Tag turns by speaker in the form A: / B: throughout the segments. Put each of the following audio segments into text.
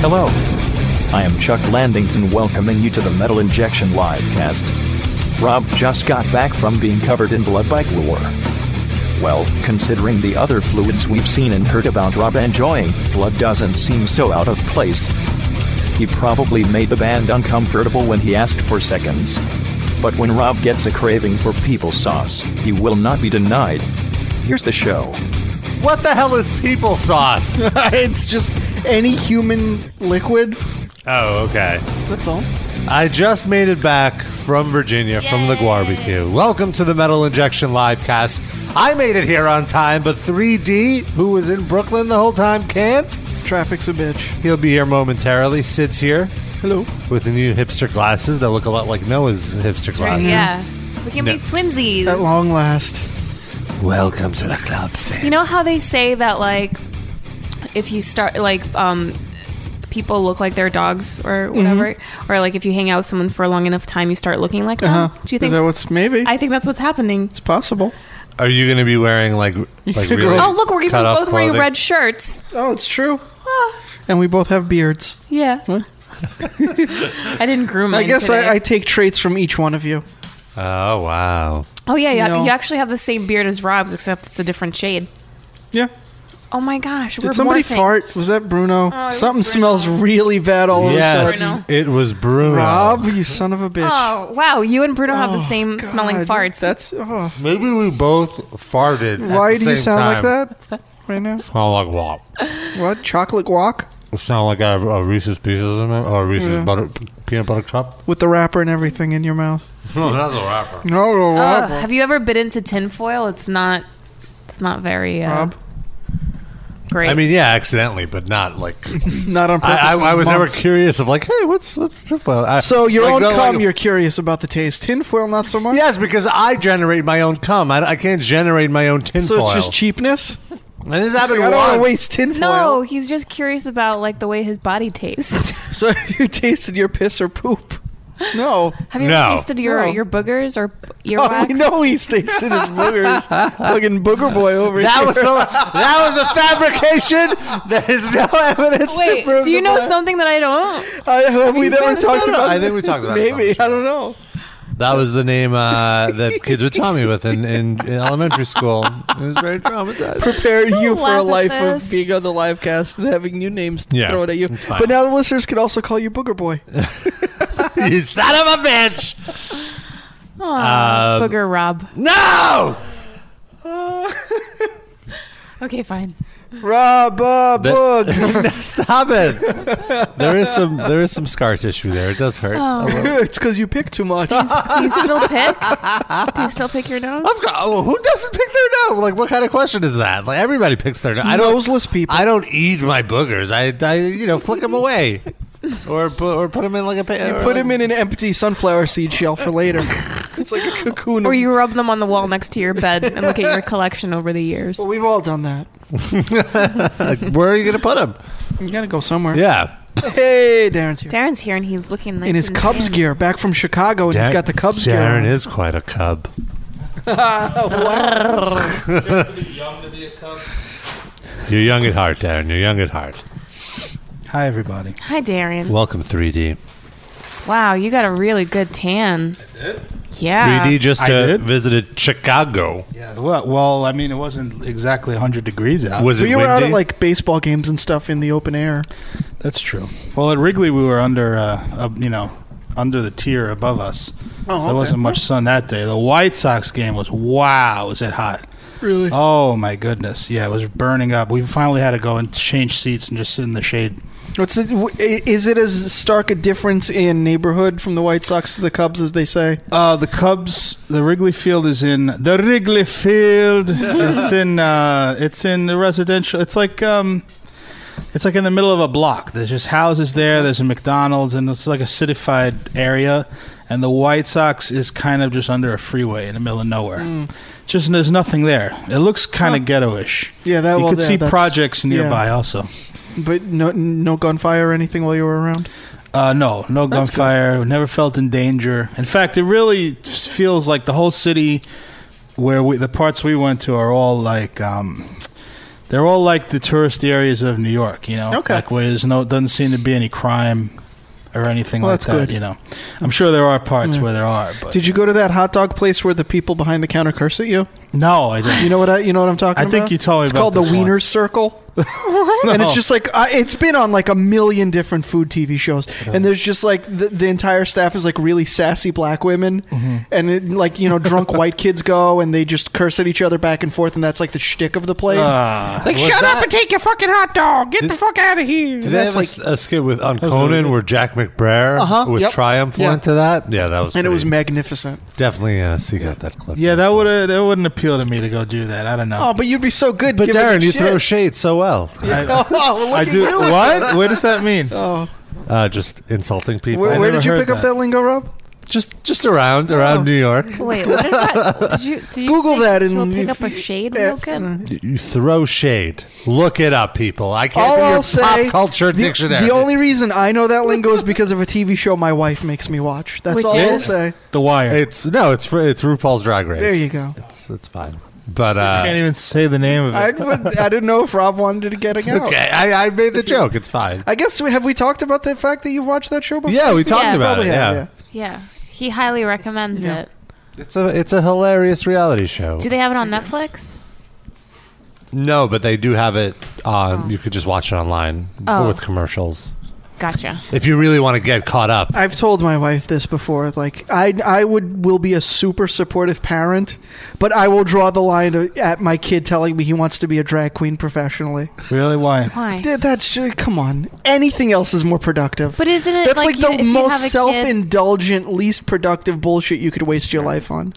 A: Hello. I am Chuck Landington welcoming you to the Metal Injection Livecast. Rob just got back from being covered in blood by Glor. Well, considering the other fluids we've seen and heard about Rob enjoying, blood doesn't seem so out of place. He probably made the band uncomfortable when he asked for seconds. But when Rob gets a craving for people sauce, he will not be denied. Here's the show.
B: What the hell is people sauce?
C: it's just any human liquid.
B: Oh, okay.
C: That's all.
B: I just made it back from Virginia from the barbecue. Welcome to the Metal Injection Livecast. I made it here on time, but 3D, who was in Brooklyn the whole time, can't.
C: Traffic's a bitch.
B: He'll be here momentarily. Sid's here
C: Hello.
B: with the new hipster glasses that look a lot like Noah's hipster
D: Right,
B: glasses.
D: Yeah. We can be twinsies.
C: At long last.
B: Welcome to the club, Sid.
D: You know how they say that like if you start like um people look like their dogs or
C: Mm-hmm.
D: whatever or like if you hang out with someone for a long enough time you start looking like them.
C: Uh-huh.
D: Do you
C: Is
D: think
C: that what's maybe?
D: I think that's what's happening.
C: it's possible.
B: Are you going to be wearing like like
C: should
B: really
C: go-
D: Oh, look, we're
B: cut off
D: both wearing
B: clothing?
D: red shirts.
C: Oh, it's true.
D: Ah,
C: And we both have beards.
D: yeah.
C: What?
D: I didn't groom
C: I
D: mine
C: guess
D: today.
C: I, I take traits from each one of you.
B: Oh wow!
D: Oh yeah, yeah.
C: No.
D: You actually have the same beard as Rob's except it's a different shade.
C: Yeah.
D: Oh my gosh.
C: Did somebody fart? Was that Bruno?
D: Oh, it was
C: Something
D: Bruno.
C: smells really bad all of a
B: Yes,
C: sudden.
D: Bruno.
B: it was Bruno.
C: Rob, you son of a bitch.
D: Oh, wow. You and Bruno have the same
C: Oh, God,
D: smelling farts.
C: That's oh.
B: Maybe we both farted. at
C: why
B: the
C: do
B: same
C: you sound
B: time.
C: like that right now?
B: Smell like what?
C: What chocolate guac
B: It sound like I have a Reese's Pieces in it, or a Reese's
C: Yeah.
B: butter, peanut butter cup.
C: with the wrapper and everything in your mouth?
B: No, not the wrapper.
C: No,
D: Ugh,
C: Rob.
D: have you ever bit into tinfoil? It's not. It's not very uh,
C: Rob,
D: great.
B: I mean, yeah, accidentally, but not like.
C: not on purpose.
B: I, I, I was never
C: Months.
B: curious of like, hey, what's what's tinfoil? I,
C: So your
B: like,
C: own
B: no, like-
C: cum, you're curious about the taste. Tinfoil, not so much.
B: Yes, because I generate my own cum. I, I can't generate my own tinfoil.
C: So it's just cheapness.
B: And this
C: Like,
B: happened
C: I don't want
B: once.
C: to waste tinfoil.
D: no, he's just curious about like the way his body tastes.
C: So you tasted your piss or poop? No.
D: have you
B: No.
D: ever tasted your
C: No.
D: your boogers or
C: Oh,
D: earwax?
C: we know he's tasted his boogers. Fucking booger boy over
B: That
C: here.
B: was a, that was a fabrication. There is no evidence
D: Wait,
B: to prove.
D: do you
B: the
D: know
B: fact.
D: something that I don't?
C: I, have we
D: you
C: never
D: found-
C: talked
B: No, no,
C: about.
B: I think we talked about it on
C: maybe.
B: the
C: I don't know.
B: That was the name uh, that kids would tell me with in, in, in elementary school. It was very traumatizing.
C: Prepare you
D: laugh
C: for a
D: at
C: life
D: this.
C: of being on the live cast and having new names
B: Yeah,
C: thrown at you.
B: it's fine.
C: But now the listeners can also call you booger boy.
B: you son of a bitch!
D: Aw,
B: Uh,
D: booger Rob.
B: No!
D: Okay, fine.
C: Rob uh,
B: The-
C: boog.
B: Stop it! There is some there is some scar tissue there. It does hurt.
D: Oh.
C: it's because you pick too much.
D: Do you still pick? Do you still pick your nose?
B: I've got, oh, who doesn't pick their nose? Like, what kind of question is that? Like, everybody picks their nose. I don't.
C: Noseless people.
B: I don't eat my boogers. I, I you know, flick them away, or pu- or put them in like a. Pa- or
C: Put
B: like-
C: him in an empty sunflower seed shell for later. it's like a cocoon.
D: Or
C: Of,
D: you rub them on the wall next to your bed and look at your collection over the years.
C: Well, we've all done that.
B: Like, where are you gonna put them?
C: You gotta go somewhere.
B: Yeah.
C: Hey, Darren's here.
D: Darren's here and he's looking nice
C: in his
D: and
C: Cubs
D: tan.
C: gear, back from Chicago, and he's got the Cubs
B: Darren
C: gear.
B: is quite a cub. You're young at heart, Darren. You're young at heart.
C: Hi, everybody.
D: Hi, Darren.
B: Welcome, 3D.
D: Wow, you got a really good tan. Yeah.
B: 3D just
E: I
B: uh,
E: did?
B: visited Chicago.
E: Yeah, well, well, I mean, it wasn't exactly 100 degrees out.
B: Was
C: So
B: it
C: you were out
B: windy?
C: at like baseball games and stuff in the open air.
E: That's true. Well, at Wrigley, we were under, uh, uh, you know, under the tier above us.
C: Oh,
E: so
C: okay.
E: There wasn't much sun that day. The White Sox game was wow. Was it hot?
C: Really?
E: Oh my goodness! Yeah, it was burning up. We finally had to go and change seats and just sit in the shade.
C: What's it, w- i- is it as stark a difference in neighborhood from the White Sox to the Cubs as they say?
E: Uh, the Cubs, the Wrigley Field is in the Wrigley Field. it's in uh, it's in the residential. It's like um, it's like in the middle of a block. There's just houses there. There's a McDonald's, and it's like a citified area. And the White Sox is kind of just under a freeway in the middle of nowhere.
C: Hmm.
E: Just there's nothing there. It looks kind of ghetto-ish.
C: Yeah, that-
E: you
C: well,
E: could
C: yeah,
E: see
C: that's-
E: projects
C: yeah.
E: nearby also.
C: But no, no gunfire or anything while you were around.
E: Uh, no, no
C: That's good.
E: gunfire. Never felt in danger. In fact, it really just feels like the whole city, where we, the parts we went to, are all like um, They're all like the tourist areas of New York, you know,
C: Okay.
E: like where there's no doesn't seem to be any crime or anything
C: Well,
E: like
C: that's
E: that.
C: good. Mm.
E: You know, I'm sure there are parts where there are, but
C: Did you go to that hot dog place where the people behind the counter curse at you?
E: no, I didn't.
C: You know what I, you know what I'm talking
E: I
C: about?
E: think you told me
C: It's
E: about
C: called
E: this
C: the Wiener
E: once.
C: Circle. And it's just like I, it's been on like a million different food TV shows, and there's just like the, the entire staff is like really sassy black women,
E: Mm-hmm.
C: and it, like you know drunk white kids go and they just curse at each other back and forth, and that's like the shtick of the place.
E: Ah,
C: like
B: what's
C: shut
B: that?
C: up and take your fucking hot dog, get the fuck out of here.
B: Did they have
C: That's
B: a
C: like
B: s- a, skit with on Conan where Jack McBrayer
C: Uh-huh,
B: with
C: yep.
B: Triumph
C: Yeah.
B: went to that? Yeah, that was.
C: and it
B: pretty-
C: was magnificent.
B: definitely uh, seek out that clip.
E: yeah, that would that wouldn't appeal to me to go do that. I don't know.
C: Oh, but you'd be so good.
B: But
C: giving
B: Darren, you
C: shit.
B: throw shade so well.
C: oh, well, look
E: I
C: at
E: do
C: you.
E: what? What does that mean?
C: Oh,
B: Uh, just insulting people.
C: where,
E: I
C: where
E: never
C: did you
E: heard
C: pick up
E: that.
C: that lingo, Rob?
B: just just around
C: Oh.
B: around New York.
D: Wait, what is that? Did you, did you
C: Google
D: say
C: that
D: you'll
C: and
D: pick
C: if
D: up a
C: you-
D: shade,
C: Yeah.
D: Wilkin?
B: You throw shade. Look it up, people. I can't
C: All
B: be your
C: I'll say,
B: pop culture
C: the,
B: dictionary.
C: the only reason I know that lingo is because of a TV show my wife makes me watch. That's
D: Which
C: all I'll
D: is?
C: say.
E: The Wire.
B: it's no, it's for, it's RuPaul's Drag Race.
C: There you go.
B: It's it's fine. But
E: I can't
B: uh,
E: even say the name of it.
C: I, would- I didn't know if Rob wanted to get it
B: it's
C: out.
B: okay, I, I made the joke. It's fine.
C: I guess we, have we talked about the fact that you've watched that show before?
B: Yeah, we talked
D: Yeah,
B: about it.
C: Probably
B: Yeah.
C: have, yeah.
D: Yeah, he highly recommends
C: Yeah.
D: it.
B: it's a it's a hilarious reality show.
D: Do they have it on Netflix?
B: No, but they do have it. On,
C: Oh.
B: You could just watch it online
D: Oh.
B: with commercials.
D: Gotcha.
B: If you really want to get caught up,
C: I've told my wife this before. Like I, I would will be a super supportive parent, but I will draw the line at my kid telling me he wants to be a drag queen professionally.
E: really? Why?
D: Why?
C: Th- That's just, come on. Anything else is more productive.
D: But isn't it
C: That's
D: like, you,
C: like, the
D: if
C: most
D: you have a kid,
C: self-indulgent, least productive bullshit you could waste your life on.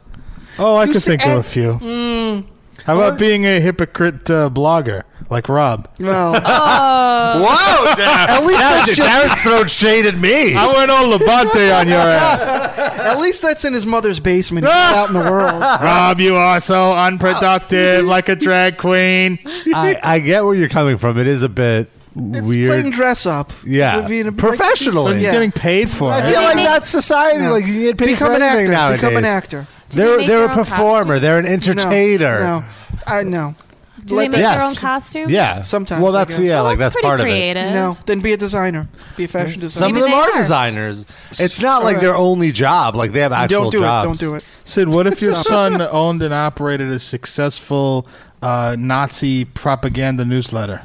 E: Oh, I
C: You
E: could
C: say-
E: think of a
C: and-
E: few. How about being a hypocrite uh, blogger like Rob?
D: Oh.
C: Well,
B: whoa! Darren,
C: at least that's Oh. just
B: Darren's thrown shade at me.
E: I went all Levante on your ass.
C: at least that's in his mother's basement. He's not out in the world.
E: Rob, you are so unproductive like a drag queen.
B: I, I get where you're coming from. It is a bit weird.
C: Playing dress up.
B: Yeah.
C: It's a- being a- like,
B: Professionally.
E: So
C: he's-
E: he's
C: yeah.
E: getting paid for
B: I
E: it.
B: feel like
D: make-
B: that's society.
C: No.
B: Like you get paid
C: become
B: for
C: an
B: anything
C: actor.
B: nowadays.
C: Become an actor.
B: They're
D: they make
B: they're
D: their
B: a
D: own
B: performer.
D: costumes?
B: They're an
C: No,
B: entertainer.
C: No, I know.
D: do they make their
B: Yes.
D: own costumes?
B: Yeah.
C: Sometimes,
B: Well,
C: I
B: that's
C: guess.
B: yeah.
D: Well,
B: like that's,
D: pretty
B: part of it.
D: creative.
C: No, then be a designer. Be a fashion
B: Some
C: designer.
B: of them
D: they
B: are,
D: are.
B: designers. It's not like
C: Alright.
B: their only job. Like they have actual
C: don't do
B: jobs.
C: it. Don't do it.
E: Sid, what if your son owned and operated a successful uh, Nazi propaganda newsletter?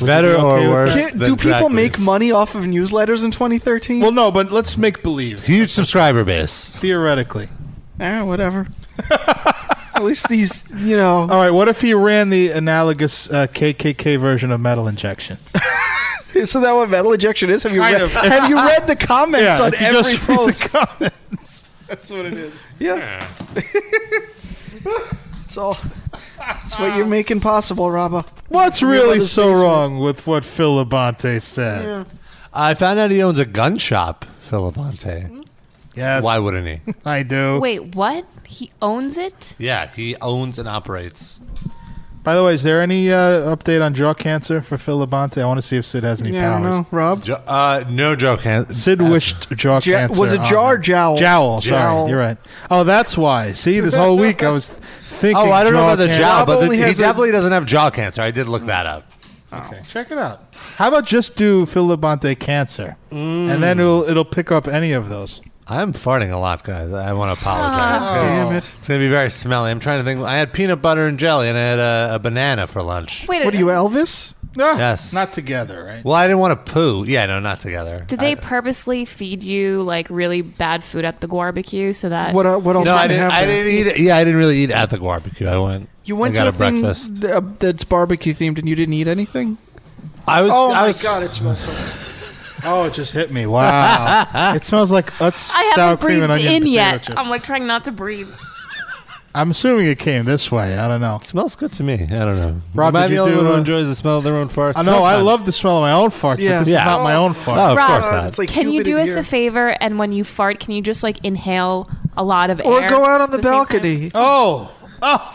B: Better
E: Okay
B: or
E: with
B: worse.
E: that.
C: Can't-
B: than
C: do people
B: Drag
C: make
B: Queen.
C: money off of newsletters in 2013?
E: Well, no, but let's make believe
B: huge subscriber base?
E: theoretically.
C: Eh, whatever. At least these, you know,
E: All right, what if he ran the analogous uh, KKK version of metal injection?
C: So that what metal ejection is? Have you
E: Kind
C: read?
E: of.
C: Have you read the comments on
E: if you
C: every
E: just read the
C: post?
E: comments. That's what it is.
C: Yeah. it's all. That's what you're making possible, Robba.
E: What's
C: Your
E: really
C: mother's
E: so
C: basement.
E: wrong with what Phil Labonte said?
C: Yeah.
B: I found out he owns a gun shop, Philippante.
E: Yes,
B: Why wouldn't he?
E: I do.
D: Wait, what? He owns it?
B: yeah, he owns and operates.
E: By the way, is there any uh, update on jaw cancer for Phil Labonte? I want to see if Sid has any
C: Yeah, I
E: powers.
C: don't know, Rob.
B: Jo- uh, no joke. Han-
E: Sid wished jaw
C: Ja-
E: cancer.
C: was it
E: on
C: jaw or
E: him.
C: jowl?
E: Jowl.
C: Jowl.
E: Sorry, you're right. Oh, that's why. See, this whole week I was thinking.
B: Oh, I don't know about the
E: cancer.
B: job,
C: Rob
B: but the,
C: only
B: he
C: has a-
B: definitely doesn't have jaw cancer. I did look that up.
E: Okay, check it out. How about just do Phil Labonte cancer, and
B: Mm.
E: then it'll it'll pick up any of those.
B: I'm farting a lot, guys. I want to apologize. It's gonna-
C: Damn it!
B: It's gonna be very smelly. I'm trying to think. I had peanut butter and jelly, and I had a, a banana for lunch.
D: Wait,
C: What are you, Elvis?
E: No,
B: Yes.
E: Ah, not together, right?
B: Well, I didn't want to poo. Yeah, no, not together.
D: Did they purposely feed you like really bad food at the barbecue so that
C: What? Uh, what else?
B: No,
C: might
B: I didn't. I
C: happen?
B: didn't eat. it. Yeah, I didn't really eat at the barbecue. I went.
C: You went
B: I got
C: to
B: a
C: a thing
B: breakfast.
C: th- uh, that's barbecue themed, and you didn't eat anything.
B: I was.
C: Oh
B: I
C: my
B: was,
C: god, it smells so.
E: Oh, it just hit me. Wow. it smells like Utz
D: I
E: sour
D: haven't
E: cream
D: breathed
E: and onion
D: in
E: potato
D: yet.
E: chip.
D: I'm like trying not to breathe.
E: I'm assuming it came this way. I don't know.
B: It smells good to me. I don't know.
E: Rob,
B: Am I
E: did
B: the
E: you
B: only
E: do,
B: one who
E: uh,
B: enjoys the smell of their own farts?
E: I know. I
B: Sometimes.
E: love the smell of my own fart,
C: Yeah.
E: but this
B: Yeah.
E: is not my own
B: Oh,
E: fart.
B: of
D: Rob,
B: course
C: Uh,
B: not.
C: it's like
D: Can you
C: humid
D: do
C: in
D: us
C: here.
D: a favor and when you fart, can you just like inhale a lot of
C: Or
D: air?
C: go out
D: at
C: on the
D: same time?
C: balcony.
E: Oh, oh,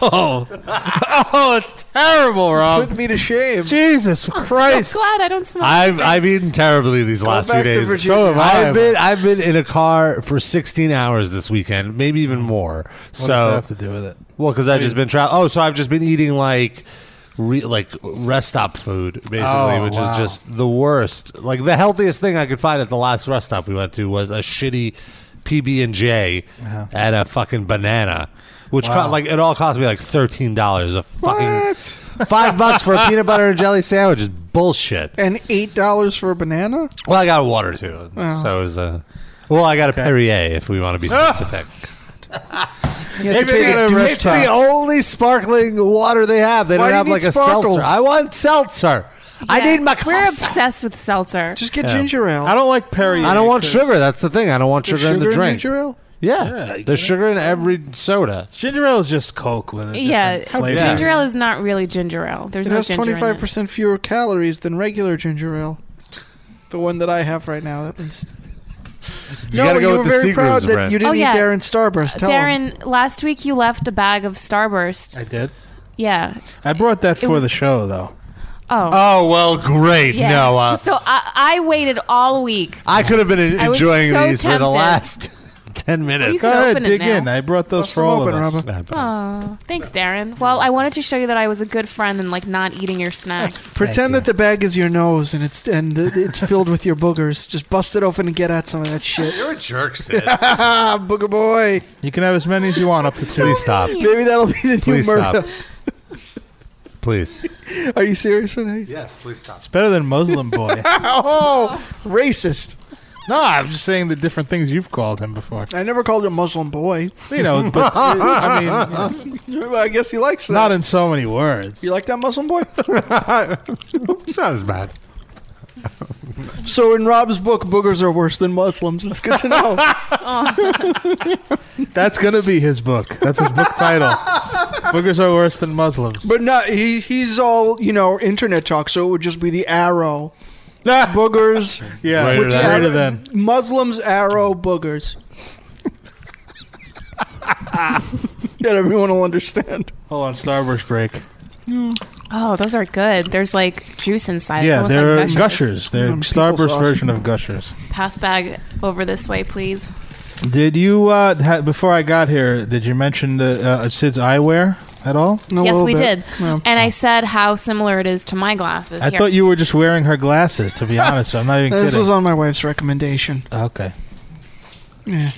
E: oh! It's terrible,
C: Put
E: Rob.
C: me to shame.
E: Jesus
D: I'm
E: Christ!
D: so glad I don't smell.
B: I've I've eaten terribly these last few
C: back to
B: days.
C: Virginia.
E: So have I.
B: I've been I've been in a car for 16 hours this weekend, maybe even more.
E: What does that
B: so
E: have to do with it?
B: well, because I've just been traveling. Oh, so I've just been eating like re- like rest stop food, basically,
E: Oh,
B: which
E: wow.
B: is just the worst. Like the healthiest thing I could find at the last rest stop we went to was a shitty PB and J and a fucking banana. Which
E: Uh-huh. Wow.
B: co- like it all cost me like thirteen dollars a fucking five bucks for a peanut butter and jelly sandwich is bullshit.
C: and eight dollars for a banana.
B: Well, I got a water too, so it was a. Well, I got a Perrier if we want to be specific.
C: You have to
B: It's,
C: pay
B: the,
C: the dues
B: it's
C: tax.
B: the only sparkling water they have. They
C: Why
B: don't
C: do you
B: have like
C: need
B: a
C: sparkles?
B: seltzer. I want seltzer. I
D: Yeah.
B: need my
D: We're
B: cups.
D: obsessed with seltzer.
C: Just get ginger ale.
E: I don't like Perrier.
B: I don't want
E: 'cause
B: sugar. That's the thing. I don't want sugar, in the drink.
C: ginger ale.
B: Yeah, there's sugar in every soda.
E: Ginger ale is just Coke with it.
D: yeah,
E: flavor.
D: ginger ale is not really ginger ale. There's
C: It
D: no
C: has
D: ginger.
C: twenty
D: in it.
C: five percent fewer calories than regular ginger ale. The one that I have right now, at least.
B: You
C: no,
B: gotta go
C: but you
B: with
C: were
B: the
C: very
B: sea
C: proud
B: grooves
C: that
B: brand.
C: you didn't
D: Oh, yeah.
C: eat Darren's Starburst. Tell him.
D: Darren, last week you left a bag of Starburst.
E: I did.
D: Yeah.
E: I brought that for
D: was-
E: the show though.
D: Oh.
B: Oh well, great.
D: yeah.
B: No, uh,
D: so I, I waited all week.
B: I could have been
D: I was
B: enjoying
D: so
B: these for the
D: tempted.
B: last ten minutes.
D: Go
E: Go ahead,
D: open it
E: dig
D: now.
E: in. I brought those
C: Bust
E: for
C: them
E: all
C: open,
E: of us.
C: Robin.
D: Oh, thanks, Darren. Well, I wanted to show you that I was a good friend and like not eating your snacks.
C: Pretend that the bag is your nose and it's and th- it's filled with your boogers. Just bust it open and get at some of that shit.
B: You're a jerk, Sid.
C: ah, booger boy.
E: You can have as many as you want, up to two.
B: Please stop.
C: Maybe that'll be the
B: Please
C: new
B: stop.
C: murder.
B: Please.
C: Are you serious? Or not?
B: Yes, please stop.
E: It's better than Muslim boy.
C: Oh, racist.
E: no, I'm just saying the different things you've called him before.
C: I never called him Muslim boy.
E: You know, but uh, I mean, you know,
C: I guess he likes that.
E: not in so many words.
C: you like that Muslim boy?
B: It's not as bad.
C: so in Rob's book, boogers are worse than Muslims. It's good to know.
E: That's gonna be his book. That's his book title. Boogers are worse than Muslims.
C: but no, he, he's all you know internet talk. So it would just be the arrow boogers.
E: Yeah,
B: Greater than.
E: greater than.
C: Muslims arrow boogers. that everyone will understand.
E: Hold on, Starburst break.
D: Oh, those are good. There's like juice inside.
E: Yeah,
D: it's almost
E: they're
D: like
E: gushers. They're
C: Mm,
E: Starburst
C: people's
E: version of gushers.
D: Pass bag over this way, please.
E: Did you uh, ha- before I got here? Did you mention the, uh, Sid's eyewear at all?
C: No,
D: yes,
C: little
D: we
C: bit.
D: did.
C: Yeah.
D: And I said how similar it is to my glasses.
E: I
D: Here.
E: thought you were just wearing her glasses. To be honest, I'm not even
C: This
E: kidding.
C: was on my wife's recommendation.
E: okay.
C: Yeah.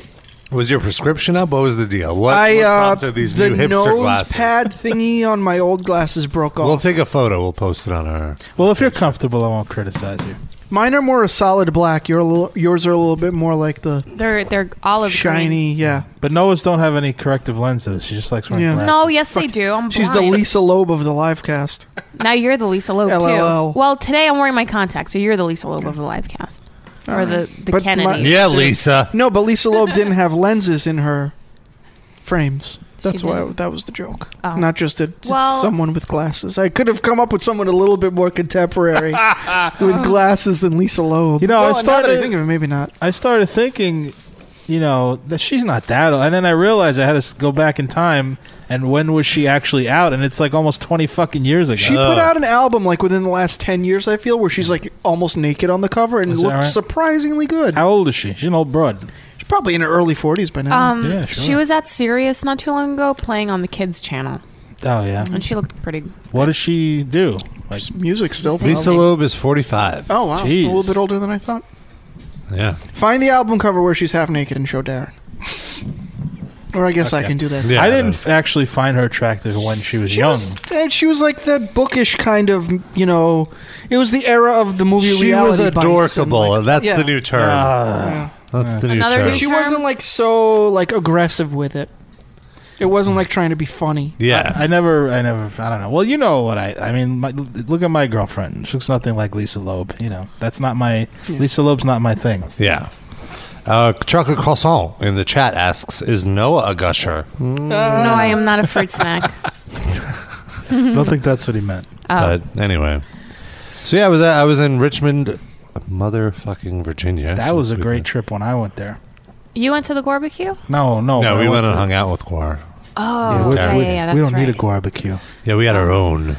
B: Was your prescription up? What was the deal? What,
C: I
B: what
C: uh,
B: prompted these
C: the
B: new hipster
C: nose
B: glasses?
C: pad thingy on my old glasses broke off.
B: We'll take a photo. We'll post it on our.
E: Well, if you're comfortable, I won't criticize you.
C: Mine are more a solid black. Your little, yours are a little bit more like the
D: they're they're olive green.
C: shiny. Yeah,
E: But Noah's don't have any corrective lenses. She just likes wearing
C: Yeah.
E: glasses.
D: No, yes, they do. I'm
C: she's the
D: blind.
C: Lisa Loeb of the live cast.
D: Now you're the Lisa Loeb
C: LLL.
D: too. Well, today I'm wearing my contacts, so you're the Lisa Loeb of the live cast or the the
C: But
D: Kennedy.
C: my-
B: Yeah, Lisa.
C: No, but Lisa Loeb didn't have lenses in her frames. That's
D: She
C: why
D: didn't.
C: that was the joke.
D: Oh.
C: Not just that it's
D: Well-
C: someone with glasses. I could have come up with someone a little bit more contemporary with glasses than Lisa Loeb.
E: You know, I
C: Well, now that
E: started-
C: I think of it, maybe not.
E: I started thinking, you know, that she's not that old. And then I realized I had to s- go back in time and when was she actually out? And it's like almost 20 fucking years ago.
C: She put out an album like within the last ten years, I feel, where she's like almost naked on the cover and
E: Is that
C: looked
E: right?
C: surprisingly good.
E: How old is she? She's an old broad.
C: She's probably in her early forties by now.
D: um,
E: Yeah,
D: She
E: sure.
D: was at Sirius not too long ago, playing on the kids' channel,
E: Oh, yeah.
D: and she looked pretty.
E: What does she do? Like,
C: Music still.
D: Lisa
B: Lisa
D: Loeb.
B: Loeb is 45.
C: Oh wow,
E: Jeez.
C: a little bit older than I thought.
B: Yeah.
C: Find the album cover where she's half naked and show Darren. or I guess I can do that.
B: Yeah,
E: I didn't f- actually find her attractive when she was
C: She
E: young.
C: was, and she was like that bookish kind of, you know. It was the era of the movie.
B: She was
C: reality bites and,
B: adorkable.
C: like-
B: That's
C: yeah.
B: the new term.
E: Ah.
B: That's the new
D: Another
B: term.
D: new-
C: She
D: term.
C: wasn't like so like aggressive with it. It wasn't like trying to be funny.
B: yeah.
E: I never, I never, I don't know. Well, you know what I, I mean, my, look at my girlfriend. She looks nothing like Lisa Loeb. You know, that's not my, Lisa Loeb's not my thing.
B: yeah. Uh, Chocolate Croissant in the chat asks Is Noah a gusher?
D: no, I am not a fruit snack.
E: I don't think that's what he meant.
B: But anyway. So yeah, I was, I was in Richmond, motherfucking Virginia.
E: That was
B: this
E: a great
B: weekend.
E: trip when I went there.
D: You went to the barbecue?
E: No, no.
B: No,
E: Oh, I
B: we went and
E: to-
B: hung out with Guar.
D: Oh,
B: we-
D: yeah, yeah,
B: we-
D: yeah, that's
E: we don't
D: right.
E: need a barbecue.
B: Yeah, we had our own.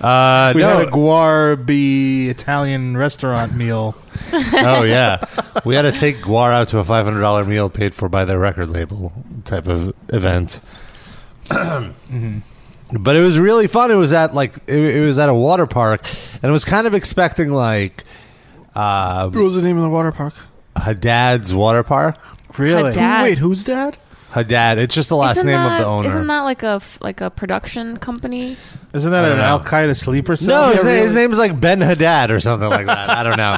B: Uh,
E: We
B: no.
E: had a guarby Italian restaurant meal.
B: oh yeah, we had to take Guar out to a five hundred dollar meal paid for by their record label type of event. But it was really fun. It was at like it, it was at a water park, and I was kind of expecting like uh,
C: What was the name of the water park?
B: Hadad's water park.
E: Really?
D: Hadad. Dad.
C: Wait, who's dad?
B: Hadad. It's just the last
D: Isn't
B: name
D: that,
B: of the owner.
D: Isn't that like a f- like a production company?
E: Isn't that
B: don't
E: an
B: know.
E: Al Qaeda sleeper
B: No,
E: cell?
B: his, name, his name's like Ben Haddad or something like that. I don't know.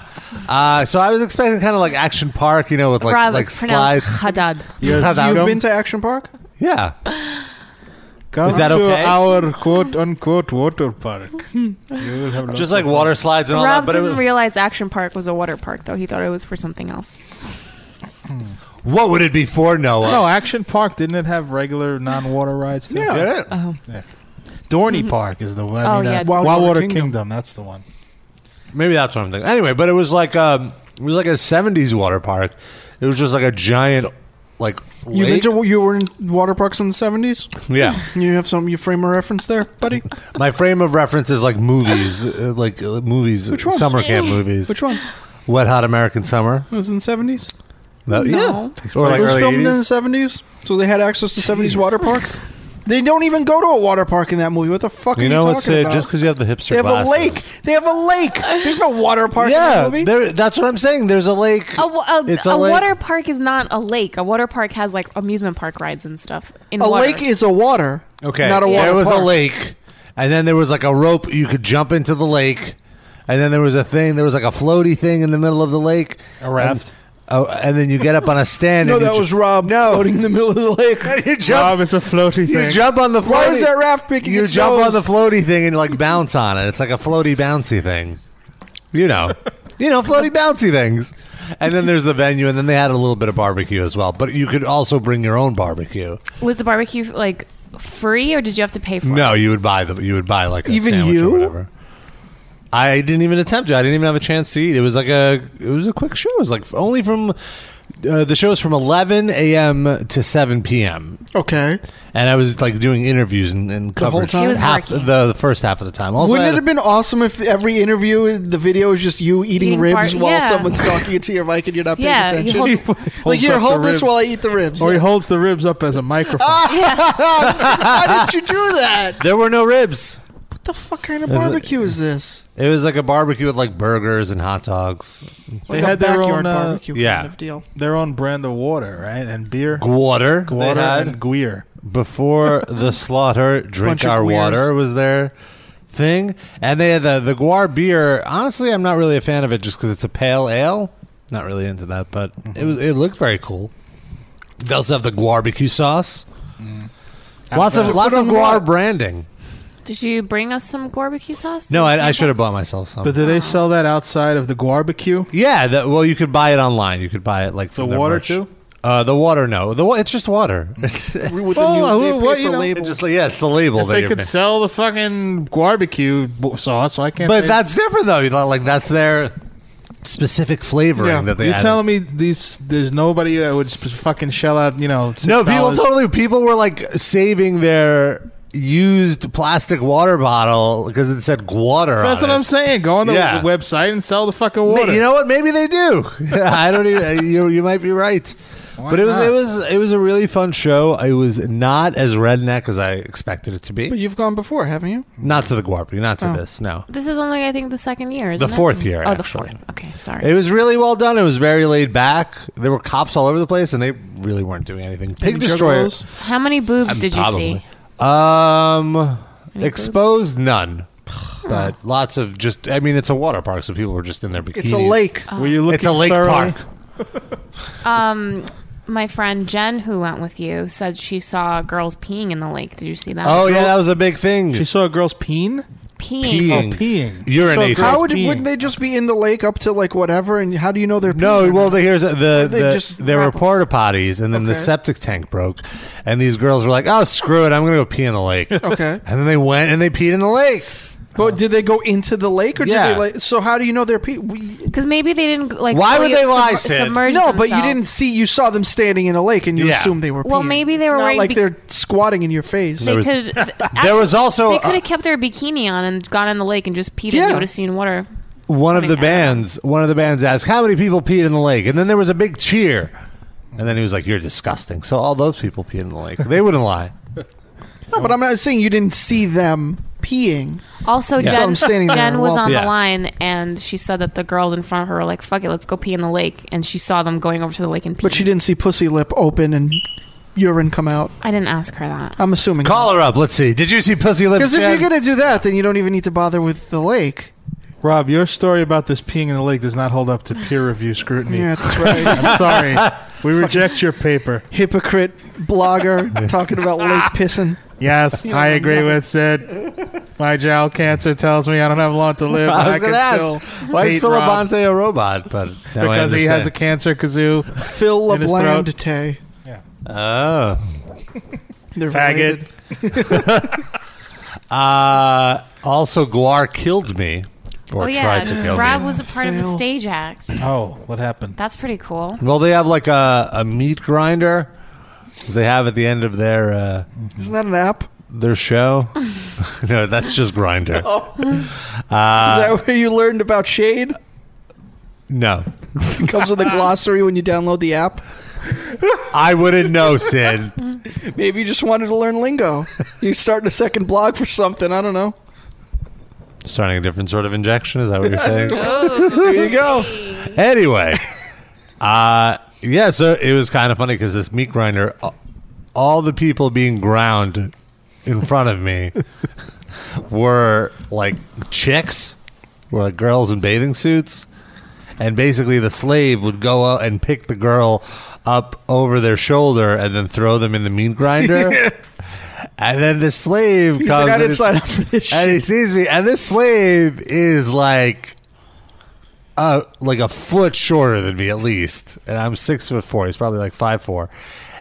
B: Uh, so I was expecting kind of like Action Park, you know, with like
D: Rob,
B: like
D: it's pronounced
B: slides.
D: Hadad.
E: Yes,
B: Hadad.
E: you
C: You've been to Action Park?
B: Yeah,
E: Come
B: Is that
E: to
B: okay?
E: our quote unquote water park. You will have
B: just like water slides and all
D: Rob
B: that. But it
D: didn't
B: was,
D: realize Action Park was a water park, though. He thought it was for something else.
B: what would it be for, Noah?
E: no Action Park. Didn't it have regular non-water rides? Too?
B: Get it?
E: Dorney Park is the one. I
D: Oh,
E: mean, uh,
D: yeah.
E: Wild,
C: Wild
E: Water
C: Water
E: Kingdom.
C: Kingdom.
E: That's the one.
B: Maybe that's what I'm thinking. Anyway, but it was like um, it was like a '70s water park. It was just like a giant like
C: You been
B: lake.
C: to, you were in water parks in the seventies?
B: yeah.
C: You have some you frame a reference there, buddy?
B: My frame of reference is like movies, uh, like uh, movies,
C: Which one?
B: summer camp movies.
C: Which one?
B: Wet Hot American Summer.
C: It was in the seventies?
B: No,
D: No.
B: Yeah. Or like
C: it was
B: early
C: filmed in the
B: 80s.
C: seventies, so they had access to seventies water parks. They don't even go to a water park in that movie. What the fuck are
B: You
C: you
B: know
C: talking
B: what, Sid?
C: about?
B: Just because you have the hipster
C: they have
B: glasses.
C: a lake. They have a lake. There's no water park
B: Yeah,
C: in that movie.
B: there, that's what I'm saying. There's a lake.
D: A, wa- a,
B: It's
D: a,
B: a lake.
D: water park is not a lake. A water park has like amusement park rides and stuff. In
C: A
D: water.
C: lake is a water.
B: Okay,
C: Not a water
B: There was
C: park.
B: a lake, and then there was like a rope you could jump into the lake, and then there was a thing. There was like a floaty thing in the middle of the lake.
E: A raft.
B: And, oh, and then you get up on a stand.
C: No,
B: and you
C: that
B: ju-
C: was Rob
B: No.
C: floating in the middle of the lake.
B: you jump.
E: Rob is Oh, a floaty thing.
B: You jump on the floaty.
C: Why is that raft picking
B: You
C: its
B: jump on
C: nose?
B: the floaty thing and like bounce on it. It's like a floaty bouncy thing. You know, you know, floaty bouncy things. And then there's the venue, and then they had a little bit of barbecue as well. But you could also bring your own barbecue.
D: Was the barbecue like free, or did you have to pay for it?
B: No, you would buy the you would buy like a
C: Even
B: sandwich
C: you?
B: or whatever. I didn't even attempt it. I didn't even have a chance to eat. It was like a it was a quick show. It was like only from uh, the show was from 11 a.m. to 7 p.m.
C: Okay.
B: And I was like doing interviews and, and
C: whole
B: coverage
C: time? He
D: was
B: half the,
D: working.
B: the first half of the time. Also, I
C: Wouldn't
B: had
C: it
B: a-
C: have been awesome if every interview, the video is just you eating,
D: Eating
C: ribs
D: bar-
C: while
D: yeah.
C: someone's talking into your mic and you're not paying
D: Yeah, you
C: attention?
D: hold-
C: like,
E: Holds
C: here,
E: up the
C: hold this
E: rib.
C: while I Ah! eat the ribs.
E: or he holds the ribs up as a microphone.
C: How did you do that?
B: there were no ribs.
C: What the fuck kind of barbecue is this?
B: It was like a barbecue with like burgers and hot dogs.
C: Like
E: They had
C: a
E: their own,
C: backyard
E: uh,
C: barbecue
B: yeah.
C: kind of deal.
E: Their own brand of water, right? And beer,
B: Water, they
E: water,
B: had.
E: and Guir.
B: before the slaughter, drink
C: Bunch of
B: our
C: queers.
B: water was their thing, and they had the the guar beer. Honestly, I'm not really a fan of it just because it's a pale ale. Not really into that, but
C: Mm-hmm.
B: it was it looked very cool. They also have the barbecue sauce. Lots of lots of
C: Mm. on
B: guar
C: what?
B: branding.
D: Did you bring us some barbecue sauce?
B: No, I, I should have bought myself some.
E: But do they sell that outside of the barbecue?
B: yeah, that, well, you could buy it online. You could buy it like
E: The
B: from their
E: water
B: merch.
E: too?
B: Uh, the water, no. The wa- it's just water. It's
E: Oh,
C: With the new, they
E: well,
C: pay
E: what,
C: for
E: you know,
C: labels.
B: it's just like yeah, it's the label
E: If
B: that
E: they
B: you're
E: could sell the fucking barbecue bo- sauce, why can't
B: But
E: they?
B: that's different though. You know, Like that's their specific flavoring
C: Yeah.
B: that they.
E: You're
B: added.
E: telling me these there's nobody that would sp- fucking shell out, you know?
B: no, people
E: $6?
B: totally. People were like saving their used plastic water bottle because it said water.
E: That's
B: on
E: what
B: it.
E: I'm saying. Go on the
B: Yeah.
E: website and sell the fucking
B: Ma-
E: water.
B: You know what? Maybe they do. I don't even. You you might be right.
E: Why
B: but it was
E: not?
B: it was it was a really fun show. It was not as redneck as I expected it to be.
C: But you've gone before, haven't you?
B: Not to the Guarpy, not to this. No,
D: This is only, I think, the second year. Isn't
B: The
D: it?
B: fourth year,
D: Oh, the
B: actually.
D: fourth. Okay, sorry.
B: it was really well done. It was very laid back. There were cops all over the place, and they really weren't doing anything. Pig
C: Any
B: destroyers.
C: juggalos?
D: How many boobs did you see?
B: Um, exposed none, but lots of just. I mean, it's a water park, so people were just in their bikinis.
C: It's a lake.
E: Were you looking
B: It's a lake
E: thoroughly?
B: park.
D: Um, my friend Jen, who went with you, said she saw girls peeing in the lake. Did you see that?
B: Oh yeah, that was a big thing.
E: She saw a girl's peen.
D: peeing.
E: Oh, peeing.
B: Peeing. Urinating.
E: So
C: How
E: girls
C: would,
E: peeing.
C: wouldn't they just be in the lake up to like whatever? And how do you know they're
B: no,
C: peeing?
B: well, the, here's the, the
C: They
B: the-
C: just
B: there were
C: wrap 'em.
B: porta potties, and then the
C: Okay.
B: septic tank broke, and these girls were like, "Oh, screw it, I'm gonna go pee in the lake." and
C: okay.
B: then they went and they peed in the lake.
C: But did they go into the lake or
B: Yeah.
C: did they like? So how do you know they're peeing? We-
D: Because maybe they didn't like.
B: Why
D: fully
B: would they lie,
D: submer-
B: Sid?
D: submerge
C: No, but you
D: themselves.
C: didn't see. You saw them standing in a lake, and you
B: Yeah.
C: assumed they were.
D: Well,
C: peeing.
D: maybe they
C: It's
D: were
C: not
D: wearing
C: like
D: bec-
C: they're squatting in your face.
D: They
B: was-
D: could. th-
B: There was also
D: They
B: uh,
D: could have kept their bikini on and gone in the lake and just peed,
C: Yeah.
D: and you would have seen water.
B: one of the
D: Coming out.
B: bands one of the bands asked how many people peed in the lake and then there was a big cheer and then he was like you're disgusting so all those people peed in the lake they wouldn't lie
C: No, but I'm not saying you didn't see them peeing.
D: Also,
C: Yeah. So
D: Jen,
C: I'm standing there
D: Jen
C: and
D: was
C: walk-
D: on
B: Yeah.
D: the line, and she said that the girls in front of her were like, "Fuck it, let's go pee in the lake." And she saw them going over to the lake and pee.
C: But she didn't see pussy lip open and urine come out.
D: I didn't ask her that.
C: I'm assuming.
B: Call her up. Let's see. Did you see Pussy Lips?
C: Because if
B: Jen?
C: you're gonna do that, then you don't even need to bother with the lake.
E: Rob, your story about this peeing in the lake does not hold up to peer review scrutiny.
C: Yeah, that's right.
E: I'm sorry. We reject your paper.
C: Hypocrite blogger talking about lake pissing.
E: Yes,
D: You don't
E: I
D: know
E: agree with Sid. My jowl cancer tells me I don't have long to live.
B: I
E: but
B: was
E: I
B: gonna
E: can
B: ask.
E: still
B: Why is
E: hate
B: Philip
E: Rob
B: Bonte a robot? But now I
E: because he has a
B: understand.
E: cancer kazoo.
C: Phil
E: In his throat.
C: LeBlanc Tay.
B: oh.
C: They're
E: Faggot.
C: related.
B: Uh, also, Guar killed me, or
D: oh yeah,
B: tried to kill
D: Rob
B: me.
D: was a part of the
C: Fail.
D: stage act.
E: Oh, what happened?
D: That's pretty cool.
B: well, they have like a, a meat grinder. They have at the end of their uh,
C: Isn't that an app? Is
B: their show. no, that's just grinder.
D: Oh.
E: Uh,
C: that where you learned about shade?
B: No,
C: It comes with a glossary when you download the app.
B: I wouldn't know, Sid.
C: Maybe you just wanted to learn lingo. You're starting a second blog for something. I don't know.
B: Starting a different sort of injection. Is that what you're saying?
C: There you go.
B: anyway, uh, yeah, so it was kind of funny because this meat grinder, a- all the people being ground in front of me were like chicks, were like girls in bathing suits. And basically, the slave would go out and pick the girl up over their shoulder and then throw them in the meat grinder. and then the slave
C: He's
B: comes.
C: like, I
B: and
C: didn't
B: is-
C: sign up for this shit.
B: and he sees me, and this slave is like, uh, like a foot shorter than me at least, and I'm six foot four. He's probably like five four,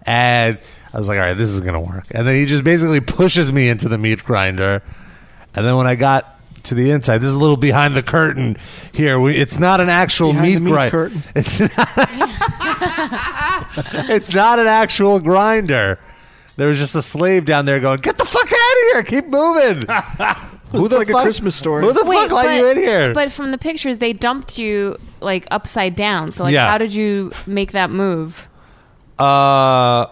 B: and I was like, all right, this is gonna work. And then he just basically pushes me into the meat grinder, and then when I got to the inside, this is a little behind the curtain here. We, it's not an actual
C: Behind
B: meat,
C: the meat
B: grinder.
C: curtain.
B: It's not, it's not an actual grinder. There was just a slave down there going, "Get the fuck out of here! Keep moving!" Who
C: It's like a Christmas story.
B: Who the fuck let you in here?
D: But from the pictures, they dumped you like upside down. So like,
B: Yeah.
D: how did you make that move?
B: uh,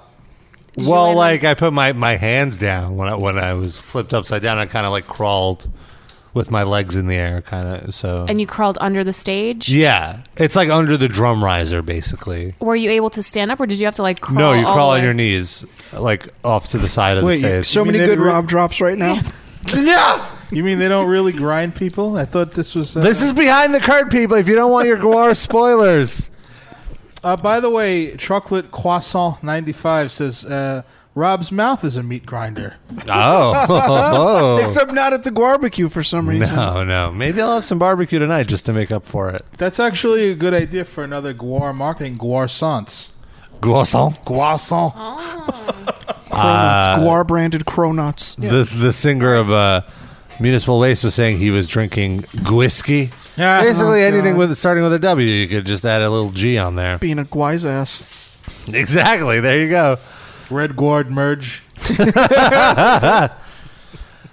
D: you
B: well,
D: land
B: like I put my, my hands down when I, when I was flipped upside down. I kind of like crawled with my legs in the air, kind of. So
D: And you crawled under the stage.
B: yeah, it's like under the drum riser, basically.
D: Were you able to stand up, or did you have to like crawl?
B: no, you
D: all
B: crawl
D: the
B: on
D: way?
B: your knees, like off to the side of
E: Wait, you-
B: the stage.
C: So
E: You mean
C: many
E: they
C: good
E: didn't re-
C: Rob drops right now.
B: no,
E: You mean they don't really grind people? I thought this was. Uh,
B: this is behind the curtain, people. If you don't want your Guar spoilers,
E: Uh, by the way, chocolate croissant ninety five says uh, Rob's mouth is a meat grinder.
B: oh,
C: Except not at the barbecue for some reason.
B: no, no. Maybe I'll have some barbecue tonight just to make up for it.
E: That's actually a good idea for another Guar marketing. Guar sans.
B: Croissant.
E: Croissant.
C: Cronuts. Guar branded Cronuts.
B: the the singer of uh, Municipal Waste was saying he was drinking whiskey.
E: Yeah.
B: Basically,
C: Oh,
B: anything
C: God.
B: with starting with a W, you could just add a little G on there.
C: Being a guise ass.
B: Exactly. There you go.
E: Red Guard merge.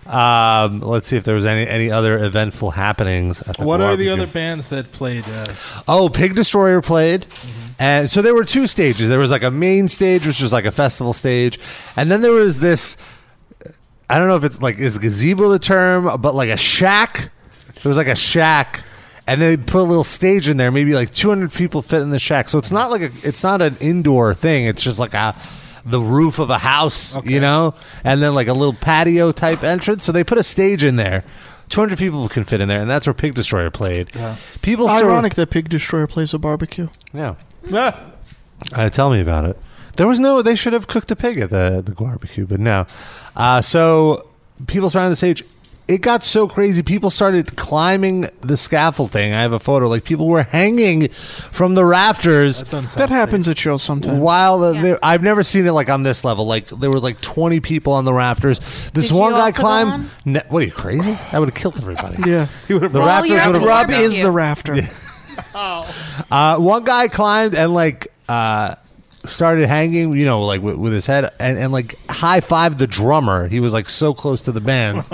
B: Um, let's see if there was any any other eventful happenings. At the
E: What are the
B: barbecue.
E: other bands that played? Uh,
B: Oh, Pig Destroyer played. And so there were two stages. There was like a main stage, which was like a festival stage, and then there was this. I don't know if it's like is gazebo the term, but like a shack. There was like a shack, and they put a little stage in there. Maybe like 200 people fit in the shack. So it's not like a, it's not an indoor thing. It's just like a the roof of a house, you know, and then like a little patio type entrance. So they put a stage in there. 200 people can fit in there, and that's where Pig Destroyer played. People still-
C: Ironic that Pig Destroyer plays a barbecue.
B: yeah.
E: ah,
B: Uh, tell me about it. There was no. They should have cooked a pig at the the barbecue, but no. Uh, so people surrounded the stage. It got so crazy. People started climbing the scaffolding. I have a photo. Like people were hanging from the rafters.
E: doesn't sound
C: That happens at shows sometimes.
B: While the there- I've never seen it like on this level, like there were like twenty people on the rafters. This
D: Did
B: one
D: you
B: guy
D: also go
B: climbed.
D: on?
B: Ne- what are you crazy? That would have killed everybody.
C: Yeah.
B: The
D: Well,
B: rafters
D: you
B: would
D: have
B: have.
D: to
C: Rob
D: Yeah.
C: is the rafter.
B: Uh, one guy climbed and like uh, started hanging, you know, like with, with his head and, and like high five the drummer. He was like so close to the band.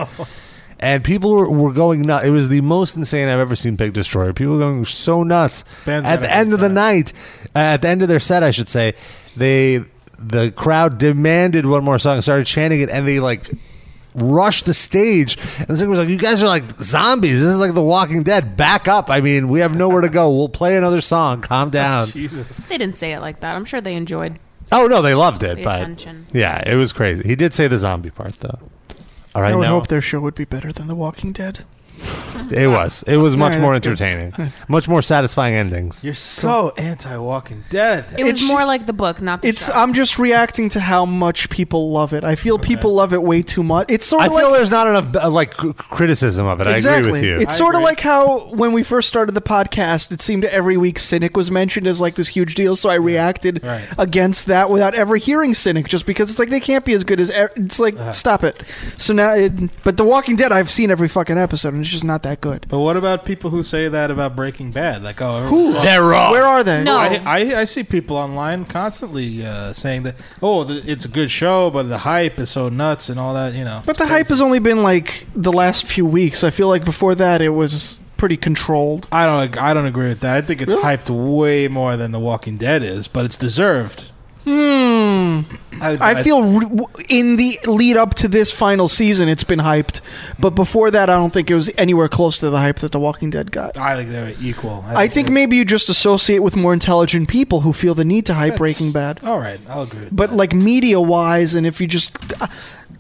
B: And people were, were going nuts. It was the most insane I've ever seen Pig Destroyer. People were going so nuts.
E: Band's
B: at
E: gotta
B: the end
E: be
B: of the
E: nuts.
B: night, uh, at the end of their set, I should say, they the crowd demanded one more song, started chanting it, and they like rushed the stage. And the singer was like, "You guys are like zombies. This is like The Walking Dead. Back up! I mean, we have nowhere to go. We'll play another song. Calm down."
D: They didn't say it like that. I'm sure they enjoyed.
B: Oh no, they loved it,
D: The
B: but
D: attention.
B: yeah, it was crazy. He did say the zombie part though. All right,
C: I would
B: now
C: hope their show would be better than The Walking Dead.
B: it was it was much
C: All right,
B: more
C: that's good.
B: entertaining, much more satisfying endings.
E: You're so anti Walking Dead.
D: It was
C: It's-
D: more like the book, not the
C: It's
D: show.
C: I'm just reacting to how much people love it. I feel people love it way too much. It's sort
B: I
C: of like
B: feel there's not enough uh, like c- criticism of it. I agree with you.
C: It's sort of like how when we first started the podcast, it seemed every week Cynic was mentioned as like this huge deal. So I reacted
E: Right.
C: against that without ever hearing Cynic, just because it's like they can't be as good as. e- It's like
B: Uh-huh.
C: stop it. So now, it, but The Walking Dead, I've seen every fucking episode, and it's just not that good.
E: But what about people who say that about Breaking Bad? Like, oh, everyone's all-
B: They're wrong.
C: Where are they?
D: No.
E: I, I, I see people online constantly uh, saying that, oh, the, it's a good show, but the hype is so nuts and all that, you know.
C: But the hype has only been like the last few weeks. I feel like before that, it was pretty controlled.
E: I don't I don't agree with that. I think it's hyped way more than The Walking Dead is, but it's deserved. Hmm.
C: I feel re- w- in the lead up to this final season, it's been hyped, but before that, I don't think it was anywhere close to the hype that The Walking Dead got.
E: I think they're equal.
C: I think maybe you just associate with more intelligent people who feel the need to hype
E: they're-
C: Breaking Bad,
E: All right, I'll agree. With
C: but
E: that.
C: like media wise, and if you just uh,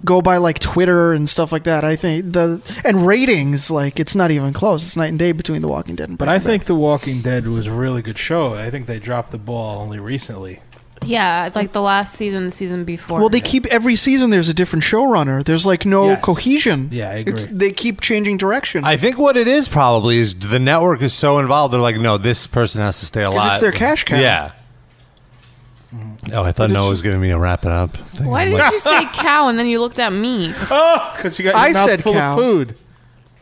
C: go by like Twitter and stuff like that, I think the and ratings like it's not even close. It's night and day between The Walking Dead and
E: but
C: Breaking
E: I
C: Bad.
E: think The Walking Dead was a really good show. I think they dropped the ball only recently.
D: yeah, it's like the last season, the season before.
C: Well, they keep every season. There's a different showrunner. There's like no
E: Yes.
C: cohesion.
E: Yeah, I
C: It's,
E: agree.
C: they keep changing direction.
B: I think what it is probably is the network is so involved. They're like, no, this person has to stay alive.
C: it's their cash cow.
B: Yeah. Oh, I thought Noah was giving me a wrap it up. thing.
D: Why
B: I'm
D: did
B: like-
D: you say cow and then you looked at me?
E: Oh, because you got your
C: I
E: mouth
C: said
E: full
C: cow.
E: of food.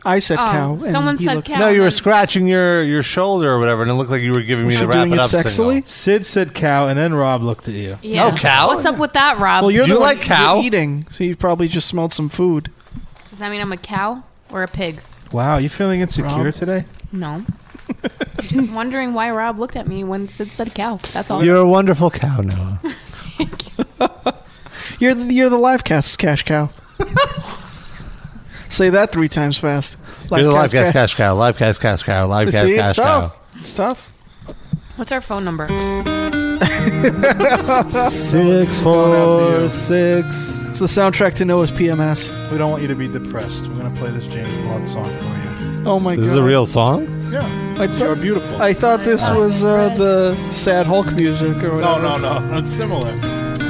C: I said
D: Oh,
C: cow. and
D: someone
C: he
D: said
C: looked-
D: cow.
B: No, you were
D: and-
B: scratching your, your shoulder or whatever, and it looked like you were giving me
C: Was
B: the
C: I
B: wrap
C: doing
B: it
C: it
B: up.
C: sexily?
B: signal.
E: Sid said cow, and then Rob looked at you.
D: Yeah.
B: No, cow.
D: What's up with that, Rob?
C: Well, you're
B: You
C: the
B: like
C: one
B: cow?
C: you're eating, so you probably just smelled some food.
D: Does that mean I'm a cow or a pig?
E: Wow, you feeling insecure
C: Rob?
E: today?
D: No. I'm just wondering why Rob looked at me when Sid said cow. That's all.
B: You're a wonderful cow, Noah.
C: You're the, you're the live cast cash cow. Say that three times fast.
B: You're the live
C: Livecast
B: cast
C: ca-
B: cash cow, live cast cash cow, live cast
C: See,
B: cash
C: it's
B: cow.
C: tough. It's tough.
D: What's our phone number?
B: Six,
E: out to
B: four,
E: you.
B: six.
C: It's the soundtrack to Noah's PMS.
E: We don't want you to be depressed. We're gonna play this James Blunt song for
C: Oh my god!
B: This is a real song?
E: you. Yeah,
C: I,
E: you're
C: thought
E: beautiful.
C: I thought this was uh, the sad Hulk music or whatever.
E: no, no, no. It's similar.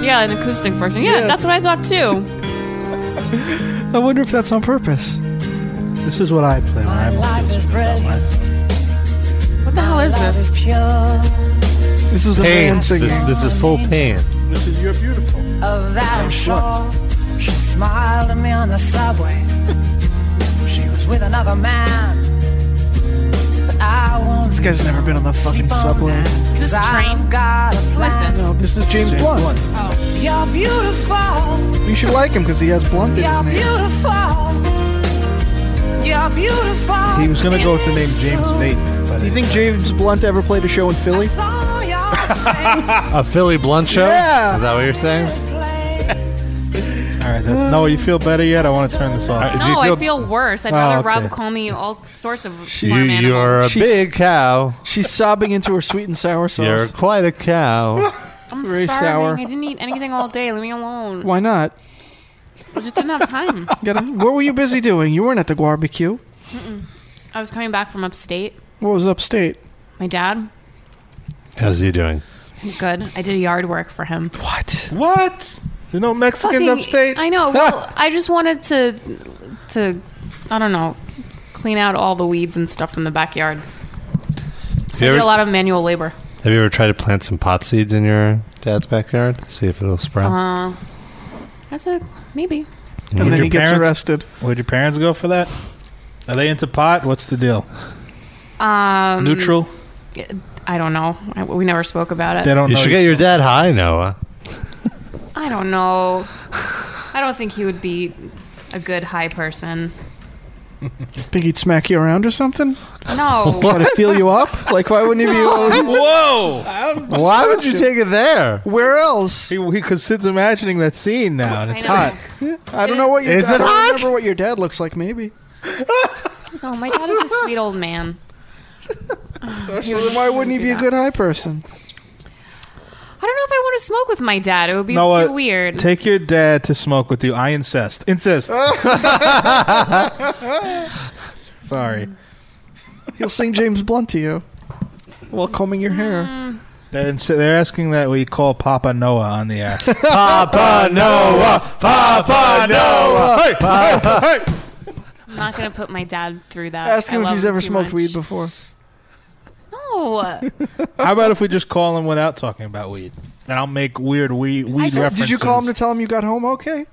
D: Yeah, an acoustic version. Yeah,
C: Yeah.
D: that's what I thought too.
C: I wonder if that's on purpose.
E: This is what I play when I'm on this without license.
D: What the hell is this?
C: This is a
B: Pain.
C: man
B: This,
C: singing.
B: this is full pain.
E: This is you're beautiful.
F: Of that I'm sure. She smiled at me on the subway. she was with another man. But I won't
C: this guy's never been on the fucking
F: sleep on
C: subway.
F: that,
D: Is this
F: 'cause
D: train?
F: I've got a
D: Who is
F: plan.
D: this?
C: No, this is James, Blunt.
F: You're beautiful.
C: You should like him because he has Blunt in his
F: You're
C: name.
F: beautiful. You're beautiful.
E: He was gonna go with the name
F: It's
E: James
F: true.
E: Maiden, but
C: Do you think James Blunt ever played a show in
F: I
C: Philly?
F: saw your
B: A Philly blunt show?
C: Yeah.
B: Is that what you're saying?
F: face play.
E: all right. That, no, you feel better yet? I want to turn this off.
B: Alright. Do you
D: No, I
B: feel-
D: feel worse. I'd rather
E: okay.
D: Rob call me all sorts of
B: You,
D: farm
B: you're a
D: animals.
C: She's-
B: big cow.
C: She's sobbing into her sweet and sour sauce.
B: You're quite a cow.
D: I'm
C: very
D: starving.
C: sour.
D: I didn't eat anything all day. Leave me alone.
C: Why not?
D: I just didn't have time.
C: Get him. What were you busy doing? You weren't at the barbecue.
D: I was coming back from upstate.
C: What was upstate?
D: My dad,
B: How's he doing?
D: good. I did yard work for him.
C: What?
E: What? There's no Mexicans
D: Fucking-
E: upstate.
D: I know. Well, I just wanted to, to, I don't know, clean out all the weeds and stuff from the backyard.
B: Have
D: So
B: you,
D: I did
B: ever,
D: a lot of manual labor.
B: have you ever tried to plant some pot seeds in your dad's backyard? See if it'll sprout.
D: Uh, that's a maybe.
C: And
E: Would
C: then
E: your
C: he gets
E: parents-
C: arrested.
E: Would your parents go for that? Are they into pot? What's the deal?
D: Um,
E: Neutral.
D: I don't know. I, we never spoke about
E: They
D: it.
E: don't.
B: You
E: know
B: should get your dad high, Noah.
D: I don't know. I don't think he would be a good high person.
C: Think he'd smack you around or something?
D: No.
C: Try to feel you up? Like, why wouldn't he be?
E: Whoa!
B: Why would you take it there?
C: Where else?
E: he, he cause Sid's imagining that scene now, and it's
D: I know.
E: hot.
C: I don't know what your
B: Is it
C: dad, I don't
B: hot?
C: remember what your dad looks like. Maybe.
D: No, my dad is a sweet old man.
C: So then why wouldn't he be a good high person?
D: I don't know if I want to smoke with my dad. It would be
E: No,
D: too
E: uh,
D: weird.
E: Take your dad to smoke with you. I incest. Insist. Sorry.
C: He'll sing James Blunt to you while combing your
D: Mm,
C: hair.
E: They're, ins- they're asking that we call Papa Noah on the air.
B: Papa Noah, Papa Noah. Hey, hey, hey.
D: I'm not going to put my dad through that.
C: Ask
D: I
C: him if
D: love
C: he's ever
D: too
C: smoked
D: much.
C: weed before.
D: No.
E: How about if we just call him without talking about weed? And I'll make weird weed, weed
D: just-
E: references.
C: Did you call him to tell him you got home okay?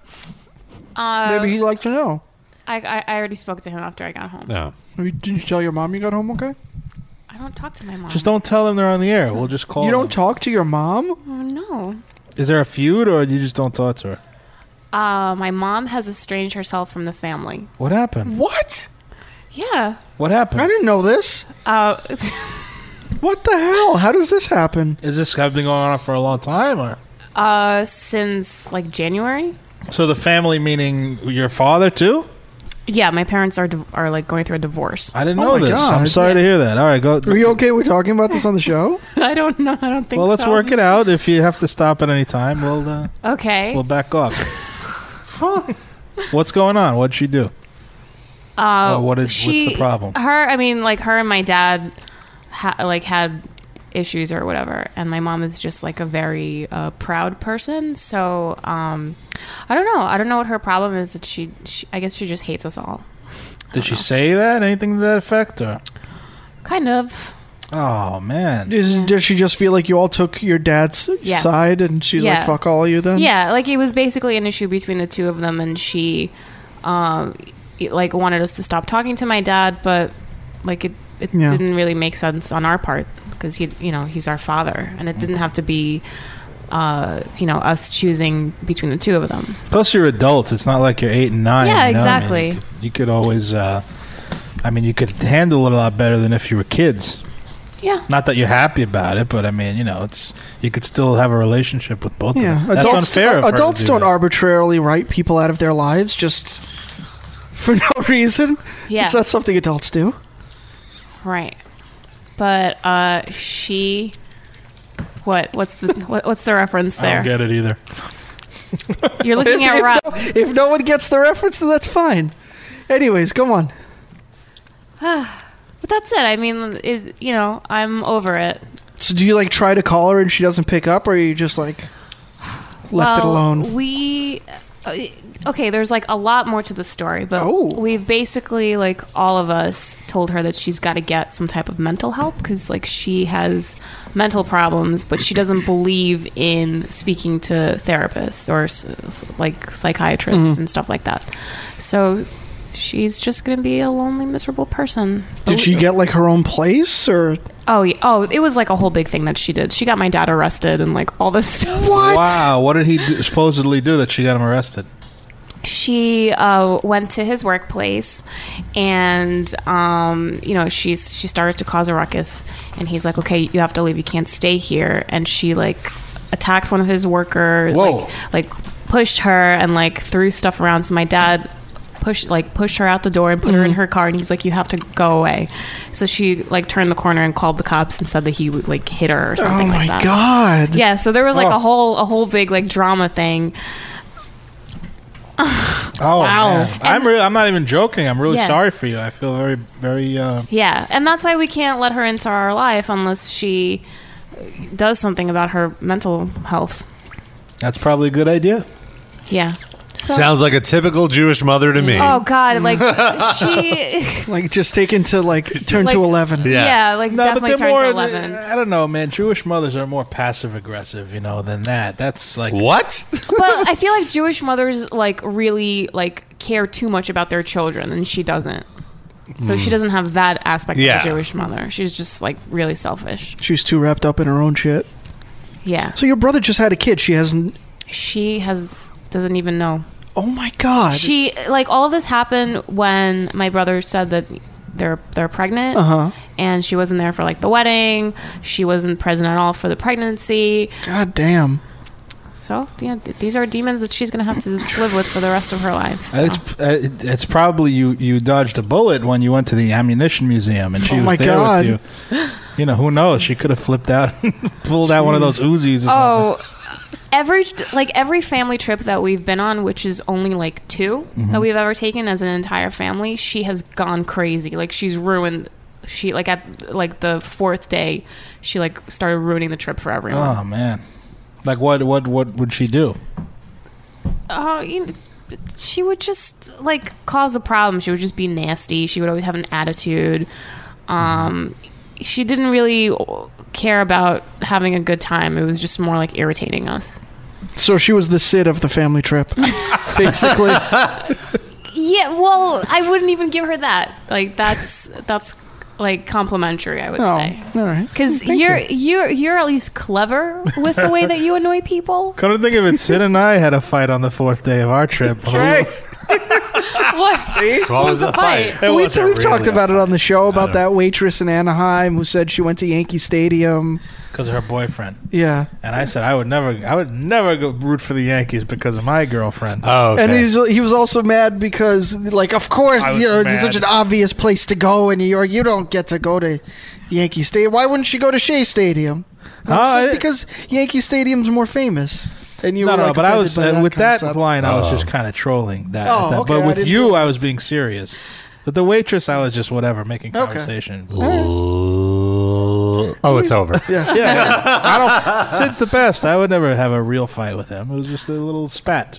D: Uh,
C: Maybe he'd like to know.
D: I, I, I already spoke to him after I got home.
B: No.
C: Maybe- Didn't you tell your mom you got home okay?
D: I don't talk to my mom.
E: just don't tell him they're on the air. We'll just call.
C: You
E: him.
C: don't talk to your mom?
D: Oh, no.
E: Is there a feud, or you just don't talk to her?
D: Uh, my mom has estranged herself from the family.
E: What happened?
C: What?
D: Yeah.
E: What
C: I
E: happened?
C: didn't know this.
D: Uh,
C: What the hell? How does this happen?
E: Is this have been going on for a long time, or
D: uh, since like January.
E: so? The family, meaning your father too.
D: Yeah, my parents are div- are like going through a divorce.
E: I didn't
C: Oh
E: know
C: my
E: this.
C: God.
E: I'm sorry to hear that. All right, go.
C: Are you okay with talking about this on the show?
D: I don't know. I don't think.
E: Well, let's
D: so.
E: work it out. If you have to stop at any time, we'll uh,
D: Okay.
E: we'll back off. What's going on? What'd she do?
D: Uh,
E: Uh, what is- what's
D: she-
E: the problem?
D: Her, I mean, like her and my dad, ha- like had issues or whatever, and my mom is just like a very uh, proud person. So um, I don't know. I don't know what her problem is. That she, she I guess she just hates us all.
E: Did she say that? Anything to that effect? Or
D: Kind of.
E: oh man,
C: Is, does she just feel like you all took your dad's
D: Yeah.
C: side and she's
D: Yeah.
C: like, fuck all you then?
D: Yeah, like it was basically an issue between the two of them, and she, um, it, like wanted us to stop talking to my dad, but like it, it
C: Yeah.
D: didn't really make sense on our part because he, you know, he's our father, and it didn't have to be, uh, you know, us choosing between the two of them.
E: plus you're adults. It's not like you're eight and nine.
D: Yeah,
E: you know? I mean,
D: exactly.
E: you, could, you could always. Uh, I mean, you could handle it a lot better than if you were kids.
D: Yeah,
E: Not that you're happy about it, but I mean, you know, it's you could still have a relationship with both.
C: Yeah.
E: of them. That's
C: adults
E: unfair. of her to
C: adults
E: do
C: don't
E: that.
C: arbitrarily write people out of their lives just for no reason.
D: Yeah.
C: It's not something adults do.
D: right. But uh, she, what? What's the what, what's the reference
E: I
D: there?
E: don't get it either.
D: You're looking at Rob.
C: If no one gets the reference, then that's fine. Anyways, come on.
D: But that's it. I mean, it, you know, I'm over it.
C: So do you like try to call her and she doesn't pick up or are you just like left it
D: Well,
C: alone?
D: We uh, okay. There's like a lot more to the story, but
C: Oh.
D: we've basically like all of us told her that she's got to get some type of mental help because like she has mental problems, but she doesn't believe in speaking to therapists or s- s- like psychiatrists
C: Mm-hmm.
D: and stuff like that. So. She's just gonna be a lonely, miserable person.
C: Did she get like her own place or
D: Oh, yeah. oh! It was like a whole big thing that she did. She got my dad arrested and like all this stuff.
E: Wow, what did he do, supposedly do that she got him arrested?
D: she uh, went to his workplace and um, you know she's she started to cause a ruckus and he's like okay you have to leave you can't stay here and she like attacked one of his workers
E: Whoa.
D: like like pushed her and like threw stuff around so my dad pushed like pushed her out the door and put
C: Mm-hmm.
D: her in her car and he's like you have to go away so she like turned the corner and called the cops and said that he would like hit her or something
C: Oh
D: like
C: my
D: that
C: god.
D: yeah so there was like
E: Oh.
D: a whole a whole big like drama thing
E: Oh, man. I'm really, I'm not even joking. I'm really
D: Yeah.
E: sorry for you. I feel very, very. Uh,
D: Yeah, and that's why we can't let her into our life unless she does something about her mental health.
E: that's probably a good idea.
D: Yeah. So,
B: Sounds like a typical Jewish mother to me.
D: oh God, like she,
C: Like just take into like turn
D: Like-
C: to 11.
D: yeah, like definitely turns
E: more.
D: eleven.
E: I don't know, man. Jewish mothers are more passive aggressive, you know, than that. That's like
B: What?
D: but I feel like Jewish mothers like really like care too much about their children, and she doesn't. So she doesn't have that aspect
B: Hmm. Yeah.
D: of a Jewish mother. She's just like really selfish.
C: She's too wrapped up in her own shit.
D: Yeah.
C: So your brother just had a kid. She hasn't
D: She has doesn't even know.
C: Oh my god.
D: she like all of this happened when my brother said that they're they're pregnant
C: Uh-huh.
D: and she wasn't there for like the wedding she wasn't present at all for the pregnancy
C: god damn.
D: so yeah th- these are demons that she's gonna have to live with for the rest of her life so.
E: It's, uh, it- it's probably you, you dodged a bullet when you went to the ammunition museum and she
C: Oh
E: was
C: my
E: there
C: God.
E: with you. You know, who knows? She could have flipped out, pulled out one of those Uzis. Or
D: oh every like every family trip that we've been on which is only like 2 that we've ever taken as an entire family she has gone crazy like she's ruined she like at like the fourth day she like started ruining the trip for everyone
E: something. Oh man! Like what? What? What would she do?
D: Oh, you kn- she would just like cause a problem. She would just be nasty. She would always have an attitude. Um, she didn't really care about having a good time. It was just more like irritating us.
C: So she was the Sid of the family trip, basically.
D: Yeah, well, I wouldn't even give her that. Like that's that's like complimentary, I would
C: Oh,
D: say.
C: all right.
D: Because you're you're you're at least clever with the way that you annoy people.
E: Come to think of it, Sid and I had a fight on the fourth day of our trip.
D: What?
B: What was
D: the fight?
C: we, have
B: wasn't
C: talked
B: really a
C: about it on the show about that waitress in Anaheim who said she went to Yankee Stadium.
E: because her boyfriend.
C: Yeah.
E: And I said I would never, I would never go root for the Yankees because of my girlfriend.
B: Oh, okay.
C: And he's, he was also mad because, like, of course,
E: I was
C: you know, it's such
E: mad.
C: an obvious place to go in New York. You don't get to go to Yankee Stadium. Why wouldn't she go to Shea Stadium? And I was
E: Oh,
C: like,
E: I-
C: because Yankee Stadium's more famous. And you
E: no,
C: were,
E: no,
C: like,
E: but I
C: offended
E: was
C: by
E: uh, with that
C: concept.
E: line. I was
B: Oh.
E: just kind of trolling that.
C: Oh,
E: that-
C: okay, I
E: but with
C: didn't
E: you,
C: know.
E: I was being serious. With the waitress, I was just whatever, making
C: Okay.
E: conversation.
B: Ooh. Oh, it's over.
E: Yeah, yeah. I don't. Sid's the best. I would never have a real fight with him. It was just a little spat.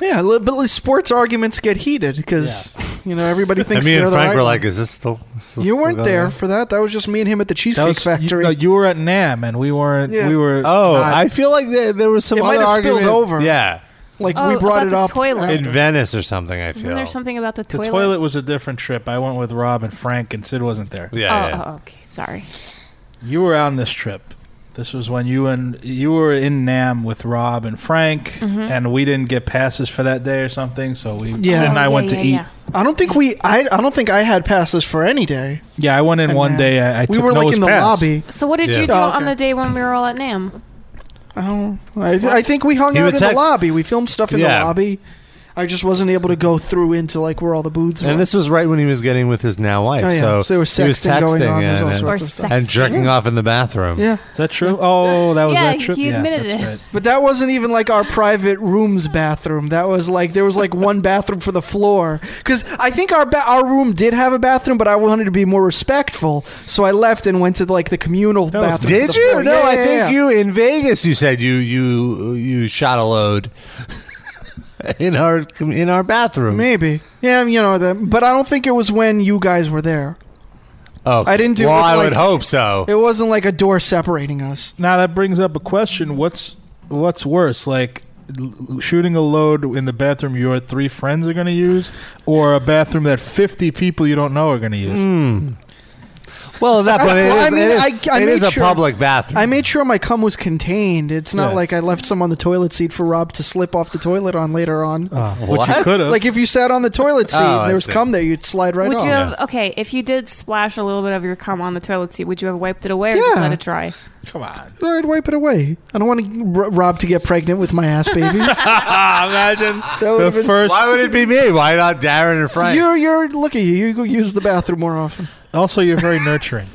C: Yeah, li- but like, sports arguments get heated because, you know, everybody
B: And
C: thinks
B: me
C: they're
B: and
C: the
B: Frank
C: right
B: were
C: one.
B: like, "Is this still?" is this
C: You
B: still
C: weren't
B: going
C: there
B: on?
C: for that. That was just me and him at the
E: That
C: Cheesecake
E: was
C: Factory.
E: You, no, you were at Nam, and we weren't.
C: Yeah.
E: We were.
B: Oh,
E: not-
B: I feel like there, there was some
C: It might
B: other
C: have spilled
B: argument.
C: over.
B: Yeah,
C: like
D: Oh,
C: we brought
D: about
C: it
D: the
C: up.
D: toilet.
B: in Venice or something. I feel.
D: Isn't there something about the
E: the
D: toilet?
E: toilet. was a different trip. I went with Rob and Frank, and Sid wasn't there.
D: Oh,
B: Yeah. yeah.
D: oh, okay. Sorry.
E: You were on this trip. This was when you and you were in Nam with Rob and Frank,
D: Mm-hmm.
E: and we didn't get passes for that day or something. So we
C: Yeah.
E: Sid and I
D: yeah,
E: went
D: yeah,
E: to eat.
D: yeah.
E: Yeah.
C: I don't think we. I, I don't think I had passes for any day.
E: I went in one
C: Nam.
E: day. I, I
C: we
E: took
C: were like
E: Noah's
C: in the
E: pass.
C: lobby.
D: So what did
B: Yeah.
D: you do
C: Oh, okay.
D: on the day when we were all at Nam?
C: Oh, I, I think we hung
B: He
C: out in
B: would
C: the
B: text-
C: lobby. We filmed stuff in
B: Yeah.
C: the lobby. I just wasn't able to go through into like where all the booths were.
B: And this was right when he was getting with his now wife.
C: Oh, yeah.
B: So,
C: So there was
B: he was
C: sexting
B: texting
C: going on. There's
B: and,
C: all
B: and-
C: sorts
D: of stuff.
B: and jerking off in the bathroom.
C: yeah,
E: Is that true? Oh, that was
D: Yeah,
E: that trip.
D: he admitted
E: that's
D: it.
E: right.
C: but that wasn't even like our private room's bathroom. That was like there was like one bathroom for the floor because I think our ba- our room did have a bathroom, but I wanted to be more respectful, so I left and went to like the communal
E: was
C: bathroom. for
B: Oh, Did
C: the
B: you?
C: floor.
B: No,
C: Yeah,
B: I
C: yeah,
B: think
C: yeah.
B: you in Vegas. You said you you you shot a load in our in our bathroom.
C: Maybe. Yeah, you know, the, but I don't think it was when you guys were there.
B: Oh,
C: I didn't do
B: Well,
C: it,
B: I
C: like-
B: would hope so.
C: It wasn't like a door separating us.
E: Now that brings up a question: What's what's worse, like l- shooting a load in the bathroom your three friends are going to use, or a bathroom that fifty people you don't know are going to use?
C: Mm.
B: Well, at that point, it
C: Well, I
B: is-
C: mean,
B: it is,
C: I- I
B: it
C: made
B: is a
C: sure-
B: public bathroom.
C: I made sure my cum was contained. It's not
E: Yeah.
C: like I left some on the toilet seat for Rob to slip off the toilet on later on.
E: Which you
B: What?
E: could have.
C: Like if you sat on the toilet seat
B: Oh, Ah. I
C: and there was
B: see.
C: cum there, you'd slide right
D: would
C: off.
D: you have okay if you did splash a little bit of your cum on the toilet seat? Would you have wiped it away or just
C: Yeah.
D: let it dry?
E: Come on,
C: Or I'd wipe it away. I don't want to, R- Rob to get pregnant with my ass babies.
E: imagine the
C: would've been-
E: first.
B: Ah, Why would it be me? Why not Darren and Frank?
C: you're, you're, look at you. You go use the bathroom more often.
E: Also, you're very nurturing.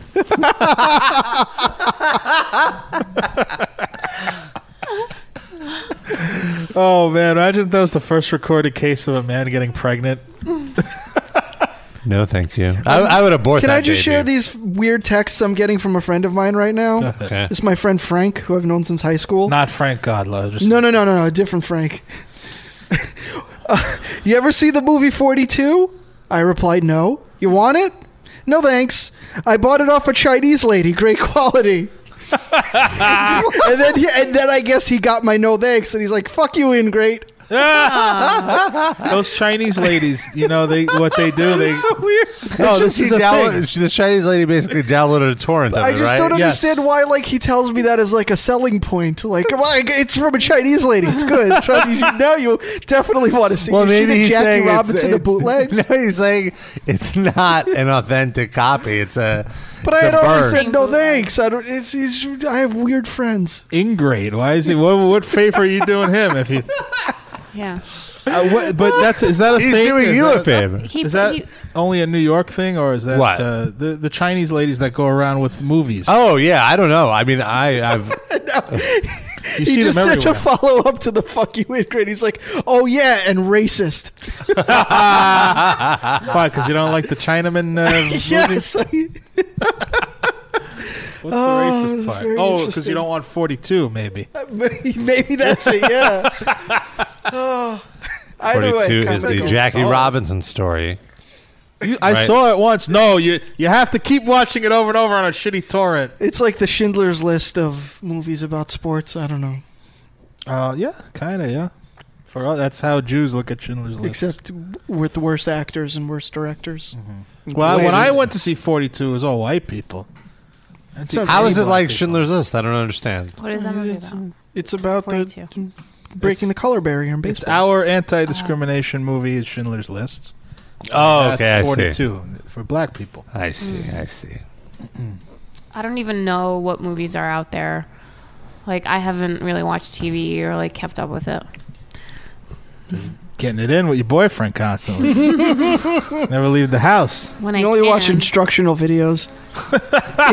E: oh man, imagine if that was the first recorded case of a man getting pregnant.
B: no, thank you. I, I would abort
C: Can
B: that
C: I just
B: baby.
C: share these weird texts I'm getting from a friend of mine right now?
B: Okay.
C: This is my friend Frank, who I've known since high school.
E: Not Frank Godlow. Just
C: No, no, no, no, no. A different Frank. Uh, you ever see the movie 42? I replied, no. You want it? No, thanks. I bought it off a Chinese lady. Great quality. and then, he, and then I guess he got my no thanks, and he's like, "Fuck you, in great."
E: Those Chinese ladies, you know, they what they do, they
B: weird.
E: No,
B: No,
E: this
B: she
E: is a
B: download-
E: thing.
B: she- the Chinese lady basically downloaded a torrent of it,
C: I just
B: right?
C: don't
E: Yes.
C: understand why, like, he tells me that as like a selling point. Like, well, I- it's from a Chinese lady. It's good. Trust me, now you definitely want to see.
B: Well,
C: you see
B: maybe
C: the
B: he's
C: Jackie
B: saying it's-
C: Robinson
B: it's,
C: of bootlegs.
B: No, he's saying it's not an authentic copy. It's a.
C: But I
B: it's
C: had
B: a
C: already
B: burn.
C: said no thanks. I don't. It's, he's, I have weird friends.
E: ingrate. Why is he? What, what favor are you doing him? If he,
D: Yeah.
E: uh, what, but that's is that a
B: He's
E: thing?
B: doing
E: Is
B: you
E: that-
B: a favor.
D: He,
E: Is that
D: he-
E: only a New York thing, or is that
B: What?
E: Uh, the the Chinese ladies that go around with movies?
B: Oh yeah, I don't know. I mean, I, I've
E: you
C: He
E: see
C: just
E: them
C: said to
E: everywhere.
C: follow up to the fuck you ingrate. He's like, oh yeah, and racist.
E: Why? Because you don't like the Chinaman uh, movies.
C: yes.
E: What's the racist
C: Oh, that's
E: part? Oh,
C: very
E: because
C: interesting. Uh,
E: you don't want forty two, maybe.
C: Maybe that's it. Yeah. oh, either way,
B: forty-two is the
C: comical.
B: Jackie Robinson story.
E: You, I
B: Right.
E: saw it once. No, you you have to keep watching it over and over on a shitty torrent.
C: It's like the Schindler's List of movies about sports. I don't know,
E: Uh, yeah, kind of, yeah. For us, that's how Jews look at Schindler's List.
C: except with worse actors and worse directors.
E: well,
B: Wait,
E: when I
B: is-
E: went to see Forty Two, it was all white people. That's
C: Sounds
B: How
E: any
B: is it
E: black
B: like
E: people.
B: Schindler's List? I don't understand.
D: what is that
C: Oh,
D: movie about?
C: It's about the
D: 42.
C: breaking the color barrier in
E: It's
C: baseball.
E: our
C: Ah.
E: anti-discrimination movie is Schindler's List.
B: Oh,
E: That's
B: okay, I see.
E: 42 for black people.
B: I see. I see.
D: I don't even know what movies are out there. Like I haven't really watched TV or like kept up with it.
E: Getting it in with your boyfriend constantly. Never leave the house.
D: When I
C: You only watch
D: can-
C: instructional videos,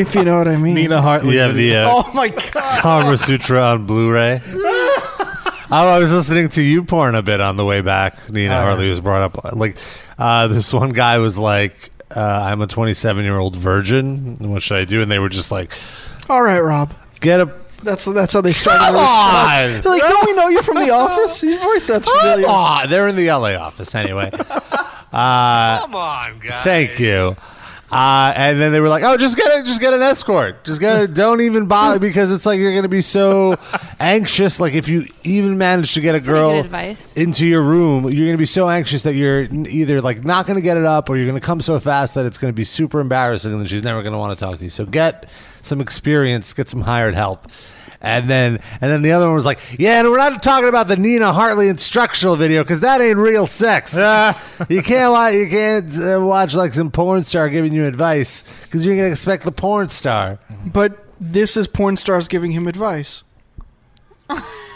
C: if you know what I mean.
E: Nina Hartley.
B: You have the uh,
C: Oh my god!
B: Kama Sutra on Blu-ray. oh, I was listening to you porn a bit on the way back. Nina Harley was brought up like uh, this one guy was like, uh, "I'm a 27 year old virgin. What should I do?" And they were just like,
C: All right, Rob.
B: "Get a
C: That's that's how they started.
B: Come
C: their response.
B: on!
C: They're like, don't we know you're from the office? Your voice sounds familiar.
B: Aw, they're in the LA office anyway. uh, Come on, guys. Thank you. Uh, and then they were like, "Oh, just get a, just get an escort. Just get a, don't even bother because it's like you're going to be so anxious. Like if you even manage to get a
D: pretty good
B: girl
D: advice.
B: into your room, you're going to be so anxious that you're n- either like not going to get it up or you're going to come so fast that it's going to be super embarrassing and then she's never going to want to talk to you. So get some experience, get some hired help. And then and then the other one was like, yeah, and we're not talking about the Nina Hartley instructional video because that ain't real sex. you can't watch you can't uh, watch like some porn star giving you advice because you're gonna expect the porn star.
C: But this is porn stars giving him advice.
E: Oh.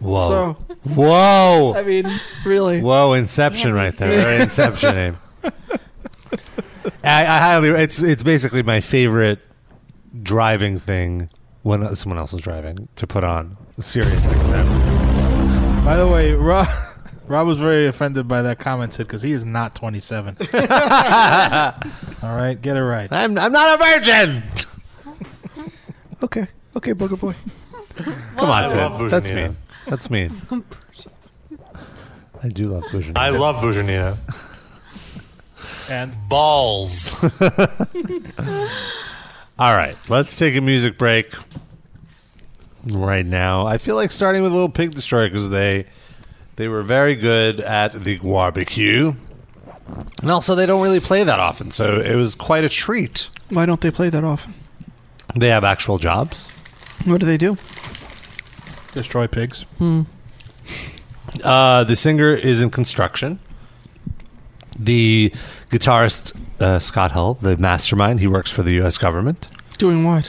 B: Whoa,
C: So
B: whoa.
C: I mean, really,
B: Whoa, Inception
D: Can't
B: right
D: be
B: there. Very Inception name. I, I highly. It's it's basically my favorite driving thing when someone else is driving to put on. Serious XM.
E: By the way, Rob, Rob was very offended by that comment because he is not 27. All right, get it right.
B: I'm I'm not a virgin.
C: okay, okay, booger boy.
B: Come on,
G: love
B: Sid. That's
G: Virginia.
B: mean. That's mean. I do love Vision.
G: I love Bujanina.
E: And
G: Balls.
B: All right, let's take a music break right now. I feel like starting with Little Pig Destroyer because they they were very good at the barbecue, and also they don't really play that often, so it was quite a treat.
C: Why don't they play that often?
B: They have actual jobs.
C: What do they do?
E: destroy pigs.
B: Uh, the singer is in construction. The guitarist uh, Scott Hull, the mastermind, he works for the U.S. government.
C: Doing what?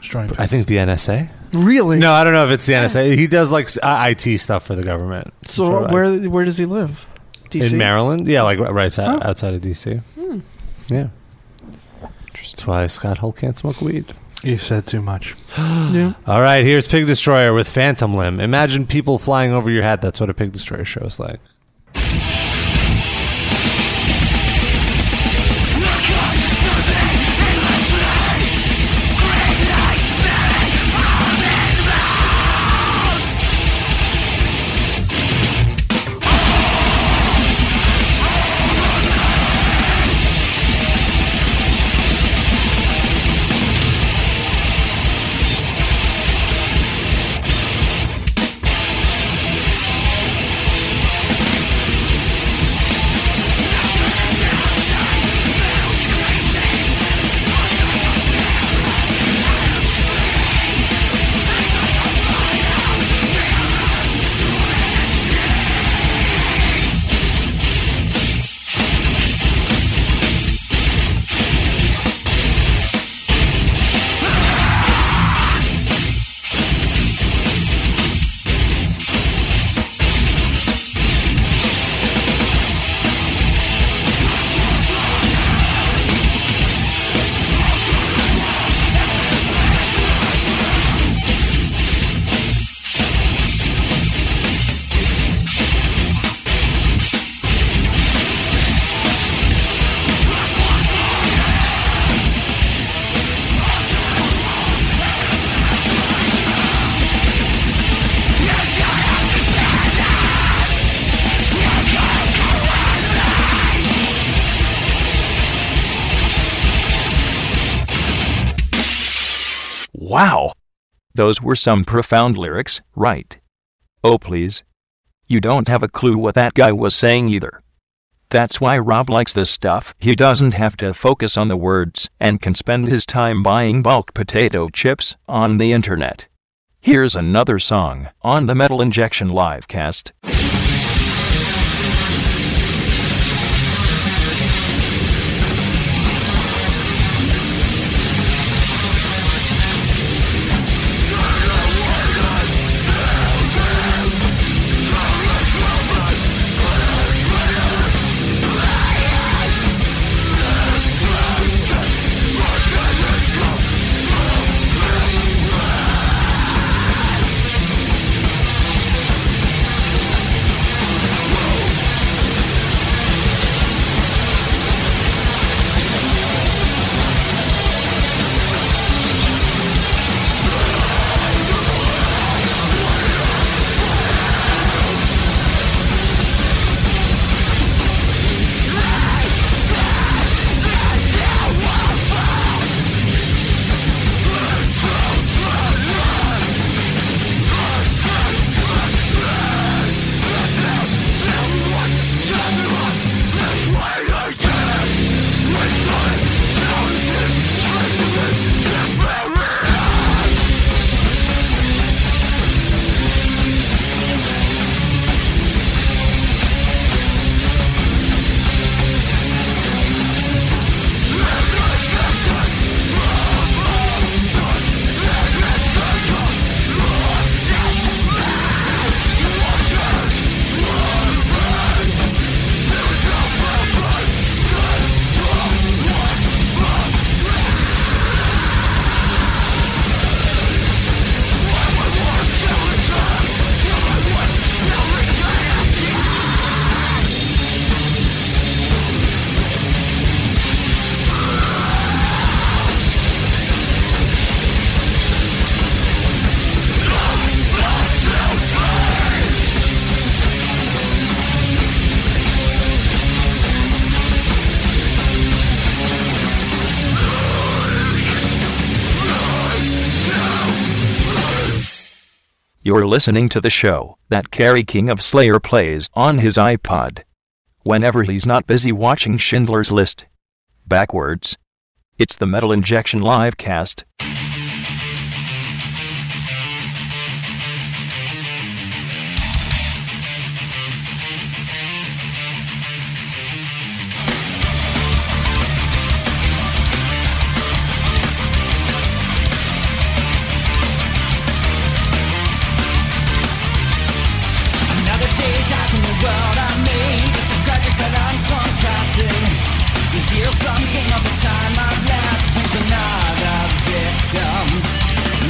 E: Destroying pigs.
B: I think the NSA.
C: Really?
B: No, I don't know if it's the NSA. He does like s- uh, IT stuff for the government. Sort
C: So
B: of
C: where where does he Oh. Hmm. live? DC.
B: in Maryland. Yeah, like right outside, outside of DC. Yeah. That's why Scott Hull can't smoke weed.
E: You said too much.
C: Yeah.
B: All right, here's Pig Destroyer with Phantom Limb. Imagine people flying over your head. That's what a Pig Destroyer show is like.
H: Imagine
A: Wow! Those were some profound lyrics, right? Oh, please. You don't have a clue what that guy was saying either. That's why Rob likes this stuff. He doesn't have to focus on the words and can spend his time buying bulk potato chips on the internet. Here's another song on the Metal Injection Livecast. You're listening to the show that Kerry King of Slayer plays on his iPod. Whenever he's not busy watching Schindler's List. Backwards. It's the Metal Injection Livecast.
I: Another day dies in the world I made. It's a tragic but unsung passing. The zero sum game of the time I've left. With another victim.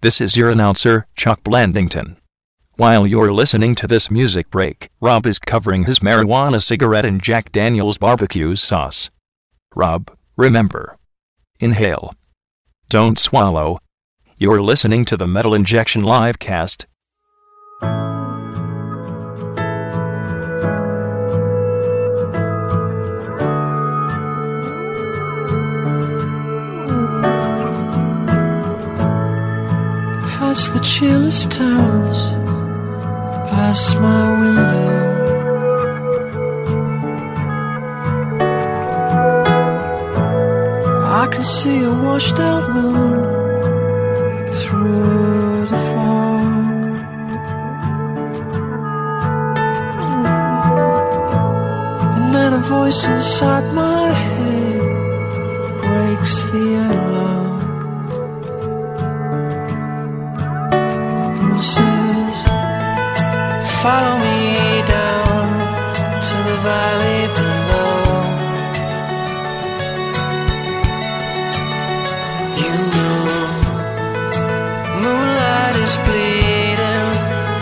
A: This is your announcer, Chuck Blandington. While you're listening to this music break, Rob is covering his marijuana cigarette in Jack Daniels barbecue sauce. Rob, remember inhale, don't swallow. You're listening to the Metal Injection Livecast.
F: Has the chillest towels past my window? I can see a washed out moon through the fog. And then a voice inside my head breaks the alarm. and says, Follow me down to the valley below. You know, moonlight is bleeding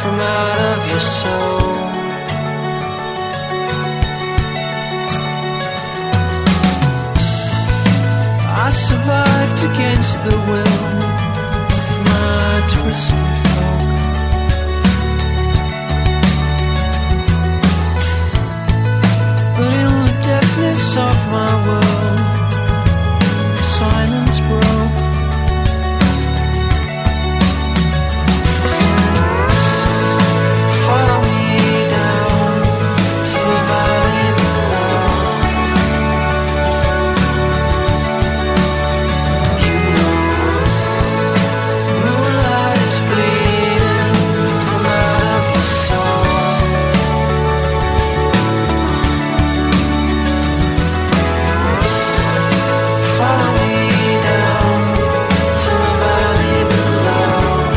F: from out of your soul. I survived against the will of my twisted folk. But in the deafness of my world, silence broke. Follow me down to the valley below. You know Moonlight is bleeding from out of your soul. Follow me down to the valley below.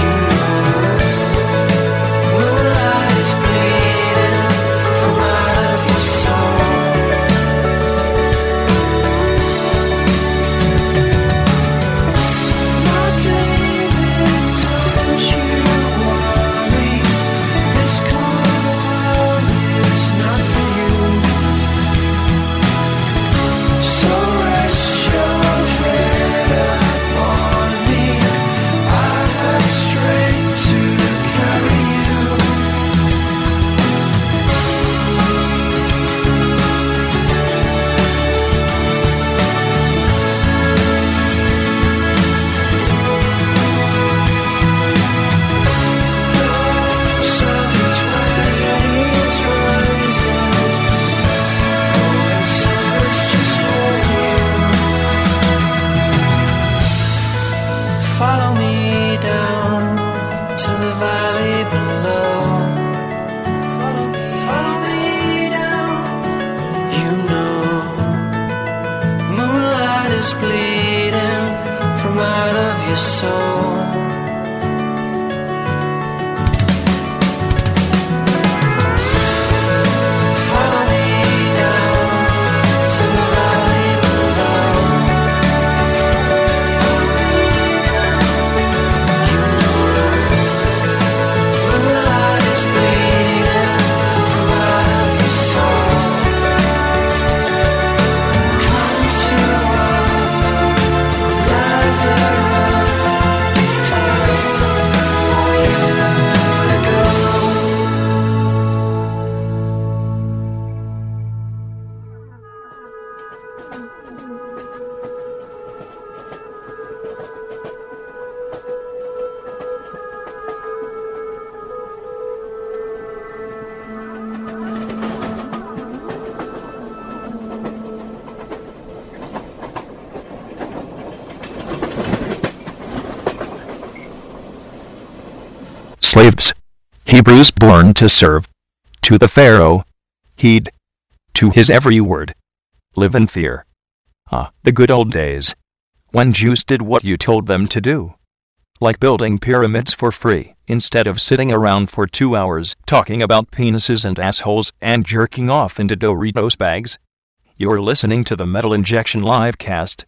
F: You know moonlight is bleeding from out of your soul. Follow me down to the valley below. Follow me, follow me down. You know, moonlight is bleeding from out of your soul. Follow me down to the valley below. Moonlight is bleeding from out of your soul. Come to us, Lazarus. It's time for you to go.
A: slaves, Hebrews born to serve, to the Pharaoh, heed, to his every word, live in fear. Ah, the good old days, when Jews did what you told them to do. Like building pyramids for free, instead of sitting around for two hours talking about penises and assholes and jerking off into Doritos bags. You're listening to the Metal Injection Livecast.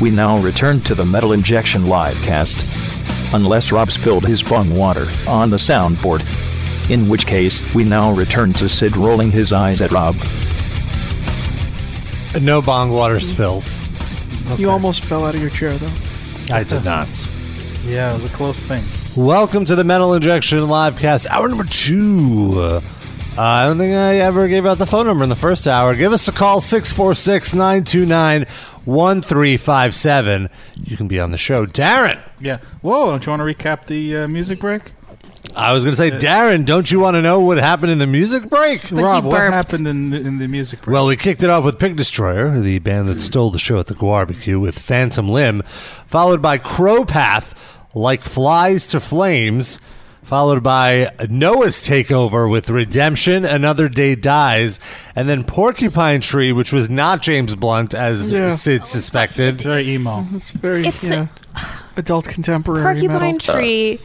A: We now return to the Metal Injection livecast. Unless Rob spilled his bung water on the soundboard. In which case, we now return to Sid rolling his eyes at Rob.
B: No bong water spilled.
C: You almost fell out of your chair, though.
B: I did not.
E: Yeah, it was a close thing.
B: Welcome to the Metal Injection Livecast, hour number two. Uh, I don't think I ever gave out the phone number in the first hour. Give us a call, 646 929 1357. You can be on the show. Darren!
E: Yeah. Whoa! Don't you want to recap the uh, music break?
B: I was going to say, Darren, don't you want to know what happened in the music break?
D: he
E: Rob, what
D: burped.
E: happened in the, in the music break?
B: Well, we kicked it off with Pig Destroyer, the band that stole the show at the barbecue, with Phantom Limb, followed by Crowpath, Like Flies to Flames, followed by Noah's Takeover with Redemption, Another Day Dies, and then Porcupine Tree, which was not James Blunt, as
C: Yeah.
B: Sid suspected.
E: very emo.
D: Mm-hmm.
C: It's very
D: It's-
C: yeah, adult contemporary metal.
D: Porcupine Tree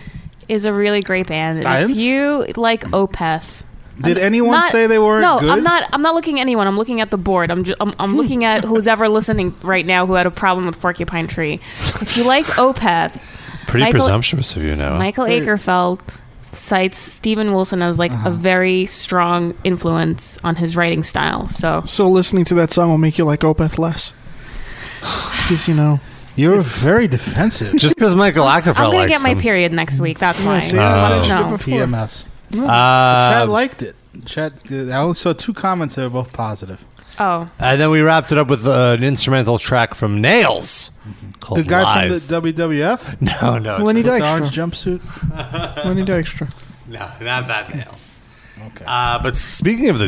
D: is a really great band. and
E: Dimes?
D: If you like Opeth,
E: Did anyone
D: not-
E: say they weren't
D: No,
E: good? Hmm.
D: I'm not. I'm not looking at anyone. I'm looking at the board. I'm ju- I'm, I'm looking at who's ever listening right now who had a problem with Porcupine Tree. If you like Opeth,
B: Pretty
D: Michael-
B: presumptuous of you, Noah.
D: Michael Akerfeld cites Stephen Wilson as like
E: Uh-huh.
D: a very strong influence on his writing style. So
C: So listening to that song will make you like Opeth less. Because, you know.
E: You're very defensive.
B: Just because Michael Ackerfeld
D: I'm gonna
B: likes
D: get my
B: him.
D: period next week. That's why.
C: see,
B: I
D: Let us
B: mentioned
E: Uh,
D: know.
E: PMS. Chad
B: Uh,
E: liked it. Chad, I only saw two comments that were both positive.
D: Oh,
B: and then we wrapped it up with uh, an instrumental track from Nails
D: Mm-hmm.
B: called
E: The guy
B: Live.
E: from the WWF,
B: no, no, it's-
C: Lenny
E: with the orange
C: Dykstra.
E: jumpsuit.
C: Lenny Dykstra.
B: no, not that Nails.
E: Okay.
B: Uh, but speaking of the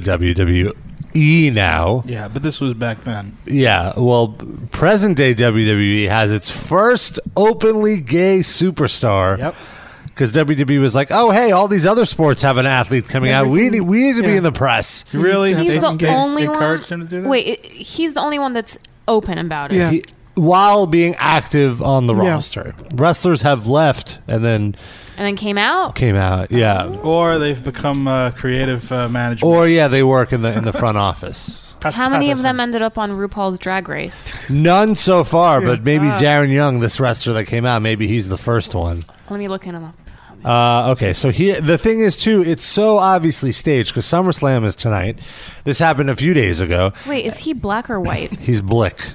B: WWE now,
E: yeah, but this was back then.
B: Yeah, well, present day WWE E has its first openly gay superstar.
E: Yep.
B: Because WWE was like, oh, hey, all these other sports have an athlete coming out. We need, we need to be
C: Yeah.
B: in the press.
E: Really?
D: he's
E: They-
D: the
E: they
D: only
E: encouraged him to do
D: one.
E: that?
D: Wait, it- he's the only one that's open about it.
C: Yeah.
B: He- while being active on the
C: Yeah.
B: roster, wrestlers have left and then
D: And then came out.
B: came out. Yeah.
E: Or they've become uh, creative uh, management.
B: Or yeah, they work in the in the front office.
D: How many of them ended up on RuPaul's Drag Race?
B: None so far, but maybe Darren Young, this wrestler that came out, maybe he's the first one.
D: Let me look him up.
B: Uh, okay, so here the thing is too. It's so obviously staged because SummerSlam is tonight. This happened a few days ago.
D: Wait, is he black or white?
B: He's Blick.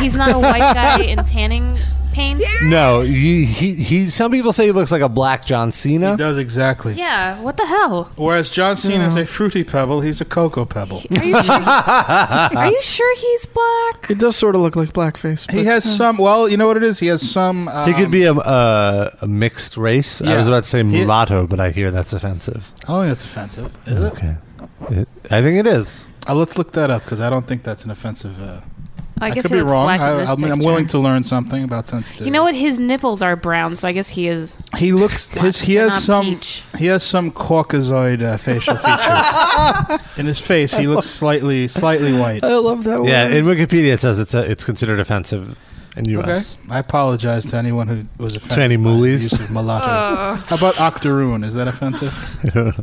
D: He's not a white guy in tanning paint.
B: No, he, he he. Some people say he looks like a black John Cena.
E: Does exactly.
D: Yeah, what the hell?
E: Whereas John Cena is a fruity pebble, he's a cocoa pebble.
D: Are you sure? Are you sure he's black?
C: It does sort of look like blackface. But
E: He has some. Well, you know what it is. He has some. Um,
B: He could be a, a, a mixed race. I
E: Yeah.
B: was about to say
E: He-
B: mulatto, but I hear that's offensive.
E: I don't think oh, that's offensive. Is it?
B: Okay, It- I think it is.
E: Uh, let's look that up because I don't think that's an offensive. Uh,
D: I guess
E: could
D: he
E: be
D: looks
E: wrong.
D: black
E: I,
D: in this
E: I mean, I'm
D: picture.
E: willing to learn something about sensitivity.
D: You know what? His nipples are brown, so I guess he is.
E: He looks. His, he
D: They're
E: has
D: not
E: some.
D: peach.
E: He has some Caucasoid uh, facial features. In his face, he looks slightly, slightly white.
C: I love that one.
B: Yeah, in Wikipedia it says it's a, it's considered offensive in
E: Okay.
B: U.S.
E: I apologize to anyone who was offended.
B: any
E: by the
B: moolies?
E: use of mulatto. How about octoroon? Is that offensive?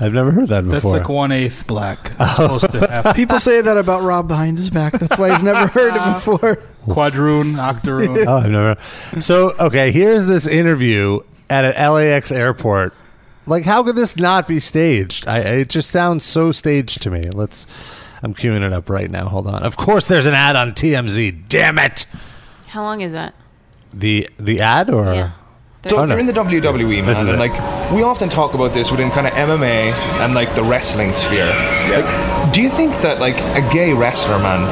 B: I've never heard that
E: That's
B: before.
E: like one eighth black. It's Supposed to have
C: People say that about Rob behind his back. That's why he's never heard it before.
E: quadroon, octoroon.
B: Oh, I've never. So okay, here's this interview at an LAX airport. Like, how could this not be staged? I, it just sounds so staged to me. Let's. I'm queuing it up right now. Hold on. Of course, there's an ad on TMZ. Damn it.
D: How long is that?
B: The the ad or
D: Yeah.
H: So
B: Oh,
H: if
B: no.
H: you're in the WWE, man,
B: This is
H: and
B: it.
H: like we often talk about this within kind of MMA and like the wrestling sphere. Like, do you think that like a gay wrestler, man,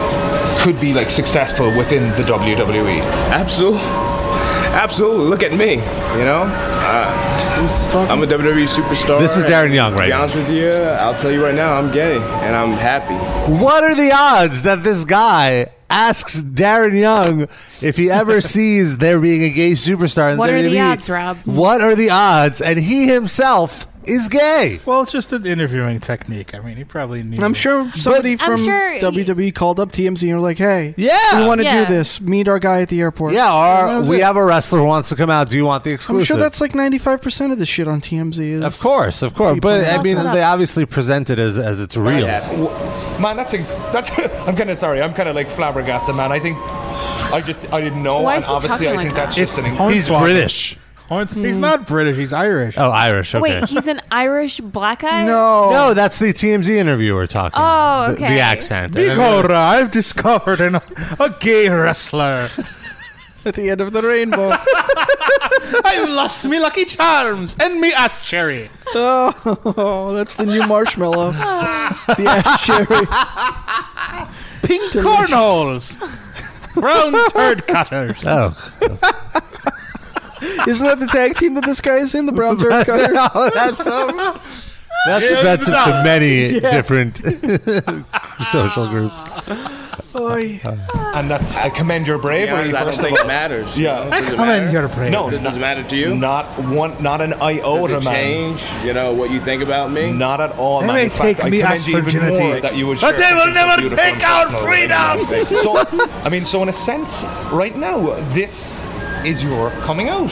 H: could be like successful within the E? WWE? Absolutely. Absolutely. Look at me. You know,
J: Uh, I'm a WWE superstar.
B: This is Darren Young,
J: To
B: right?
J: be honest with you, I'll tell you right now, I'm gay and I'm happy.
B: What are the odds that this guy asks Darren Young if he ever sees there being a gay superstar in
D: What
B: the
D: are the
B: WWE?
D: odds, Rob?
B: What are the odds? And he himself is gay.
E: Well, it's just an interviewing technique. I mean, he probably knew.
C: I'm sure somebody
D: I'm
C: from
D: sure he-
C: WWE called up TMZ and were like, "Hey,
B: Yeah.
C: we want to
D: Yeah.
C: do this. Meet our guy at the airport."
B: Yeah,
C: That
B: or
C: was
B: we
C: it.
B: have a wrestler who wants to come out. Do you want the
C: I'm
B: exclusive?
C: sure that's like 95 percent of the shit on TMZ is.
B: Of course, of course. But I
D: Lots
B: mean,
D: of
B: they obviously present it as, as it's real.
H: man, that's a that's. I'm kind of sorry. I'm kind of like flabbergasted, man. I think I just I didn't know,
D: Why
H: and
D: is he
H: obviously I
D: talking
H: think
D: like
H: that's
D: that?
H: just an.
E: Hornswoggle.
B: He's British.
E: Horns- He's not British. He's Irish.
B: Oh, Irish. Okay.
D: Wait, he's an Irish black guy.
C: No,
B: no, that's the TMZ interviewer talking.
D: Oh,
B: The- The,
D: okay.
B: accent. And then-
E: Bigora, I've discovered an, a gay wrestler.
C: at the end of the rainbow.
E: I've lost me lucky charms and me ass cherry.
C: oh, that's the new marshmallow. the ash cherry. Pink
E: Cornholes. Brown turd cutters.
B: Oh,
C: Isn't that the tag team that this guy is in? The Brown Turd Cutter.
B: Oh, that's so. That's offensive to many different social groups.
C: Oy.
H: And that's I commend your
J: To be
H: bravery.
J: honest, I don't
H: first of
J: think it
H: all.
J: matters. you
H: Yeah.
J: know?
H: I
J: Does it
E: Comment
J: matter?
E: your prayer.
H: No,
J: Does, does it matter to you?
H: Not one, not an
J: Does
H: iota,
J: it
H: man.
J: change, you know, what you think about me?
H: Not at all.
E: They
H: man.
E: may
H: In fact,
E: take
H: I
E: me
H: commend
E: as
H: you even
E: virginity,
H: more that you would
E: but
H: share
E: they will
H: something so
E: never
H: beautiful and
E: take our
H: personal with me. so, I mean, so in a sense, right now, this is your coming out.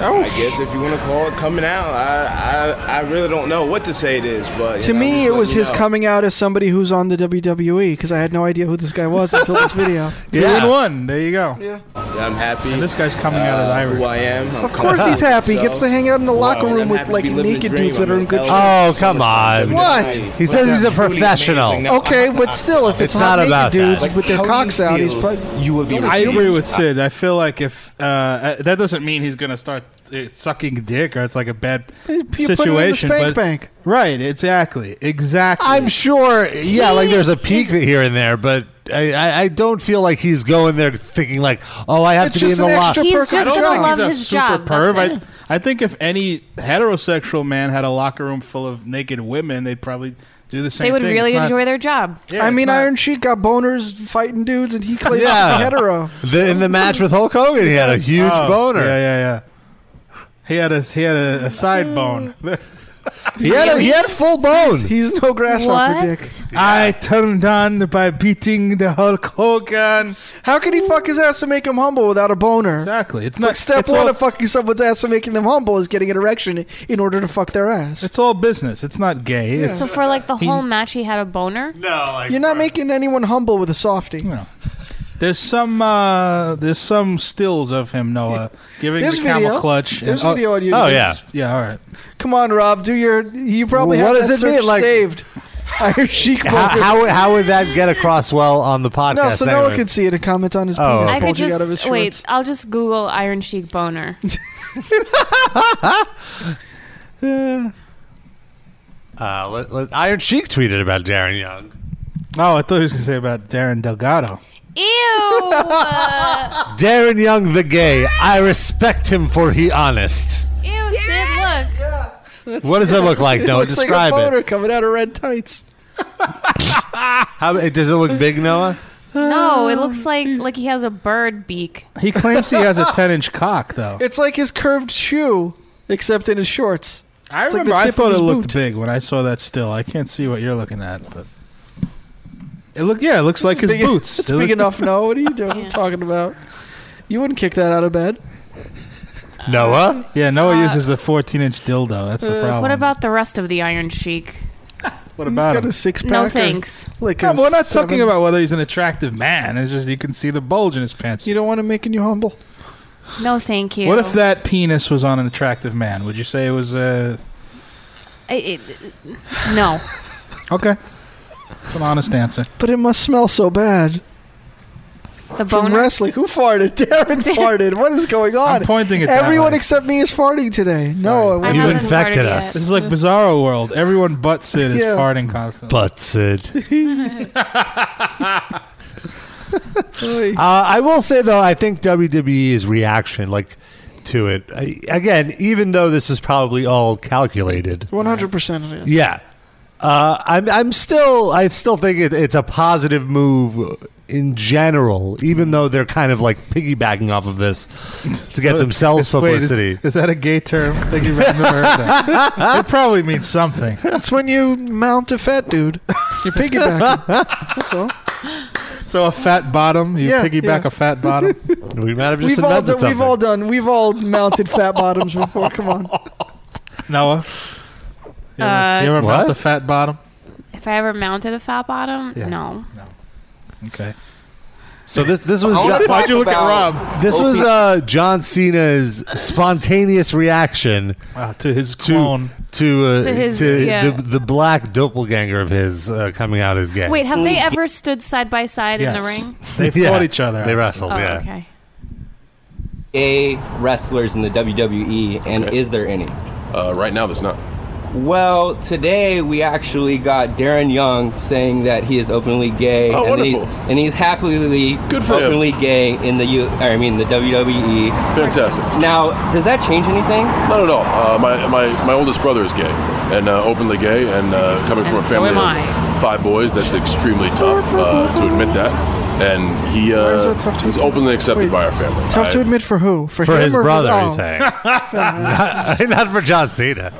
J: I guess if you want to call it coming out, I, I I really don't know what to say it is, but you
C: To
J: know,
C: me,
J: just
C: it
J: let
C: was
J: you
C: his
J: know.
C: coming out as somebody who's on the WWE because I had no idea who this guy was until this video.
E: Two and one. There you go. Yeah.
J: that I'm happy.
E: And this guy's coming out as
J: uh,
E: Irish.
J: Who I am. I'm
C: Of course, he's
J: confident,
C: happy. He Gets
J: so-
C: to hang out in the
J: Wow,
C: locker
J: and
C: room
J: I'm
C: with
J: happy
C: like
J: to be living
C: naked
J: the dream.
C: dudes that
J: I'm
C: are in good shape.
B: Oh, come on.
C: What?
B: He says he's a professional.
H: amazing.
C: Okay, but still, if
B: It's
C: it's,
B: not
C: naked
B: about that.
C: dudes
B: Like,
C: with their
H: how do
C: cocks
H: you
C: out,
H: feel
C: he's probably
H: you will be.
E: I
H: received?
E: agree with Sid. I feel like if uh, uh, that doesn't mean he's going to start uh, sucking dick or it's like a bad
C: you put him in the
E: situation.
C: spank
E: but-
C: bank.
E: Right. Exactly. Exactly.
B: I'm sure. Yeah, like there's a peak here and there, but I, I, I don't feel like he's going there thinking like, oh, I have
C: It's
B: to be in
C: just
B: the
C: an
B: lot.
C: extra
D: He's
C: perk on
D: just
C: the
D: gonna
C: job.
D: love
E: he's a
D: his
E: super
D: job, that's
E: perv.
D: it.
E: I, I think if any heterosexual man had a locker room full of naked women, they'd probably do the same.
D: They would
E: thing.
D: really
E: It's not-
D: enjoy their job.
E: Yeah,
C: I
E: it's
C: mean,
E: not-
C: Iron Sheik got boners fighting dudes, and he claimed
B: Yeah.
C: to be hetero.
B: The, in the match with Hulk Hogan, he had a huge
E: Oh,
B: boner.
E: Yeah, yeah, yeah. He had a he had a, a
C: Mm.
E: side bone.
B: He had a, he had full bone.
C: He's no grasshopper dick.
D: What?
E: I turned on by beating the Hulk Hogan.
C: How can he fuck his ass to make him humble without a boner?
E: Exactly. It's,
C: It's
E: not
C: like step
E: it's
C: one
E: All,
C: of fucking someone's ass and making them humble is getting an erection in order to fuck their ass.
E: it's all business. It's not gay. It's
D: So for like the whole match, he had a boner.
B: No, like,
C: You're not making anyone humble with a softie.
E: you know. There's some uh, there's some stills of him Noah giving
C: There's
E: the camel
C: video.
E: clutch.
C: There's
E: and,
C: video on YouTube.
B: Oh yeah.
E: Yeah, all right.
C: Come on, Rob. Do your. You probably
B: What does
C: have that
B: it mean,
C: search
B: like-
C: saved. Iron Sheik.
B: How,
C: boner.
B: how how would that get across well on the podcast?
C: no, so no
B: anyway?
C: one can see it and comment on his
B: Oh.
C: penis
D: I could
C: bulging out of his
D: just
C: shorts.
D: wait. Oh, I'll just Google Iron Sheik boner.
B: Uh, let, let- Iron Sheik tweeted about Darren Young.
E: Oh, I thought he was gonna say about Darren Delgado.
D: Ew! uh,
B: Darren Young, the gay. I respect him for he honest.
D: ew! Sid, look.
B: what does it look like?
C: it
B: Noah,
C: looks
B: describe
C: like a boner
B: it.
C: coming out of red tights.
B: How does it look big, Noah? Oh,
D: No, it looks like like he has a bird beak.
E: He claims he has a 10 inch cock though.
C: It's like his curved shoe, except in his shorts.
E: I
C: It's like
E: remember
C: the
E: I
C: tip of
E: thought it
C: his
E: looked
C: boot.
E: big when I saw that still. I can't see what you're looking at, but it look yeah, it looks like his
C: big,
E: boots.
C: It's
E: It
C: big
E: look-
C: enough. No, what are you doing?
D: Yeah.
C: Talking about? You wouldn't kick that out of bed.
B: Noah?
E: Yeah, Noah uses the 14 inch dildo. That's the problem.
D: What about the rest of the Iron Sheik?
E: what
C: He's
E: about
C: got
E: him?
C: a six pack.
D: No thanks.
C: Like
E: No,
C: a
E: but we're not
C: seven-
E: talking about whether he's an attractive man. It's just you can see the bulge in his pants.
C: You don't want him making you humble.
D: No, thank you.
E: What if that penis was on an attractive man? Would you say it was uh,
D: I, it, no.
E: okay? It's an honest answer.
C: But it must smell so bad
D: The
C: from
D: boner.
C: wrestling. Who farted? Darren farted. What is going on?
E: I'm pointing at that
C: Everyone
E: way.
C: except me is farting today. No, I
D: I
C: wouldn't.
B: You
D: haven't farted
B: infected us.
E: This is
D: yet.
E: like Bizarro World. Everyone but Sid is
C: Yeah.
E: farting constantly.
B: But Sid.
C: Oy.
B: Uh, I will say though, I think WWE's reaction, like to it, I, again, even though this is probably all calculated,
C: 100% it is.
B: yeah, uh, I'm, I'm still, I still think it, it's a positive move in general, even though they're kind of like piggybacking off of this to get themselves
E: Wait, is,
B: publicity.
E: is that a gay term? I think you've never heard that. it probably means something.
C: That's when you mount a fat dude. You piggyback. That's all.
E: So a fat bottom, you
C: Yeah,
E: piggyback
C: yeah.
E: a fat bottom.
B: we might have just
C: We've all,
B: invented
C: done,
B: something.
C: we've all done. We've all mounted fat bottoms before. Come on.
E: Noah, you ever,
D: Uh,
E: you ever mount
B: What?
E: the fat bottom?
D: If I ever mounted a fat bottom,
E: Yeah.
D: no.
E: Okay.
B: so this, this was.
H: I wanna
B: Ju-
H: talk
E: Why'd you look at
H: about-
E: Rob?
B: This was uh, John Cena's spontaneous reaction
E: Wow, to his
B: to
E: clone.
B: to,
D: To
B: uh, to,
D: his- yeah.
B: the, the black doppelganger of his uh, coming out as gay.
D: Wait, have they ever stood side by side in the
E: Yes.
D: ring?
E: They
B: Yeah.
E: fought each other.
B: They wrestled.
D: Oh,
B: yeah.
D: okay.
K: gay wrestlers in the WWE, and
L: Okay.
K: is there any?
L: Uh, right now, there's not.
K: Well, today we actually got Darren Young saying that he is openly gay,
L: Oh,
K: and that he's
L: wonderful.
K: and he's happily
L: Good for him.
K: openly gay in the U, I mean the E. WWE.
L: Fantastic.
K: Now, does that change anything?
L: Not at all. Uh, my, my, my oldest brother is gay and uh, openly gay, and uh, coming from a
D: And so
L: family
D: am I.
L: of five boys, that's extremely tough uh, to admit that. And he uh,
C: is that tough to
L: is
C: admit?
L: openly accepted
C: Wait.
L: by our family.
C: Tough to
L: I-
C: admit for who? For,
B: For
C: him
B: his
C: or
B: brother,
C: For,
B: he's saying, not, not for John Cena.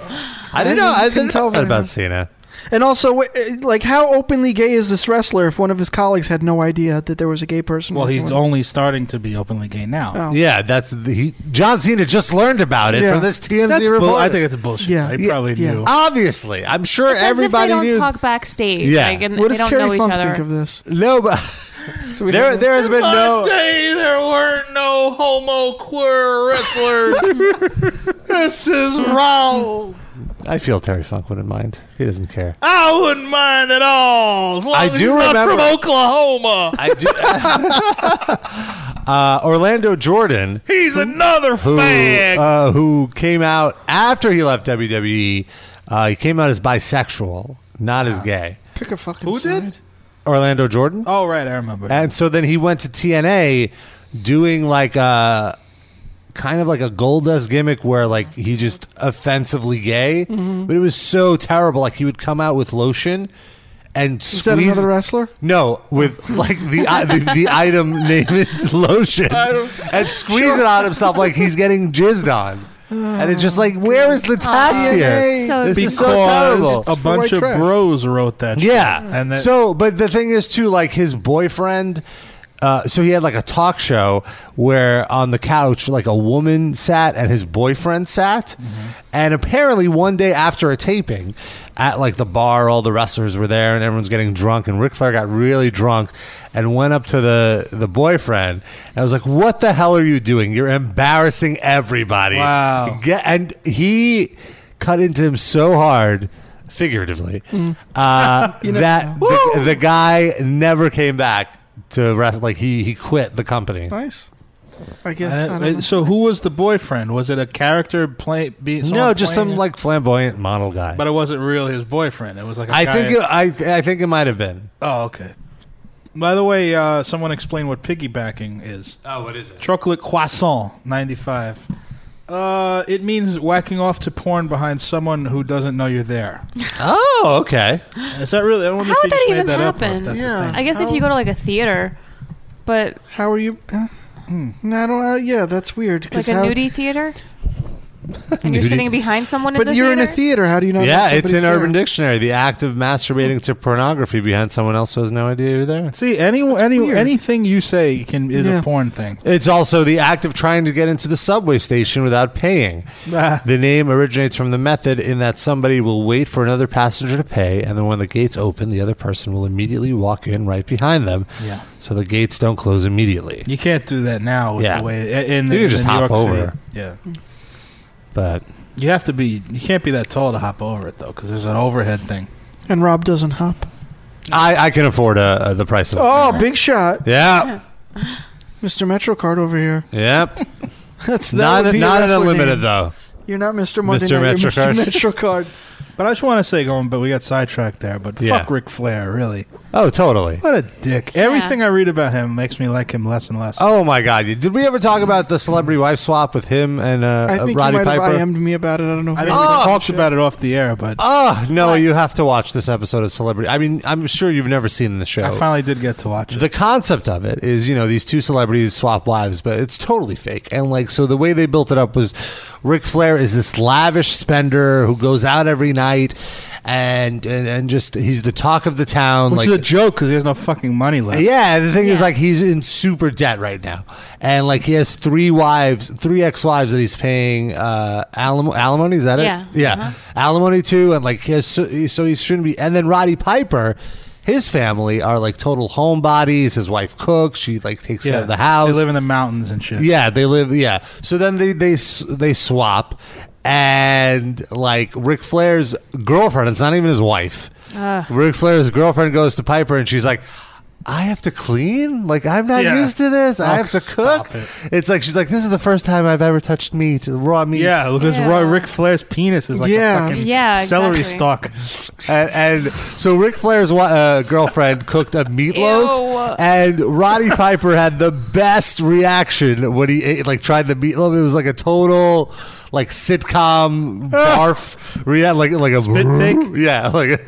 B: I didn't know. I
C: couldn't
B: didn't
C: tell
B: know that
C: very
B: about
C: much.
B: Cena.
C: And also, wh- eh, like, how openly gay is this wrestler if one of his colleagues had no idea that there was a gay person?
E: Well,
C: working
E: he's
C: with him?
E: only starting to be openly gay now.
C: Oh.
B: Yeah, that's the, he, John Cena just learned about it
E: Yeah.
B: from this TMZ
E: That's bull-
B: report.
E: I think it's bullshit. Yeah. He probably knew.
B: Obviously, I'm sure
D: it's
B: everybody
D: as if they don't
B: knew.
D: talk backstage.
B: Yeah.
D: Like, and
B: What
D: they
B: does
D: don't
B: Terry
D: know each
B: Funk
D: other.
B: think of
C: this?
B: No, but there, there has been no.
G: Monday, there weren't no homo queer wrestlers. this is wrong.
B: I feel Terry Funk wouldn't mind. He doesn't care.
G: I wouldn't mind at all. As long
B: I
G: as
B: do
G: he's not
B: remember-
G: from Oklahoma.
B: I do. Uh, Orlando Jordan.
G: He's another
B: who,
G: fag.
B: Uh, who came out after he left WWE. Uh, he came out as bisexual, not as gay.
C: Pick a fucking Who did?
B: Orlando Jordan.
E: Oh, right. I remember.
B: And so then he went to TNA doing like a kind of like a Goldust gimmick where like he just offensively gay,
C: Mm-hmm.
B: but it was so terrible. Like he would come out with lotion and
C: Is that
B: squeeze-
C: another wrestler?
B: No, with like the i- the, the item named lotion and squeeze it on himself like he's getting jizzed on. And it's just like, where is the tact
E: Aw,
B: here? this
E: because
B: is so terrible.
E: A bunch of bros wrote that. shit.
B: Yeah.
E: and that,
B: so, but the thing is, too, like his boyfriend. Uh, so he had like a talk show where on the couch, like a woman sat and his boyfriend sat. And apparently, one day after a taping at like the bar, all the wrestlers were there and everyone's getting drunk. And Ric Flair got really drunk and went up to the, the boyfriend and was like, What the hell are you doing? You're embarrassing everybody. Wow. and he cut into him so hard, figuratively, uh, that the, the guy never came back to wrestle. Like he he quit the company.
C: Nice. I
B: Uh,
C: guess. I
E: and
C: don't
E: that-
C: know.
E: so who was the boyfriend? Was it a character play? Be,
B: No,
E: someone
B: just
E: playing
B: some
E: it?
B: like flamboyant model guy.
E: But it wasn't really his boyfriend. It was like a
B: I
E: guy-
B: think it, I I think it might have been.
E: Oh, okay. By the way, uh, someone explain what piggybacking is.
B: Oh, what is it?
E: Chocolate croissant, 95. Uh, it means whacking off to porn behind someone who doesn't know you're there.
B: Oh, okay.
E: Is that really? I wonder
D: How
E: if
D: would
E: you
D: that
E: just made
D: even
E: that up or if
D: happen?
E: that's a thing.
D: I guess if
C: How-
D: you go to like a theater, but
C: how are you?
B: Hmm.
C: No, I don't. Uh, yeah, that's weird.
D: like
C: 'cause
D: a
C: how-
D: nudie theater, and you're
B: Nudie-
D: sitting behind someone in
C: But
D: the
C: you're in
D: theater.
C: a theater. How do you not? know
B: yeah, it's
C: somebody's
B: in
C: there?
B: Urban Dictionary. The act of masturbating to pornography behind someone else who has no idea you're there.
E: See, any, any, anything you say can is
B: Yeah.
E: a porn thing.
B: It's also the act of trying to get into the subway station without paying.
E: Ah.
B: the name originates from the method in that somebody will wait for another passenger to pay, and then when the gates open, the other person will immediately walk in right behind them.
E: Yeah.
B: So the gates don't close immediately.
E: You can't do that now with
B: Yeah.
E: the way in
B: You
E: the,
B: can just
E: in New
B: hop
E: York City.
B: over.
E: Yeah.
B: But
E: You have to be you can't be that tall to hop over it though cuz there's an overhead thing.
C: And Rob doesn't hop.
B: I, I can afford uh, uh, the price of.
C: Oh, big shot,
B: Yeah.
C: Mr. MetroCard over here.
B: Yep.
C: That's that
B: not
C: would be a
B: not an
C: wrestler
B: unlimited
C: name.
B: though.
C: You're not Mr. Monday
B: Mr.
C: Night. You're
B: MetroCard.
C: Mr. MetroCard.
E: But I just want to say going but we got sidetracked there but
B: Yeah.
E: fuck Ric Flair really.
B: Oh, totally.
E: What a dick. Everything I read about him makes me like him less and less.
B: Oh my God! Did we ever talk about the celebrity wife swap with him and uh,
C: I think
B: Roddy
C: you might
B: Piper?
C: have IM'd me about it. I don't know. If
E: I
C: you
E: think
B: Oh,
E: we talked about it off the air but
B: Oh no! You have to watch this episode of Celebrity. I mean, I'm sure you've never seen the show.
E: I finally did get to watch it.
B: The concept of it is, you know, these two celebrities swap wives, but it's totally fake. And like, so the way they built it up was, Ric Flair is this lavish spender who goes out every night, and and, and just he's the talk of the town.
E: Which
B: like,
E: is a joke cuz he has no fucking money left.
B: yeah, and the thing is, like, he's in super debt right now, and like he has three wives, three ex-wives that he's paying uh, alim- alimony. Is that
D: Yeah.
B: it? Yeah, Uh-huh. alimony too, and like he has, so, so he shouldn't be. And then Roddy Piper, his family are like total homebodies. His wife cooks. She like takes care
E: Yeah.
B: of the house.
E: They live in the mountains and shit.
B: Yeah, they live. Yeah. So then they they s- they swap, and like Ric Flair's girlfriend, it's not even his wife.
D: Ugh.
B: Ric Flair's girlfriend goes to Piper, and she's like. I have to clean? Like I'm not
E: Yeah.
B: used to this. I
E: Oh,
B: have to cook. It's like she's like this is the first time I've ever touched meat, raw meat.
E: Yeah, because
D: Yeah.
E: Roy Ric Flair's penis is like
B: Yeah.
E: a fucking
D: Yeah,
E: celery
D: exactly.
E: stalk.
B: and, and so Ric Flair's wa- uh, girlfriend cooked a meatloaf,
D: Ew.
B: and Roddy Piper had the best reaction when he ate, like tried the meatloaf. It was like a total like sitcom barf react, like like a
E: take?
B: yeah, like.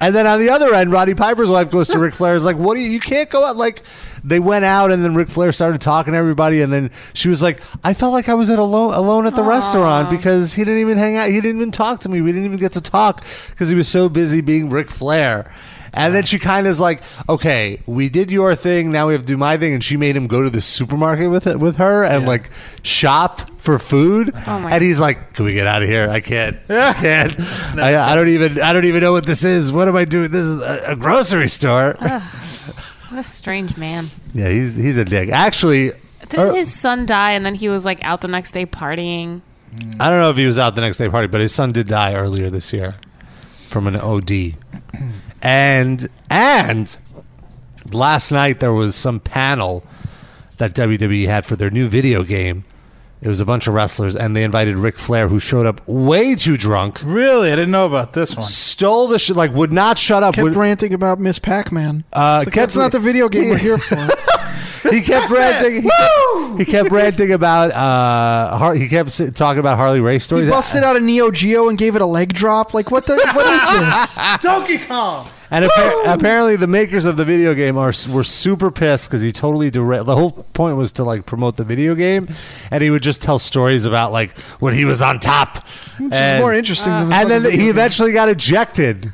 B: And then on the other end, Roddy Piper's wife goes to Ric Flair. Is like, what do you? You can't go out. Like, they went out, and then Ric Flair started talking to everybody, and then she was like, I felt like I was at alone alone at the restaurant because he didn't even hang out. He didn't even talk to me. We didn't even get to talk because he was so busy being Ric Flair. And then she kind of is like, "Okay, we did your thing. Now we have to do my thing." And she made him go to the supermarket with it, with her and like shop for food.
M: Oh my
B: and he's like, "Can we get out of here? I can't. I can't. I, I don't even. I don't even know what this is. What am I doing? This is a, a grocery store."
D: Ugh, what a strange man.
B: yeah, he's he's a dick. Actually, Uh,
D: Didn't his son die and then he was like out the next day partying?
B: I don't know if he was out the next day party, but his son did die earlier this year from an OD. And and last night there was some panel that WWE had for their new video game. It was a bunch of wrestlers, and they invited Ric Flair, who showed up way too drunk.
E: Really, I didn't know about this one.
B: Stole the shit, like would not shut up.
C: Kept
B: would-
C: ranting about Miss Pac-Man.
B: uh,
C: It's like, that's not the video game we're here for.
B: he kept ranting. He kept, he kept ranting about. Uh, Har- he kept s- talking about Harley Race stories.
C: He busted out a Neo Geo and gave it a leg drop. Like what the? What is this?
E: Donkey Kong.
B: And appar- apparently, the makers of the video game are were super pissed because he totally derailed. The whole point was to like promote the video game, and he would just tell stories about like when he was on top.
C: Which is more interesting than the
B: and then
C: fucking video
B: he
C: game.
B: eventually got ejected.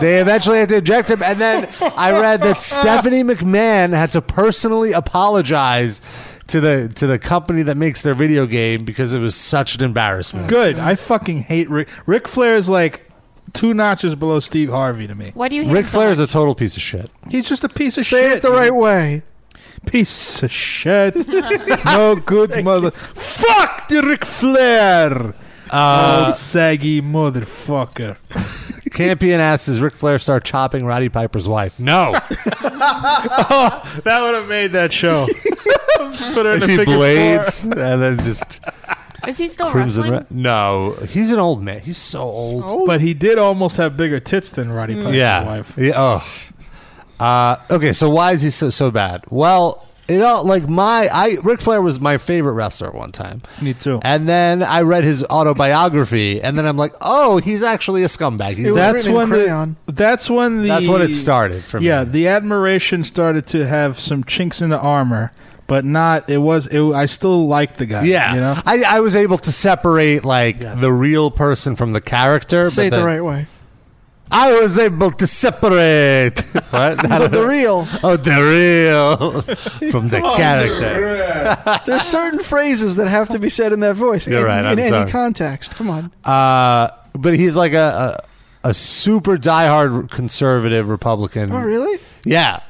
B: They eventually had to eject him, and then I read that Stephanie McMahon had to personally apologize to the to the company that makes their video game because it was such an embarrassment.
E: Good. I fucking hate Rick. Ric Flair is like two notches below Steve Harvey to me.
D: Why
C: Oh
D: do you hate
B: Ric
D: him so
B: Flair is a total piece of shit.
E: He's just a piece of
C: Say
E: shit.
C: it the right way.
E: Piece of shit. no good mother. Fuck the Ric Flair.
B: Uh,
E: Old saggy motherfucker.
B: Campion asks, "Does Ric Flair start chopping Roddy Piper's wife?" No.
E: oh, that would have made that show. Put her in
B: if
E: a
B: he
E: figure four.
B: blades and then just
D: Is he still
B: crimson
D: wrestling?
B: red. No, he's an old man. He's so old.
E: But he did almost have bigger tits than Roddy Piper's
B: yeah.
E: wife.
B: Yeah. Oh. Uh, okay. So why is he so so bad? Well, you know, like my I Ric Flair was my favorite wrestler at one time.
E: Me too.
B: And then I read his autobiography, and then I'm like, oh, he's actually a scumbag. He's
E: that's when The, that's when the
B: That's when it started for me.
E: Yeah, the admiration started to have some chinks in the armor, but not it was it, I still liked the guy.
B: Yeah,
E: you know.
B: I, I was able to separate like the real person from the character. but
C: Say it the
B: then-
C: right way.
B: I was able to separate what?
C: But the real.
B: Oh, the real from the character.
C: There's certain phrases that have to be said in that voice.
B: You're
C: in,
B: right, I'm
C: in
B: sorry.
C: any context. Come on.
B: Uh, but he's like a, a a super diehard conservative Republican.
C: Oh, really?
B: Yeah.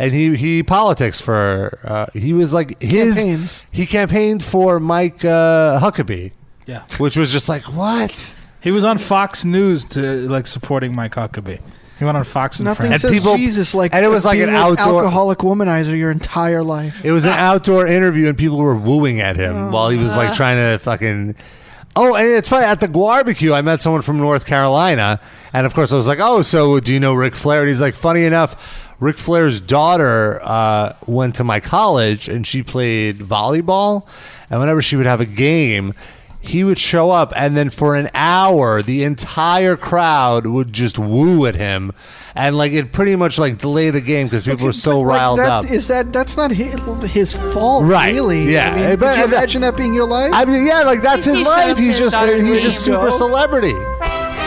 B: And he he politics for uh, he was like his he campaigned for Mike uh, Huckabee.
E: Yeah.
B: which was just like what
E: He was on Fox News to like supporting Mike Huckabee. He went on Fox and
C: Nothing
E: Friends.
C: says Jesus like
B: and it was like
C: being
B: an outdoor-
C: alcoholic womanizer your entire life.
B: It was an outdoor interview, and people were wooing at him while he was like trying to fucking. Oh, and it's funny. At the barbecue, I met someone from North Carolina, and of course, I was like, "Oh, so do you know Ric Flair?" And he's like, "Funny enough, Ric Flair's daughter uh, went to my college, and she played volleyball. And whenever she would have a game, he would show up, and then for an hour, the entire crowd would just woo at him, and like it pretty much like delay the game because people were so riled
C: That-
B: up.
C: Is that that's not his, his fault,
B: Right,
C: really?
B: yeah.
C: I mean,
B: Eh,
C: could
B: but-
C: you
B: and that-
C: imagine that being your life?
B: I mean, yeah, like that's
C: At least
B: his
C: he showed
B: life.
C: up to
B: He's
C: his
B: just he's
C: daughter's
B: just
C: wedding,
B: super
C: though.
B: celebrity.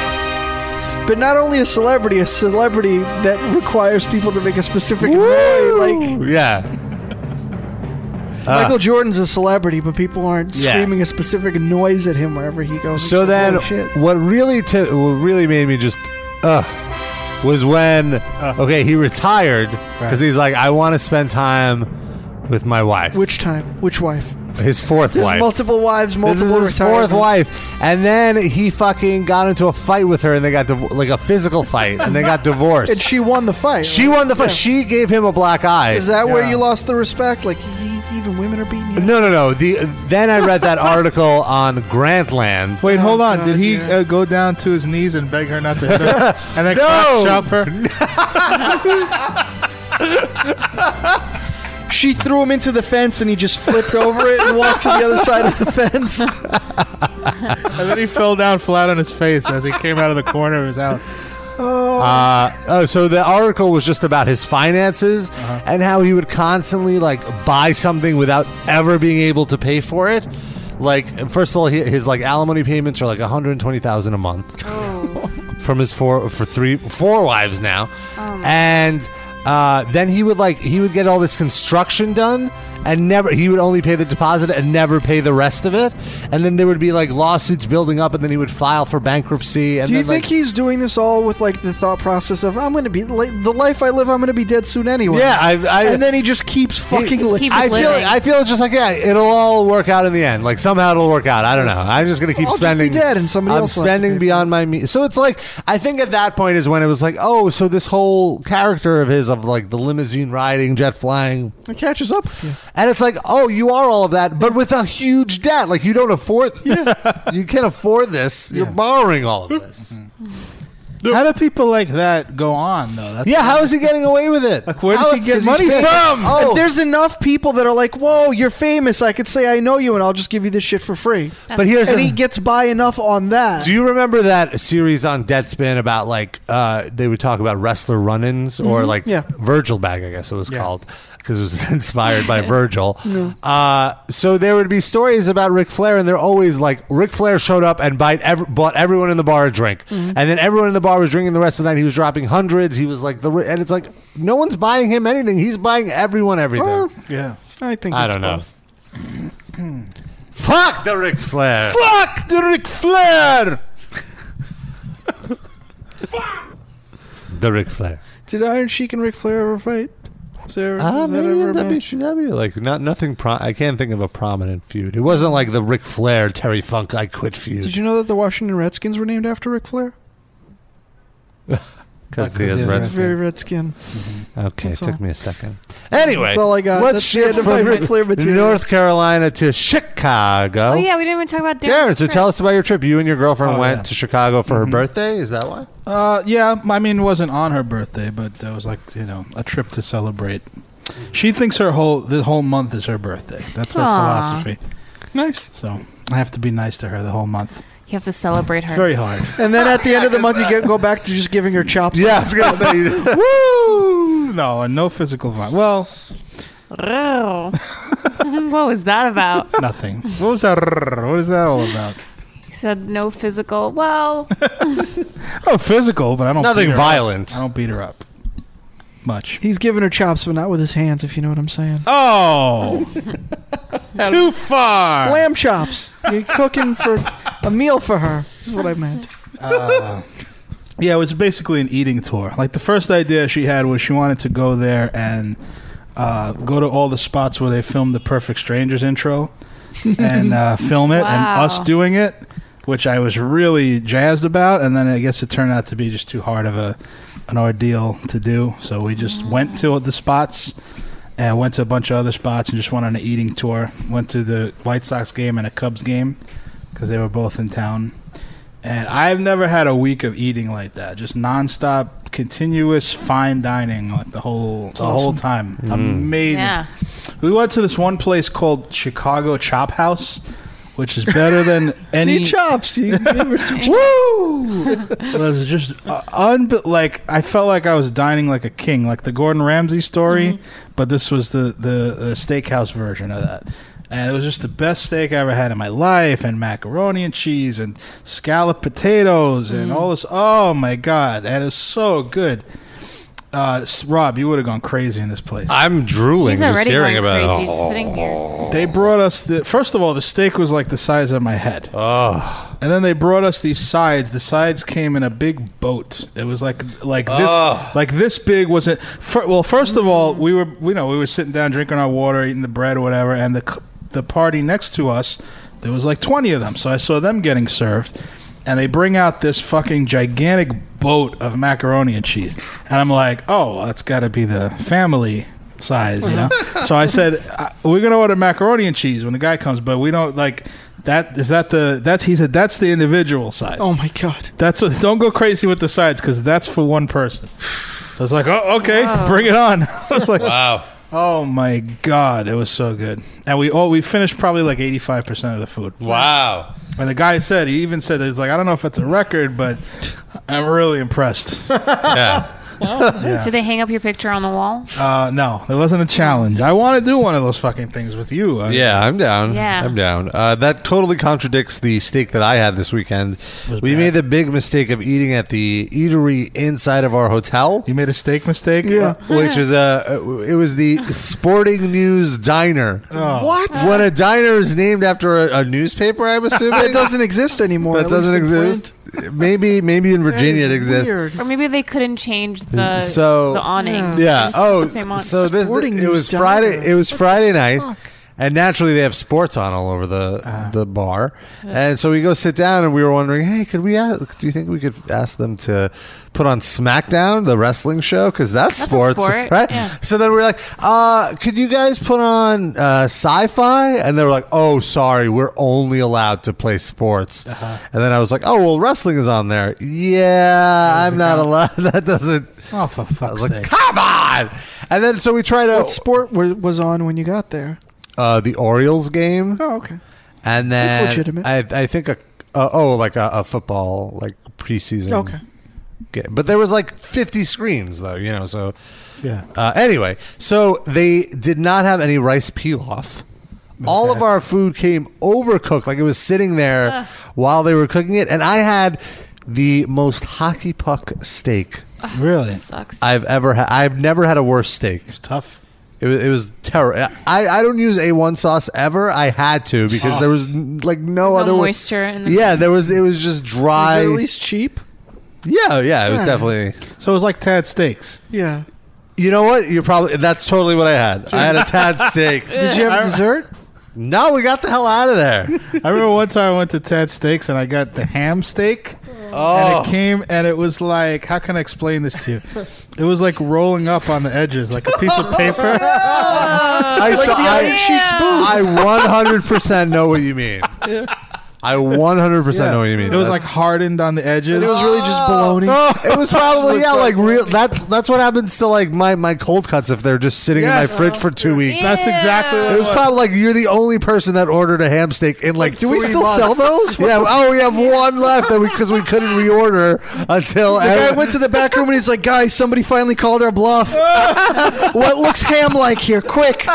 C: But not only a celebrity, a celebrity that requires people to make a specific noise. Like
B: Yeah.
C: Michael Jordan's a celebrity, but people aren't
B: Yeah.
C: screaming a specific noise at him wherever he goes.
B: So
C: It's like,
B: then,
C: holy Oh, shit.
B: what really t- what really made me just uh was when
C: Uh.
B: okay he retired because he's like I want to spend time with my wife,
C: which time? Which wife?
B: his fourth
C: There's
B: wife.
C: multiple wives, multiple
B: this is his
C: retirements.
B: fourth wife, and then he fucking got into a fight with her, and they got div- like a physical fight, and they got divorced.
C: and she won the fight.
B: she won the fight. She gave him a black eye.
C: Is that where you lost the respect? Like e- even women are beating you.
B: No, no, no. The then I read that article on Grantland.
E: Wait, hold
B: Oh,
E: on. Did he uh, go down to his knees and beg her not to hit him, and then
B: No!
E: cock chop her?
C: She threw him into the fence, and he just flipped over it and walked to the other side of the fence.
E: And then he fell down flat on his face as he came out of the corner of his house.
B: Uh, oh, so the article was just about his finances
C: Uh-huh.
B: and how he would constantly like buy something without ever being able to pay for it. Like, first of all, he, his like alimony payments are like one hundred twenty thousand a month from his four for three four wives now, and uh, then he would like he would get all this construction done and never he would only pay the deposit and never pay the rest of it, and then there would be like lawsuits building up, and then he would file for bankruptcy. And
C: Do you
B: then, like,
C: think he's doing this all with like the thought process of I'm going to be like, the life I live I'm going to be dead soon anyway?
B: Yeah, I- I-
C: and then he just keeps fucking. li-
B: I feel. I feel it's just like yeah, it'll all work out in the end. Like somehow it'll work out. I don't know. I'm just gonna keep
C: I'll just be
B: spending.
C: dead and somebody
B: I'm
C: else will have to
B: spending
C: pay for
B: beyond my means. So it's like I think at that point is when it was like, oh, so this whole character of his of like the limousine riding, jet flying,
C: it catches up with you.
B: and it's like, oh, you are all of that, but with a huge debt. Like you don't afford. you can't afford this. You're borrowing all
C: Mm-hmm.
B: of this.
E: How do people like that go on though? That's
B: Yeah, how is he getting away with it?
E: Like, where does he get money from?
B: Oh,
C: If there's enough people that are like, "Whoa, you're famous! I could say I know you, and I'll just give you this shit for free."
B: But here's
C: and
B: the-
C: he gets by enough on that.
B: Do you remember that series on Deadspin about like uh, they would talk about wrestler run-ins or
C: Mhm,
B: like
C: yeah.
B: Virgil bag, I guess it was called because it was inspired by Virgil.
C: No.
B: Uh, so there would be stories about Ric Flair, and they're always like Ric Flair showed up and bite ev- bought everyone in the bar a drink,
C: Mm-hmm.
L: Mhm.
B: and then everyone in the bar was drinking the rest of the night. He was dropping hundreds. He was like the ri- and it's like no one's buying him anything. He's buying everyone everything.
C: Oh.
E: yeah,
C: I think
B: I
C: it's
B: don't know.
C: both.
B: Fuck the Ric Flair.
E: Fuck the Ric Flair.
B: The Ric Flair.
C: Did Iron Sheik and Ric Flair ever fight? Was there,
B: Ah,
C: was that
B: maybe
C: ever a
B: that'd be-
C: match?
B: that'd be like not nothing. Pro- I can't think of a prominent feud. It wasn't like the Ric Flair Terry Funk I quit feud.
C: Did you know that the Washington Redskins were named after Ric Flair?
B: 'Cause he has red
C: That's
B: skin.
C: very redskin.
B: Okay,
C: That's
B: took
C: all.
B: me a second. Anyway,
C: That's all I got.
B: Let's
C: That's the end
B: shift
C: of my
B: from
C: Ric Flair material.
B: North Carolina to Chicago.
D: Oh yeah, we didn't even talk about
B: Darren,
D: Darren's
B: so
D: trip.
B: tell us about your trip. You and your girlfriend
E: Oh,
B: went
E: yeah.
B: to Chicago for
C: Mm-hmm.
B: her birthday. Is that why?
E: Uh, yeah. I mean, it wasn't on her birthday, but that was like you know a trip to celebrate. She thinks her whole the whole month is her birthday. That's her
D: Aw.
E: philosophy.
C: Nice.
E: So I have to be nice to her the whole month.
D: You have to celebrate her.
E: Very hard.
C: And then at the end of the month, you get, go back to just giving her chops.
E: Woo! No, and no physical violence. Well,
D: Ew. what was that about?
E: nothing. What was that? What is that all about?
D: He said no physical. Well,
E: Oh, physical, but I don't
B: Nothing
E: beat her
B: violent.
E: Up.
C: Oh.
E: I don't beat her up much.
C: He's giving her chops, but not with his hands, if you know what I'm saying.
E: Oh, too far.
C: Lamb chops. You're cooking for a meal for her. Is what I meant.
E: Uh, yeah, it was basically an eating tour. Like the first idea she had was she wanted to go there and uh, go to all the spots where they filmed the Perfect Strangers intro and uh, film it and
G: Wow.
E: us doing it, which I was really jazzed about. And then I guess it turned out to be just too hard of a an ordeal to do. So we just went to the spots. And went to a bunch of other spots and just went on an eating tour. Went to the White Sox game and a Cubs game because they were both in town. And I've never had a week of eating like that. Just nonstop, continuous fine dining like the whole the whole
G: awesome.
E: time.
G: Mm.
E: Amazing.
G: Yeah.
E: We went to this one place called Chicago Chop House, which is better than any
C: See chops. You give her some chops.
E: Woo! it was just uh, unbe- like I felt like I was dining like a king, like the Gordon Ramsay story, but this was the, the the steakhouse version of that. And it was just the best steak I ever had in my life, and macaroni and cheese, and scalloped potatoes, and all this. Oh my god, that is so good. Uh, s- Rob, you would have gone crazy in this place.
B: I'm drooling
D: he's already going crazy.
B: Oh.
D: He's sitting here.
E: They brought us the first of all the steak was like the size of my head.
B: Oh.
E: And then they brought us these sides. The sides came in a big boat. It was like like this
B: Ugh.
E: like this big wasn't. fir- well, first of all, we were you know we were sitting down drinking our water, eating the bread or whatever, and the c- the party next to us there was like twenty of them. So I saw them getting served, and they bring out this fucking gigantic boat of macaroni and cheese, and I'm like, oh, well, that's got to be the family size, you know. so I said, I- we're gonna order macaroni and cheese when the guy comes, but we don't like. That is that the that's he said that's the individual size.
C: Oh my god!
E: That's what, don't go crazy with the sides because that's for one person. So it's like, oh, okay,
G: Wow.
E: bring it on. I was like,
B: wow.
E: Oh my god, it was so good. And we oh we finished probably like eighty five percent of the food.
B: Wow.
E: And the guy said he even said that he's like I don't know if it's a record, but I'm really impressed.
B: yeah.
E: Yeah.
M: Did they hang up your picture on the wall?
E: Uh, no, it wasn't a challenge. I want to do one of those fucking things with you. Uh, I-
B: Yeah, I'm down.
M: Yeah.
B: I'm down. Uh, that totally contradicts the steak that I had this weekend. We made the big mistake of eating at the eatery inside of our hotel.
E: You made a steak mistake, yeah,
B: which is a it was the Sporting News Diner.
C: Oh.
B: What? When a diner is named after a, a newspaper, I'm assuming
C: it doesn't exist anymore.
B: That
C: at least
B: doesn't
C: in print.
B: exist. Maybe maybe in Virginia it exists.
M: Or maybe they couldn't change the
B: Mm, so
M: the awning. They
B: Yeah.
M: just kept
B: Oh,
M: the same awning.
B: so this it was Friday. It was Friday night, and naturally they have sports on all over the the bar. And so we go sit down, and we were wondering, hey, could we? Ask, do you think we could ask them to put on SmackDown, the wrestling show, because that's,
M: That's a
B: sports,
M: sport,
B: right?
M: yeah.
B: So then we're like, uh, could you guys put on uh, sci-fi? And they were like, oh, sorry, we're only allowed to play sports. And then I was like, oh, well, wrestling is on there. Yeah, I'm not allowed. That doesn't.
E: Oh, for fuck's
B: sake. Come on! And then so we tried out
C: What sport wa- was on when you got there?
B: uh, the Orioles game.
C: Oh, okay.
B: And
C: That's
B: then
C: legitimate.
B: I, I think a uh, oh like a, a football like preseason.
C: Okay.
B: Game. But there was like 50 screens though, you know. So
E: Yeah.
B: Uh, anyway, so they did not have any rice pilaf. All of our food came overcooked, like it was sitting there
M: Ugh.
B: while they were cooking it, and I had the most hockey puck steak
E: really
M: sucks.
B: I've ever had. I've never had a worse steak. It's
E: tough.
B: It was, it was terrible. I, I don't use A1 sauce ever. I had to because
M: Oh.
B: there was n- like no,
M: No
B: other way-
M: moisture in the-
B: yeah, there was. It was just dry.
C: Was it at least cheap?
B: yeah, yeah. It was
C: Yeah.
B: definitely.
E: So it was like Tad steaks.
C: Yeah.
B: You know what? You're probably. That's totally what I had. I had a tad steak.
C: Did you have dessert?
B: No, we got the hell out of there.
E: I remember one time I went to Tad Steaks and I got the ham steak.
B: Oh.
E: And it came and it was like, how can I explain this to you? It was like rolling up on the edges, like a piece of paper.
B: I,
E: Like
B: so
E: the
B: I,
E: Iron Sheik's
B: I 100 percent know what you mean. I 100 percent
E: Yeah.
B: know what you mean.
E: It was like
B: That's-
E: hardened on the edges. Oh,
B: It was really just
E: baloney.
B: It was probably yeah, like real. That that's what happens to like my my cold cuts if they're just sitting
E: Yes.
B: in my fridge for two weeks.
E: That's exactly what
B: It was
E: it was.
B: probably like you're the only person that ordered a ham steak in like.
C: do we
B: three
C: still
B: months.
C: sell those? What
B: Yeah.
C: the-
B: Oh, we have one left that we because we couldn't reorder until.
C: The guy went to the back room and he's like, "Guys, somebody finally called our bluff. what looks ham like here? Quick!"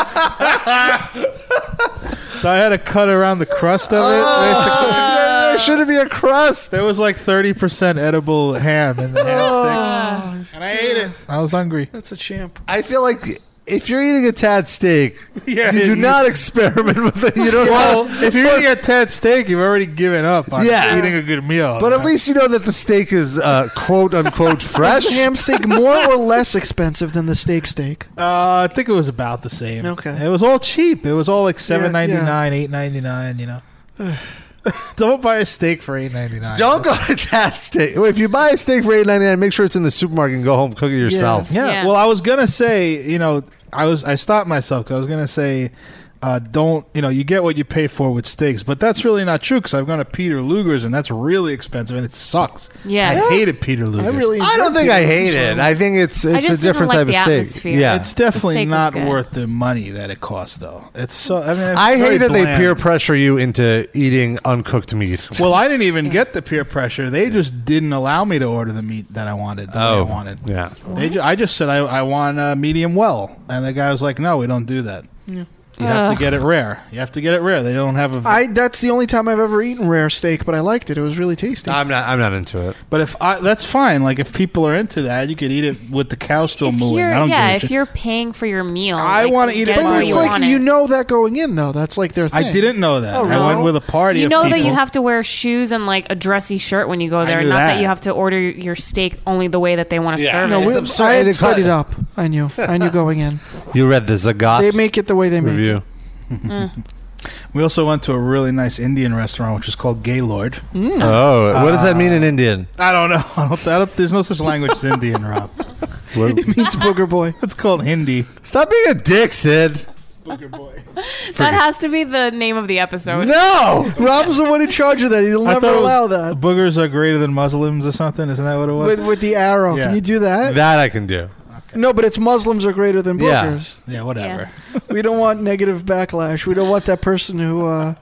E: So I had to cut around the crust of it. basically.
B: there shouldn't be a crust.
E: There was like 30% edible ham in the ham steak.
C: and
E: I ate it. I was hungry.
C: That's a champ.
B: I feel like if you're eating a tad steak,
E: Yeah,
B: you do
E: you-
B: not experiment with it. You don't.
E: well, if you're eating a Tad steak, you've already given up on
B: Yeah.
E: eating a good meal.
B: But at least you know that the steak is uh, quote unquote fresh.
C: Was the ham steak more or less expensive than the steak steak?
E: Uh, I think it was about the same. Okay. It was all cheap. It was all like seven ninety nine, eight ninety nine. You know. Don't buy a steak for eight ninety nine.
B: Don't go to that steak. Wait, If you buy a steak for eight ninety nine, make sure it's in the supermarket and go home cook it yourself.
E: Yeah. Well, I was gonna say, you know, I was I stopped myself because I was gonna say, uh, don't you know, you get what you pay for with steaks, but that's really not true because I've gone to Peter Luger's and that's really expensive and it sucks.
M: Yeah.
E: I
M: Yeah.
E: hated Peter Luger's.
C: really
B: I don't think I hate it. I think it's
M: I
B: it's
M: just didn't
B: a different
M: like
B: type
M: the
B: of steak.
M: atmosphere.
B: Yeah,
E: It's definitely
M: steak was
E: not
M: good.
E: worth the money that it costs, though. It's so. I mean, it's
B: I
E: very
B: hate that they
E: bland.
B: peer pressure you into eating uncooked meat.
E: Well, I didn't even get the peer pressure. They just didn't allow me to order the meat that I wanted. That I wanted.
B: yeah.
E: They ju- I just said I, I want uh, medium well, and the guy was like, "No, we don't do that. You have
C: Ugh.
E: to get it rare. You have to get it rare. They don't have a."
C: I that's the only time I've ever eaten rare steak, but I liked it. It was really tasty.
B: I'm not. I'm not into it.
E: but if I, that's fine. Like if people are into that, you could eat it with the cow still
M: if
E: mooing.
M: you're,
E: I don't give
M: yeah,
E: a
M: if
E: shit.
M: you're paying for your meal,
E: I wanna eat
M: But
E: it by
C: But
E: Why
C: it's
E: you
C: like
M: want
C: you know that going in though. That's like their.
E: I
C: thing.
E: didn't know that.
C: Oh,
E: I went
C: really?
E: with a party.
M: you
E: of
M: know that
E: people.
M: you have to wear shoes and like a dressy shirt when you go there,
E: knew
M: not that.
E: that.
M: you have to order your steak only the way that they want to
B: Yeah.
M: serve
B: No,
M: it.
B: it's absurd.
C: I
B: It
C: had
B: is-
C: studied up. I knew. I knew going in.
B: You read the Zagat
C: They make it the way they make
B: review.
E: We also went to a really nice Indian restaurant, which is called Gaylord.
B: Oh, what does that mean in Indian?
E: I don't know. I don't, I don't, there's no such language as Indian, Rob.
B: What-
C: it. Means booger boy.
E: It's called Hindi.
B: Stop being a dick, Sid.
M: that has to be the name of the episode.
B: No,
C: Rob's the one in charge of that. He'll
E: I
C: never
E: thought it was-
C: allow that.
E: Boogers are greater than Muslims or something. Isn't that what it was?
C: With with the arrow,
E: Yeah.
C: can you do that?
B: that I can do.
C: No, but it's Muslims are greater than
E: Yeah.
C: bookers.
E: Yeah, whatever.
C: we don't want negative backlash. We don't want that person who uh,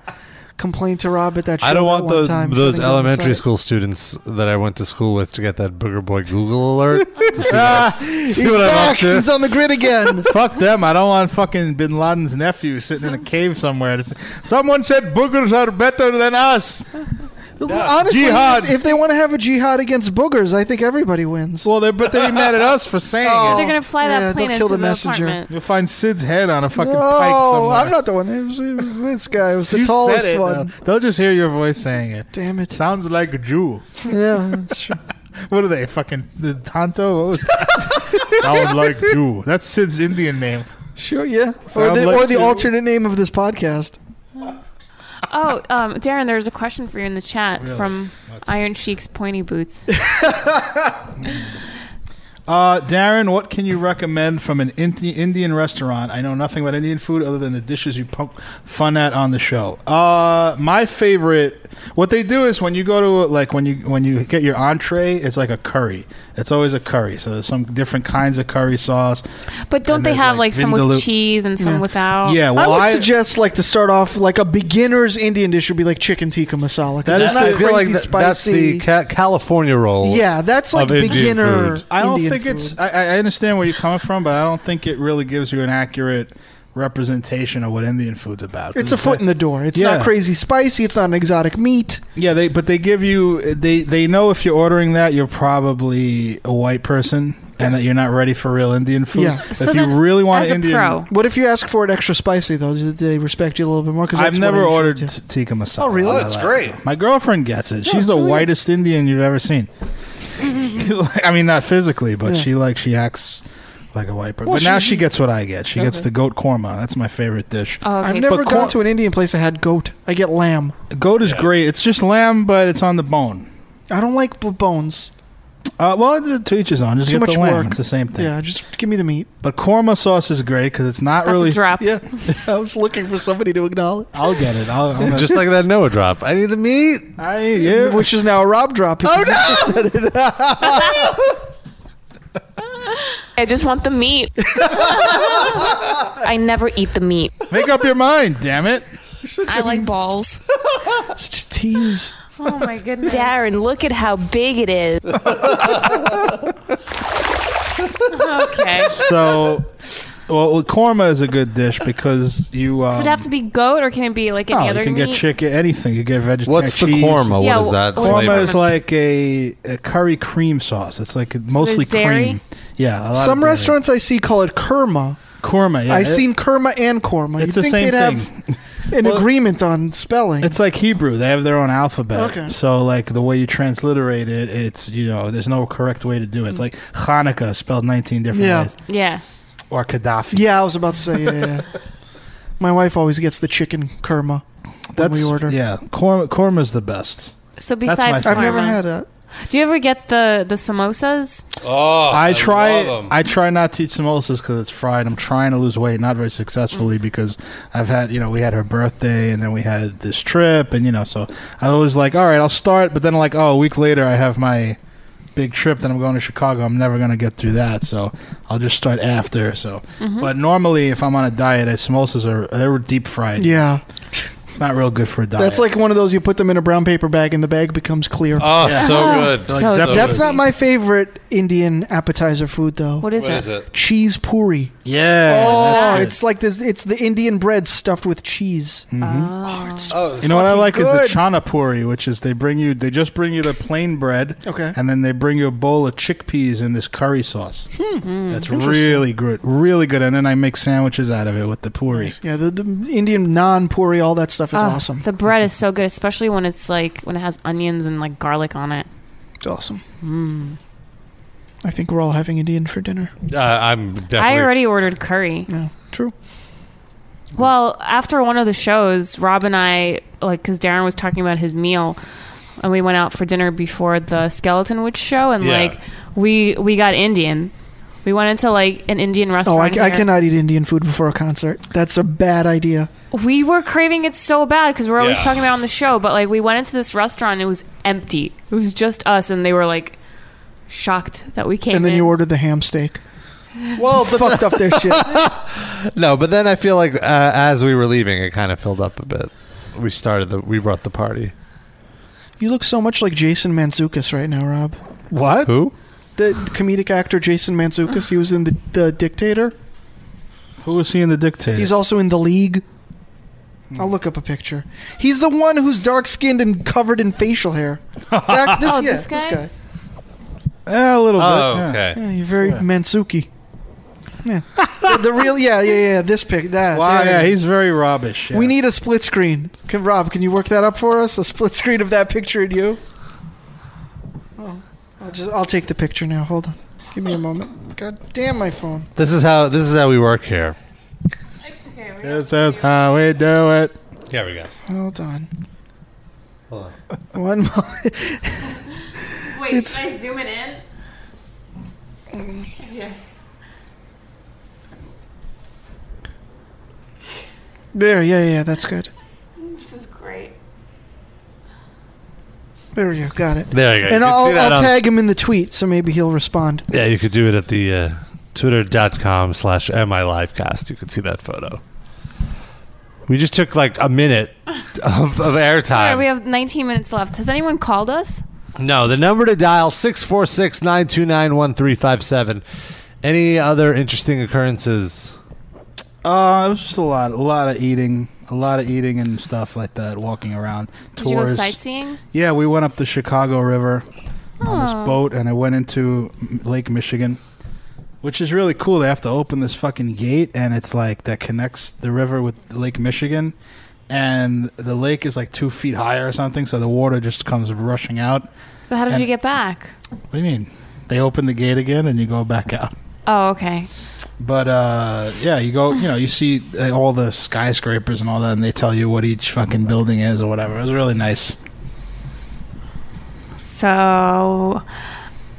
C: complained to Rob at that show.
B: I don't
C: that
B: want
C: one
B: those,
C: time
B: those
C: shutting down the
B: elementary
C: site.
B: school students that I went to school with to get that booger boy Google alert. to see
E: Ah,
B: what- see what I'm up to.
C: on the grid again.
E: Fuck them. I don't want fucking bin Laden's nephew sitting in a cave somewhere. It's- Someone said boogers are better than us.
C: Honestly,
E: Jihad.
C: if, if they want to have a jihad against boogers, I think everybody wins.
E: Well, they're but they're mad at us for saying
C: Oh.
E: it.
D: They're gonna fly that plane
C: They'll kill
D: into
C: the
D: the
C: messenger.
D: apartment.
E: You'll find Sid's head on a fucking
C: no,
E: pike somewhere.
C: I'm not the one. It was, it was this guy. It was the
E: You said
C: tallest
E: it,
C: one.
E: though. They'll just hear your voice saying it.
C: Damn it.
E: Sounds like a Jew.
C: Yeah, that's true.
E: What are they? Fucking the Tonto? What was that? Sounds like Jew. That's Sid's Indian name.
C: Sure, yeah. Or
E: Sound
C: the,
E: like
C: or the
E: you.
C: alternate name of this podcast.
D: Oh, um, Darren, there's a question for you in the chat
E: Really?
D: from Iron Sheik's Pointy Boots.
E: Uh, Darren, what can you recommend from an Indi- Indian restaurant? I know nothing about Indian food other than the dishes you poke fun at on the show. Uh, my favorite. What they do is when you go to like when you when you get your entree, it's like a curry. It's always a curry. So there's some different kinds of curry sauce.
D: But don't
E: And
D: they
E: there's,
D: have
E: like,
D: like, some with
E: vindaloo.
D: cheese and some without?
E: Yeah, well,
C: Oh, I would
E: I-
C: suggest like to start off like a beginner's Indian dish would be like chicken tikka masala. 'cause
B: That
C: it's
B: is the-
C: not
B: I feel like
C: crazy
B: that- that's
C: spicy.
B: the ca- California roll.
C: Yeah, that's like
B: of Indian
C: beginner-
B: food.
E: I don't
C: Indian
E: think it's. I, I- I understand where you're coming from, but I don't think it really gives you an accurate representation of what Indian food's about.
C: It's a foot in the door. It's
E: Yeah.
C: not crazy spicy. It's not an exotic meat.
E: Yeah, they but they give you they they know if you're ordering that you're probably a white person and that you're not ready for real Indian food.
C: Yeah.
E: if you really want Indian,
C: What if you ask for it extra spicy though? Do they respect you a little bit more? Because
E: I've never ordered t- tikka masala.
C: Oh, really?
E: I
C: Oh, it's
E: like-
C: great.
E: My girlfriend gets it.
C: Yeah,
E: She's
C: it's
E: the
C: really good.
E: whitest Indian you've ever seen. I mean, not physically, but
C: Yeah.
E: she like she acts like a white person.
C: Well,
E: but now
C: she-
E: she gets what I get. She gets
C: Okay. Oh.
E: the goat korma. That's my favorite dish.
D: Oh,
C: I've never
E: But
C: gone
E: cor-
C: to an Indian place that had goat. I get lamb.
E: Goat is great. It's just lamb, but it's on the bone.
C: I don't like b- bones.
E: Uh, well, it's to each his own. Just
C: Too
E: get
C: much
E: the lamb.
C: work.
E: It's the same thing.
C: Yeah, just give me the meat.
E: But korma sauce is great because it's not really.
C: Yeah, I was looking for somebody to acknowledge.
E: I'll get it. I'll, I'm
B: Just like that Noah drop. I need the meat.
E: I, yeah.
C: Which is now a Rob drop. Oh no!
D: I just want the meat. I never eat the meat.
E: Make up your mind, damn it.
D: I like balls.
C: Such a tease.
D: Oh my goodness. Darren, look at how big it is. okay.
E: So, well, well, korma is a good dish because you. Um,
D: Does it have to be goat or can it be like any
E: no,
D: other
E: Oh, you can
D: meat?
E: get chicken, anything. You get vegetarian.
B: What's the korma?
D: Yeah,
B: what is that?
E: Korma
B: flavor?
E: is like a, a curry cream sauce. It's like mostly
C: there's dairy?
E: cream. Yeah, a lot of
C: Some
E: dairy.
C: restaurants I see call it kurma.
E: Korma. Yeah,
C: I've
E: it-
C: seen kurma and korma.
E: It's
C: You'd
E: the
C: think
E: same
C: they'd
E: thing.
C: have an agreement on spelling.
E: It's like Hebrew. They have their own alphabet.
C: Okay.
E: So like the way you transliterate it, it's you know, there's no correct way to do it. It's like Hanukkah spelled 19 different
C: Yeah.
E: ways.
D: Yeah.
E: Or Gaddafi.
C: Yeah, I was about to say. Yeah, yeah, yeah. My wife always gets the chicken kurma when
E: That's
C: we order.
E: yeah. Korma, korma's the best.
D: So
E: That's
D: besides
E: my
C: I've never
D: korma,
C: had it.
D: Do you ever get the the samosas?
B: Oh,
E: I,
B: I
E: try.
B: love 'em.
E: I try not to eat samosas because it's fried. I'm trying to lose weight, not very
C: Mm.
E: successfully because I've had, you know, we had her birthday and then we had this trip, and you know, so I was like, all right, I'll start, but then like, oh, a week later, I have my big trip that I'm going to Chicago. I'm never gonna get through that, so I'll just start after. So,
C: Mhm.
E: but normally, if I'm on a diet, uh, samosas are they're deep fried.
C: Yeah.
E: it's not real good for a diet.
C: That's like one of those you put them in a brown paper bag and the bag becomes clear.
E: Oh, Yeah. so good. So
C: that's
E: good.
C: that's not my favorite Indian appetizer food though.
D: What is What it? is
B: it?
C: Cheese puri.
E: yeah.
C: oh,
E: that's it.
C: it's like this. It's the Indian bread stuffed with cheese.
E: Mm.
D: Oh,
C: it's
E: You know what I
C: fucking
E: like
C: good.
E: is the chana puri, which is they bring you they just bring you the plain bread,
C: Okay.
E: and then they bring you a bowl of chickpeas and this curry sauce. That's
C: Interesting.
E: really good, really good. And then I make sandwiches out of it with the puri.
C: Yeah, the, the Indian naan puri, all that stuff is
D: Oh,
C: awesome.
D: The bread is so good, especially when it's like when it has onions and like garlic on it.
C: It's awesome.
D: Mm.
C: I think we're all having Indian for dinner.
B: Uh, I'm definitely.
D: I already ordered curry.
C: Yeah, true.
D: Well, after one of the shows, Rob and I, like, because Darren was talking about his meal, and we went out for dinner before the Skeleton Witch show, and
C: Yeah.
D: like, we we got Indian. We went into like an Indian
C: Oh, I,
D: restaurant.
C: I
D: here.
C: cannot eat Indian food before a concert. That's a bad idea.
D: We were craving it so bad because we're always
C: Yeah.
D: talking about it on the show, but like, we went into this restaurant, and it was empty. It was just us, and they were like shocked that we came.
C: and then
D: in.
C: you order the ham steak. Well, fucked up their shit.
B: No, but then I feel like uh, as we were leaving, it kind of filled up a bit. We started the, we brought the party.
C: You look so much like Jason Manzukis right now, Rob.
B: What? Who?
C: The comedic actor Jason Manzukis. He was in the, the Dictator.
E: Who was he in the Dictator?
C: He's also in the League. I'll look up a picture. He's the one who's dark skinned and covered in facial hair. That- this,
F: Oh,
C: yeah,
F: this
C: this
F: guy?
C: guy.
E: Yeah, Eh, a little
B: Oh,
E: bit. yeah.
B: okay.
C: Yeah, you're very Mansuki. Yeah. the, the real, yeah, yeah, yeah. This pic, that.
E: Wow,
C: there it
E: yeah,
C: is.
E: he's very rubbish.
C: We need a split screen. Can Rob? Can you work that up for us? A split screen of that picture and you. Oh, I'll just I'll take the picture now. Hold on. Give me a moment. God damn my phone.
B: This is how this is how we work here.
E: This is how we do it.
B: There we go.
C: Hold on.
B: Hold on.
C: One moment.
D: Wait,
C: It's-
D: should I zoom it in? Yeah.
C: There. Yeah, yeah, that's good.
D: This is great.
C: There we go. Got it.
B: There you go. You
C: And
B: can
C: I'll,
B: see that
C: I'll
B: on-
C: tag him in the tweet, so maybe he'll respond.
B: Yeah, you could do it at the uh, twitter.com slash MILivecast. You could see that photo. We just took like a minute of, of
D: Sorry,
C: Um,
B: airtime.
D: we have 19 minutes left. Has anyone called us?
B: no, the number to dial 646-929-1357. Any other interesting occurrences?
E: Uh, it was just a lot, a lot of eating, a lot of eating and stuff like that. Walking around
D: Did
E: tours.
D: you go sightseeing?
E: Yeah, we went up the Chicago River on this
D: Oh.
E: boat, and I went into M- Lake Michigan, which is really cool. They have to open this fucking gate, and it's like that connects the river with Lake Michigan, and the lake is like two feet high or something, so the water just comes rushing out.
D: So how did
E: And-
D: you get back?
E: What do you mean? They open the gate again, and you go back out.
D: Oh, okay.
E: But uh, yeah, you go, you know, you see uh, all the skyscrapers and all that, and they tell you what each fucking building is or whatever. It was really nice.
D: So,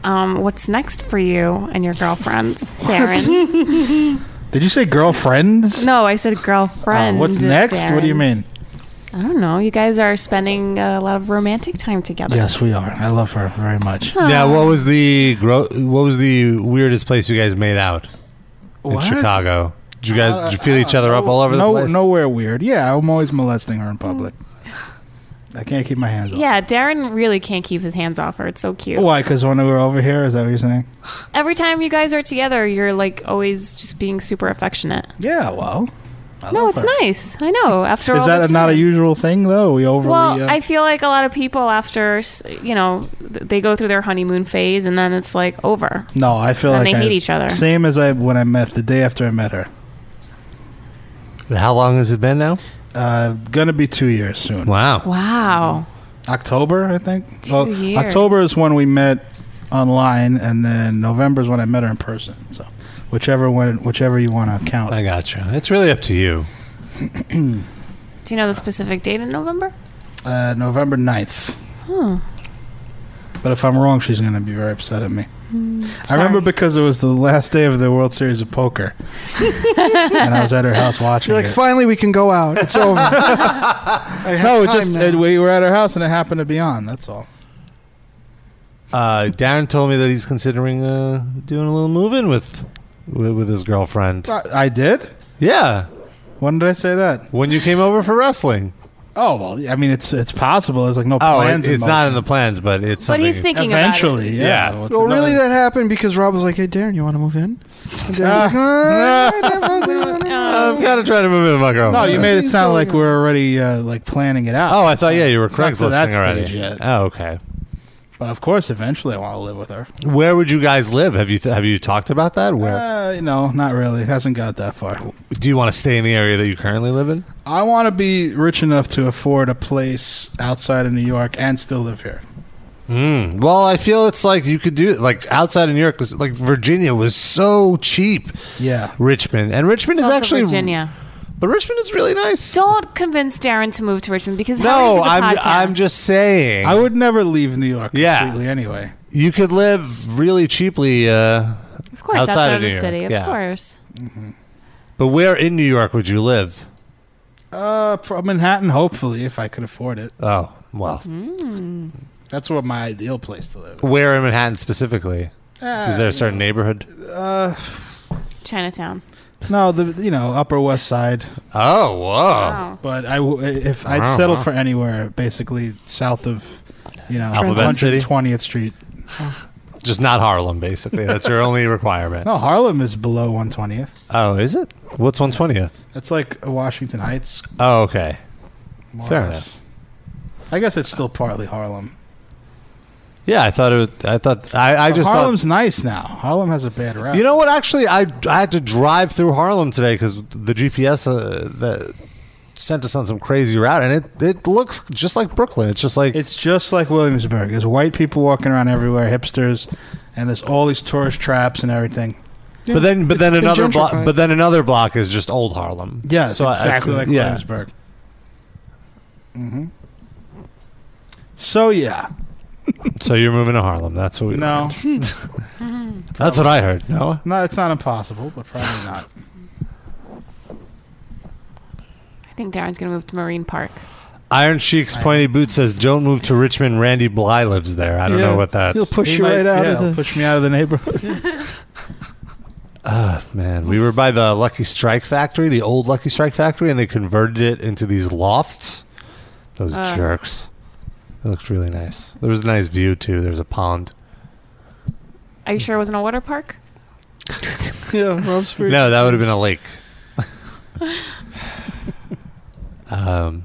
D: um, what's next for you and your girlfriends, Darren?
E: Did you say girlfriends?
D: no, I said girlfriend.
E: Uh, what's next? What do you
D: Darren.
E: mean?
D: I don't know. You guys are spending a lot of romantic time together.
E: Yes, we are. I love her very much.
D: Huh.
B: Yeah, what was the gro- what was the weirdest place you guys made out in
E: What? Uh,
B: Chicago? Did you guys did you feel each other up all over the
E: no,
B: place?
E: Nowhere weird. Yeah, I'm always molesting her in public. I can't keep my hands off.
D: Yeah, Darren really can't keep his hands off her. It's so cute.
E: Why? Because when we were over here, is that what you're saying?
D: Every time you guys are together, you're like always just being super affectionate.
E: Yeah, well. I
D: no,
E: love
D: it's
E: her.
D: nice. I know. After
E: is
D: all
E: that
D: this
E: not
D: time.
E: a usual thing though? We overly.
D: Well,
E: uh,
D: I feel like a lot of people after s- you know th- they go through their honeymoon phase and then it's like over.
E: no, I feel
D: and
E: like
D: they
E: I-
D: hate each other.
E: Same as I when I met the day after I met her.
B: How long has it been now?
E: Uh, gonna be two years soon.
B: Wow.
D: Wow.
E: October, I think.
D: Two years.
E: October is when we met online, and then November is when I met her in person. So, whichever one, whichever you want to count.
B: I gotcha. It's really up to you.
D: Do you know the specific date in November?
E: Uh, November 9th.
D: Huh.
E: But if I'm wrong, she's gonna be very upset at me.
D: Hmm,
E: I
D: sorry.
E: remember because it was the last day of the World Series of Poker, and I was at her house watching.
C: You're like,
E: it.
C: finally, we can go out. It's over. I have
E: no, it
C: time
E: just
C: now.
E: it- we were at her house, and it happened to be on. That's all.
B: Uh, Darren told me that he's considering uh, doing a little move-in with with, with his girlfriend.
E: I, I did.
B: Yeah.
E: When did I say that?
B: When you came over for wrestling.
E: Oh well, I mean, it's it's possible. There's like no
B: Oh,
E: plans.
B: it- it's
E: involved.
B: not in the plans, but it's.
D: But
B: something
D: he's thinking about it.
E: eventually. Yeah.
B: Yeah.
E: What's
C: well,
E: another-
C: really, that happened because Rob was like, "Hey, Darren, you want to move in?" And Darren's
B: Ah.
C: like,
D: Um,
B: I'm kind of trying to move in with my girlfriend.
E: No, Oh, you made it sound like we're already uh, like planning it out.
B: Oh, I thought yeah, you were
E: It's not to that
B: Craigslisting already.
E: stage yet.
B: Oh, okay.
E: But of course, eventually, I want to live with her.
B: Where would you guys live? Have you th- have you talked about that? Where
E: Uh, no, not really. Hasn't got that far.
B: do you want to stay in the area that you currently live in?
E: I want to be rich enough to afford a place outside of New York and still live here.
B: Mm. Well, I feel it's like you could do it. Like outside of New York, was- like Virginia was so cheap.
E: Yeah.
B: Richmond and Richmond
D: It's
B: is
D: also
B: actually
D: Virginia.
B: But Richmond is really nice.
D: Don't convince Darren to move to Richmond because how do you
B: No,
D: do the
B: I'm
D: podcast?
B: I'm just saying.
E: I would never leave New York
B: Yeah.
E: completely anyway.
B: you could live really cheaply. Uh,
D: of course
B: outside
D: outside
B: of
D: of the
B: New York.
D: city. Of
B: Yeah.
D: course.
B: But where in New York would you live?
E: Uh, pro- Manhattan, hopefully, if I could afford it.
B: Oh, well,
D: Hmm?
E: That's what my ideal place to live.
B: where in Manhattan specifically?
E: Uh,
B: is there a certain neighborhood?
E: Uh,
D: Chinatown.
E: No, the you know Upper West Side.
B: Oh, whoa!
D: Wow.
E: But I w- if I'd settle for anywhere, basically south of you know
B: Alphabet City?
E: 120th Street.
B: Just not Harlem, basically. That's your only requirement.
E: No, Harlem is below 120th.
B: Oh, is it? What's one twentieth?
E: It's like Washington Heights.
B: Oh, okay.
E: more or
B: Fair
E: less.
B: enough.
E: I guess it's still partly Harlem.
B: Yeah, I thought it. Would, I thought I, I
E: But
B: just
E: Harlem's nice now. Harlem has a bad rap.
B: thought. You know what? Actually, I I had to drive through Harlem today because the GPS uh, that sent us on some crazy route, and it it looks just like Brooklyn. It's just like
E: it's just like Williamsburg. There's white people walking around everywhere, hipsters, and there's all these tourist traps and everything.
B: But then, but
E: It's
B: then
E: been
B: another block.
E: gentrified.
B: But then another block is just old Harlem.
E: Yeah, it's
B: I- I
E: exactly
B: feel-
E: like
B: yeah.
E: Williamsburg. hmm So yeah,
B: So you're moving to Harlem. That's what we.
E: no,
B: That's what I heard. No.
E: no, it's not impossible, but probably not.
D: I think Darren's gonna move to Marine Park.
B: Iron Sheik's pointy boot says, "Don't move to Richmond. Randy Bly lives there." I don't know what that.
E: He'll push you right out of the push me out of the neighborhood.
B: Ah, man, we were by the Lucky Strike Factory, the old Lucky Strike Factory, and they converted it into these lofts. Those
D: Uh.
B: jerks. It looked really nice. There was a nice view too. There's a pond.
D: Are you sure it wasn't a water park?
C: yeah, Rob's free.
B: No, that would have been a lake. um,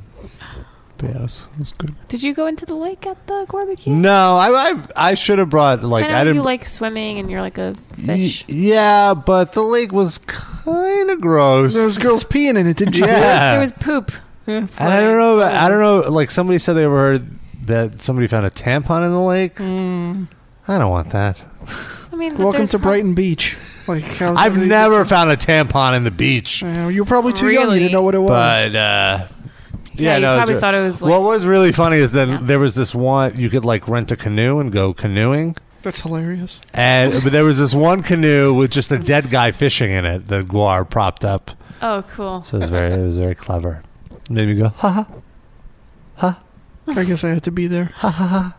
B: but yeah, it was, it was good.
D: Did you go into the lake at the barbecue?
B: No, I I, I should have brought like
D: I know
B: I didn't.
D: you like swimming and you're like a
B: Y-
D: fish.
B: yeah, but the lake was kind of gross.
C: There was girls peeing in it, didn't you?
B: Yeah.
D: There was poop.
B: And I don't know. About, I don't know. Like somebody said they heard that somebody found a tampon in the lake.
D: Mm.
B: I don't want that.
D: I mean, but
C: Welcome
D: there's
C: to Brighton Beach. Like how's
B: I've
C: everybody-
B: never found a tampon in the beach.
C: Uh, you were probably too young. You didn't know what it was.
B: But uh,
D: Yeah, you
B: no,
D: probably
B: re-
D: thought it was, like-
B: what was really funny is then there was this one you could like rent a canoe and go canoeing.
C: That's hilarious.
B: And but there was this one canoe with just a
D: Mm.
B: dead guy fishing in it. The guar propped up,
D: Oh, cool.
B: so it was very it was very clever. Made me go, ha ha.
C: I guess I had to be there. Ha ha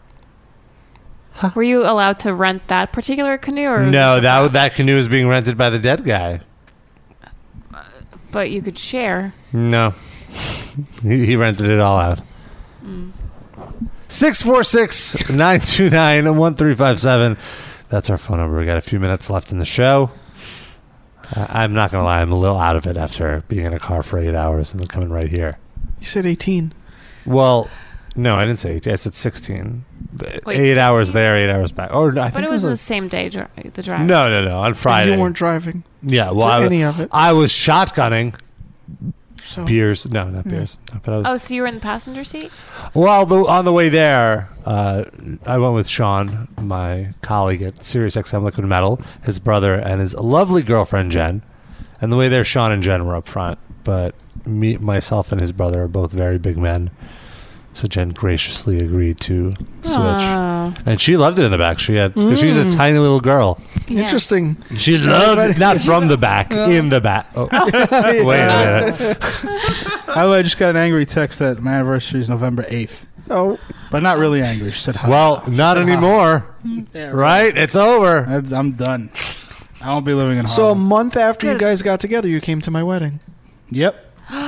C: ha.
D: Were you allowed to rent that particular canoe, or
B: No, that that canoe is being rented by the dead guy.
D: but you could share?
B: No, he, he rented it all out.
D: Mm.
B: Six four six nine two nine one three five seven. That's our phone number. We got a few minutes left in the show. I, I'm not gonna lie, I'm a little out of it after being in a car for eight hours and then coming right here.
C: You said 18.
B: Well, no, I didn't say eighteen. I said sixteen.
D: Wait,
B: eight hours there, eight hours back. Or no, I
D: But
B: think
D: it was,
B: it
D: the
B: was
D: same day, dri- the
B: like,
D: drive.
B: no, no, no. On Friday,
C: You weren't driving.
B: Yeah, well,
C: for
B: I, wa-
C: any of it.
B: I was shotgunning
C: So
B: beers. No, not
C: Yeah.
B: beers. No, But I was,
D: Oh, so you were in the passenger seat?
B: Well, the, on the way there, uh, I went with Sean, my colleague at SiriusXM Liquid Metal, his brother, and his lovely girlfriend Jen. And the way there, Sean and Jen were up front, but me, myself, and his brother are both very big men. So Jen graciously agreed to switch,
D: Aw.
B: and she loved it in the back. She had because she's a
C: Mm.
B: tiny little girl.
C: Interesting.
B: She loved it, not from the back,
C: Yeah.
B: in the back. Oh, wait a minute.
E: By the way, I just got an angry text that my anniversary is November 8th.
C: Oh.
E: But not really angry. She said hi.
B: Well, not anymore. right? It's over.
E: I'm done. I won't be living in Harlem.
C: So a
B: Um,
C: month after you guys got together, you came to my wedding,
E: yep.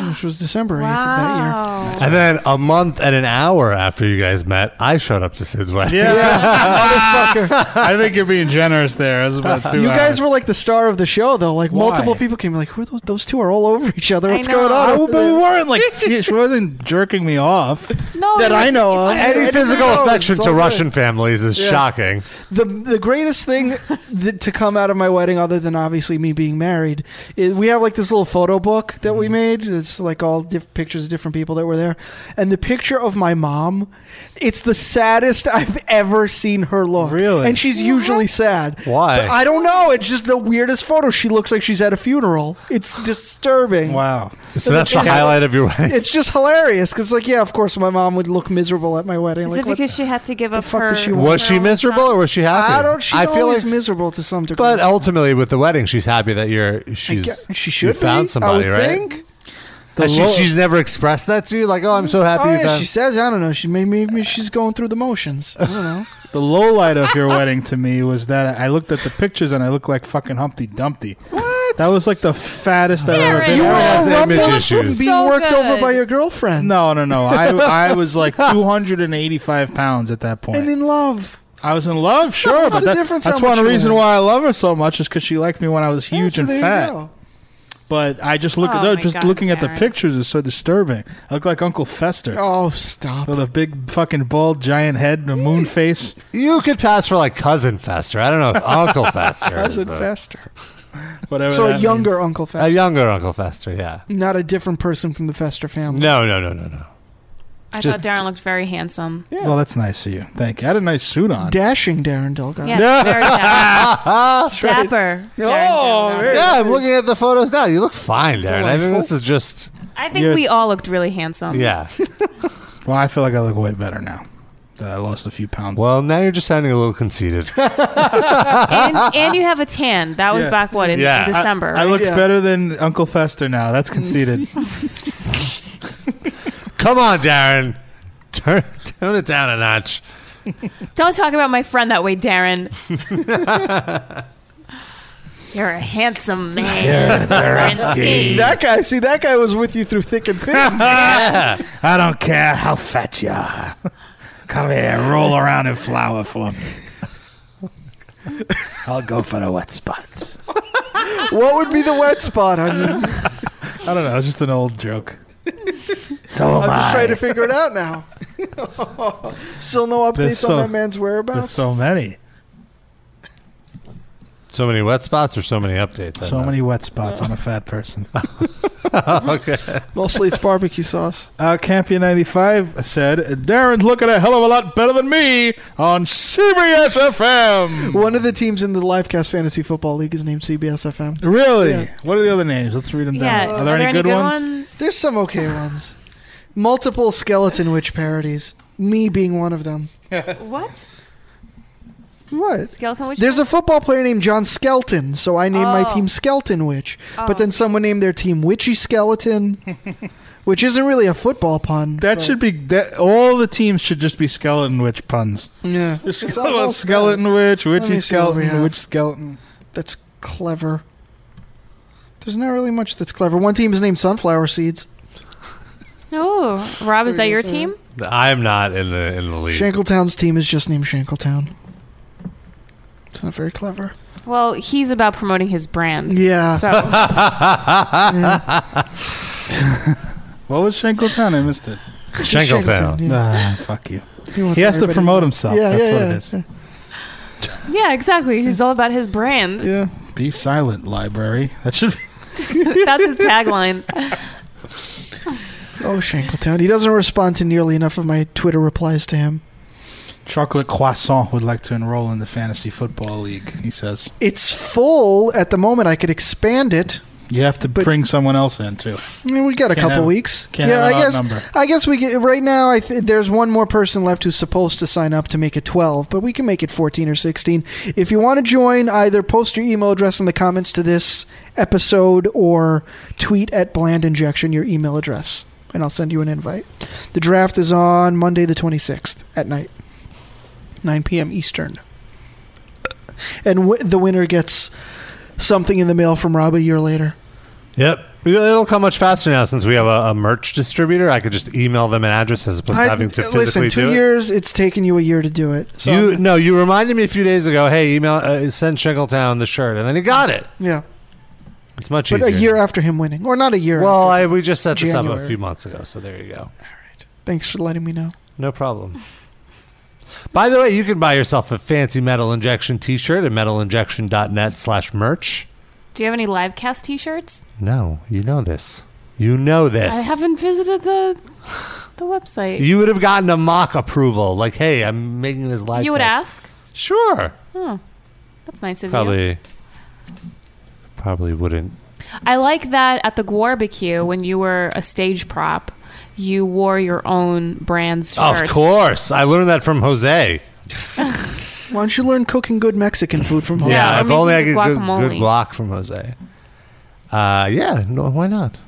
C: which was December 8th of that year.
B: And then a month and an hour after you guys met, I showed up to Sid's wedding.
E: Yeah. Motherfucker. I think you're being generous there. It was about uh, two
C: you
E: hours.
C: guys were like the star of the show, though. Like
E: Why?
C: multiple people came, like, who are those? Those two are all over each other. What's going on?
E: I,
C: over
E: but we
C: there?"
E: weren't like she wasn't jerking me off.
D: No,
C: That
D: it
C: I
D: was-
C: know
D: it's
C: of.
D: okay.
B: Any
C: It's
B: physical
C: all good.
B: affection
C: It's
B: to
C: all good.
B: Russian families is
C: Yeah.
B: shocking.
C: The the greatest thing that, to come out of my wedding, other than obviously me being married, is we have like this little photo book that we made. It's like all diff- pictures of different people that were there, and the picture of my mom, it's the saddest I've ever seen her look. Really, and she's usually sad.
B: Why?
C: But I don't know. It's just the weirdest photo. She looks like she's at a funeral. It's disturbing.
E: Wow.
B: So that's the highlight of your wedding.
C: It's just hilarious because, like, yeah, of course, my mom would look miserable at my wedding.
D: Is
C: like,
D: it
C: what-
D: because she had to give up
C: fuck
D: her?
C: does she want?
B: Was she miserable or was she happy?
C: I don't. She's
B: I feel
C: always
B: like,
C: miserable to some degree.
B: but ultimately with the wedding, she's happy that you're. She's
C: Yeah, she
B: you
C: should be,
B: found somebody,
C: I would
B: right?
C: Think.
B: And she,
C: lo-
B: she's never expressed that to you, like, oh, I'm so happy.
C: Oh,
B: you
C: yeah,
B: found-
C: she says, I don't know. She maybe, maybe she's going through the motions. I don't know.
E: The low light of your wedding to me was that I looked at the pictures and I looked like fucking Humpty Dumpty. What? That was like the fattest I've ever been.
C: You were all
E: image
C: rumbled
E: issues.
C: from being
E: So
C: worked over
E: good.
C: by your girlfriend.
E: No, no, no. I I was like 285 pounds at that point.
C: and in love.
E: I was in love, sure,
C: What's
E: but
C: the
E: that-
C: difference
E: that's
C: how much
E: one
C: you
E: reason
C: were?
E: why I love her so much is because she liked me when I was huge
C: so
E: and
C: there you
E: fat.
C: go.
E: But I just look at
C: Oh
E: those,
C: my
E: just
C: God,
E: looking at the
C: Darren.
E: pictures is so disturbing. I look like Uncle Fester.
C: Oh, stop!
E: With a big fucking bald giant head and a moon face.
B: You could pass for like cousin Fester. I don't know if Uncle Fester.
C: Cousin
B: Fester.
E: Whatever.
C: so a
B: that
C: younger Uncle
B: A
C: Fester,
B: younger Uncle Fester. Yeah.
C: not a different person from the Fester family.
B: No, no, no, no, no.
D: I
E: Just-
D: thought Darren looked very handsome.
E: Well, that's nice of you. Thank you. I had a nice suit on.
C: Dashing Darren Delgado.
D: Yeah, very dapper.
B: right.
D: dapper. Darren
B: Oh,
D: Delgado.
B: Ah, yeah. I'm looking at the photos now. You look fine, Darren. I mean, this is just.
D: I think
E: You're-
D: we all looked really handsome.
B: Yeah.
E: Well, I feel like I look way better now. That I lost a few pounds.
B: Well, now you're just sounding a little conceited.
D: and, and you have a tan. That was
E: Yeah.
D: back what in, in
E: Yeah.
D: December.
E: I, I
D: right?
E: look better than Uncle Fester now. That's conceited.
B: Come on, Darren. Turn turn it down a notch.
D: Don't talk about my friend that way, Darren. You're a handsome man. Marinsky.
C: that guy, see, that guy was with you through thick and thin.
E: I don't care how fat you are. Come here, roll around in flour for me. I'll go for the wet spots.
C: what would be the wet spot on you?
E: I don't know. It's just an old joke. So
C: I'm just trying to figure it out now. Still no updates
E: There's so-
C: on that man's
E: There's
C: whereabouts.
E: so many,
B: So many wet spots or so many updates? I
E: so
B: don't
E: many wet spots on a fat person.
B: know. okay.
C: Mostly it's barbecue sauce.
E: Uh, Campion 95 said, Darren's looking a hell of a lot better than me on CBS FM.
C: One of the teams in the Livecast Fantasy Football League is named CBS FM.
E: Really?
C: Yeah.
E: What are the other names? Let's read them
D: Yeah,
E: down. Are there, any, good, ones?
C: There's some okay ones. Multiple Skeleton Witch parodies. Me being one of them.
D: What?
C: What?
D: Skeleton Witch?
C: There's a football player named John Skelton, so I named my
D: Oh.
C: team Skelton Witch.
D: Oh.
C: But then someone named their team Witchy Skeleton, which isn't really a football pun.
E: That should be that. All the teams should just be skeleton witch puns.
C: Yeah.
E: It's all about skeleton witch,
C: Let me
E: witchy
C: see what we
E: skeleton,
C: have.
E: witch skeleton.
C: That's clever. There's not really much that's clever. One team is named Sunflower Seeds.
D: Oh, Rob, is that your team?
B: I'm not in the in the league.
C: Shankletown's team is just named Shankletown. It's not very clever.
D: Well, he's about promoting his brand.
C: Yeah.
D: So
E: What was Shankletown? I missed it.
B: Shankletown.
C: Shankletown,
E: Ah, fuck you.
C: He
E: He,
C: wants
E: has to
C: everybody
E: promote
C: to-
E: himself.
C: Yeah,
E: That's
C: yeah,
E: what
C: yeah.
E: it is.
D: yeah, exactly. He's all about his brand.
E: Yeah. Be silent, library. That should. Be-
D: That's his tagline.
C: Oh, Shankletown. He doesn't respond to nearly enough of my Twitter replies to him.
E: Chocolate croissant would like to enroll in the fantasy football league. He says
C: It's full at the moment. I could expand it.
E: you have to bring someone else in too.
C: I mean, we got a
E: Can't
C: couple
E: have-
C: weeks.
E: can't
C: yeah,
E: have an
C: I
E: odd
C: guess.
E: number.
C: I guess we get right now. I th- there's one more person left who's supposed to sign up to make it 12, but we can make it 14 or 16. If you want to join, either post your email address in the comments to this episode or tweet at Bland Injection your email address, and I'll send you an invite. The draft is on Monday, the 26th at night, 9 p.m. Eastern, and w- the winner gets something in the mail from Rob a year later.
B: Yep. It'll come much faster now since we have a, a merch distributor. I could just email them an address as opposed to
C: I-
B: having to physically
C: listen, two
B: do it.
C: years, it's taken you a year to do it. So
B: you no, you reminded me a few days ago. Hey, email uh, send Shingletown the shirt, and then he got it.
C: yeah,
B: It's much
C: but
B: easier.
C: a year after him winning, or not a year.
B: well,
C: after.
B: I, we just set this up a
C: January.
B: few months ago, so there you go.
C: thanks for letting me know.
B: No problem. By the way, you can buy yourself a fancy metal injection T-shirt at metalinjection.net slash merch.
D: Do you have any live cast T-shirts?
B: No, you know this. You know this.
D: I haven't visited the the website.
B: You would have gotten a mock approval, like, "Hey, I'm making this live."
D: You would
B: cast.
D: ask.
B: Sure.
D: Oh, that's nice of you.
B: Probably. Probably wouldn't.
D: I like that at the barbecue when you were a stage prop, you wore your own brand's shirt.
B: Oh, Of course, I learned that from Jose.
C: Why don't you learn cooking good Mexican food from home?
B: yeah, if
D: maybe
B: only I
D: the
B: could good,
D: guacamole.
B: good guac from Jose. Uh, yeah, no, why not?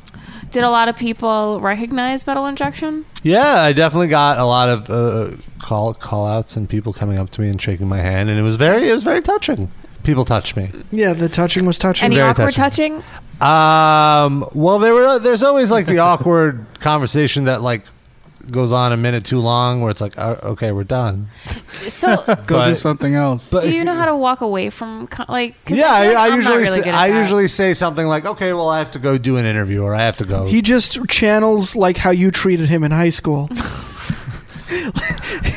D: Did a lot of people recognize metal injection?
B: Yeah, I definitely got a lot uh, of uh, call call outs and people coming up to me and shaking my hand, and it was very it was very touching. People touched me.
C: Yeah, the touching was touching.
N: Any
B: Very
N: awkward
B: touching.
N: touching?
B: Um. Well, there were. There's always like the awkward conversation that like goes on a minute too long, where it's like, uh, okay, we're done.
N: So,
E: Go do
B: But-
E: something else.
B: But-
N: do you know how to walk away from co- like? 'cause
B: yeah,
N: feel like
B: I,
N: I'm not
B: I usually
N: really
B: say,
N: good at
B: I
N: that.
B: usually say something like, okay, well, I have to go do an interview, or I have to go.
C: He just channels like how you treated him in high school.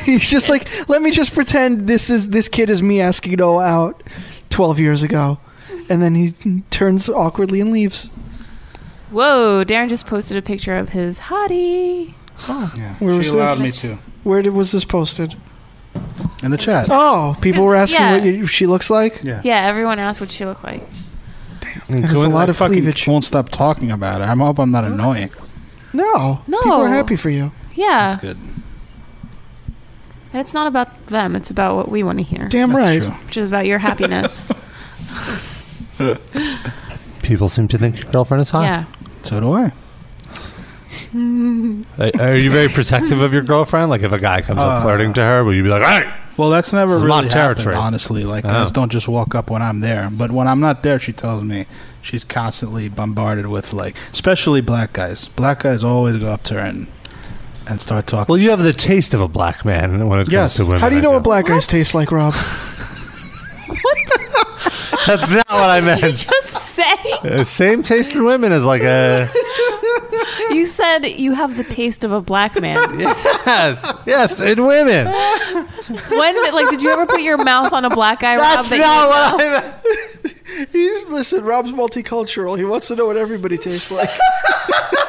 C: He's just like, let me just pretend this is this kid is me asking it all out twelve years ago, and then he turns awkwardly and leaves.
N: Whoa! Darren just posted a picture of his hottie.
C: Oh, yeah.
E: she allowed me to.
C: Where did, was this posted?
E: In the chat.
C: Oh, people were asking
N: yeah.
C: what you, she looks like.
E: Yeah.
N: Yeah, everyone asked what she looked like.
C: There's a lot
E: I
C: of
E: fucking
C: cleavage.
E: Won't stop talking about it. I hope I'm not annoying.
C: No,
N: No.
C: people are happy for you.
D: Uh.
N: Yeah,
E: That's good.
N: and it's not about them; it's about what we want to hear.
C: Damn That's right. true.
N: Which is about your happiness.
B: People seem to think your girlfriend is hot.
N: Yeah.
E: So do I.
B: Are, are you very protective of your girlfriend? Like, if a guy comes
E: Uh,
B: up flirting to her, will you be like, "Hey"?
E: Well, that's never
B: This is
E: really
B: my territory.
E: happened, honestly. Like,
B: Oh.
E: I just don't just walk up when I'm there. But when I'm not there, she tells me she's constantly bombarded with like, especially black guys. Black guys always go up to her and and start talking.
B: Well, you have the taste of a black man when it
E: Yes.
B: comes to women.
C: How do you
B: I
C: know
B: feel.
C: what black guys taste like, Rob?
B: That's not what I
N: Did you
B: meant.
N: just say?
B: Uh, Same taste in women as like a
N: You said you have the taste of a black man.
B: yes, yes in women.
N: When, like, did you ever put your mouth on a black guy?
C: That's
N: Rob,
C: not
N: that
B: you know?
C: He's listen. Rob's multicultural. He wants to know what everybody tastes like.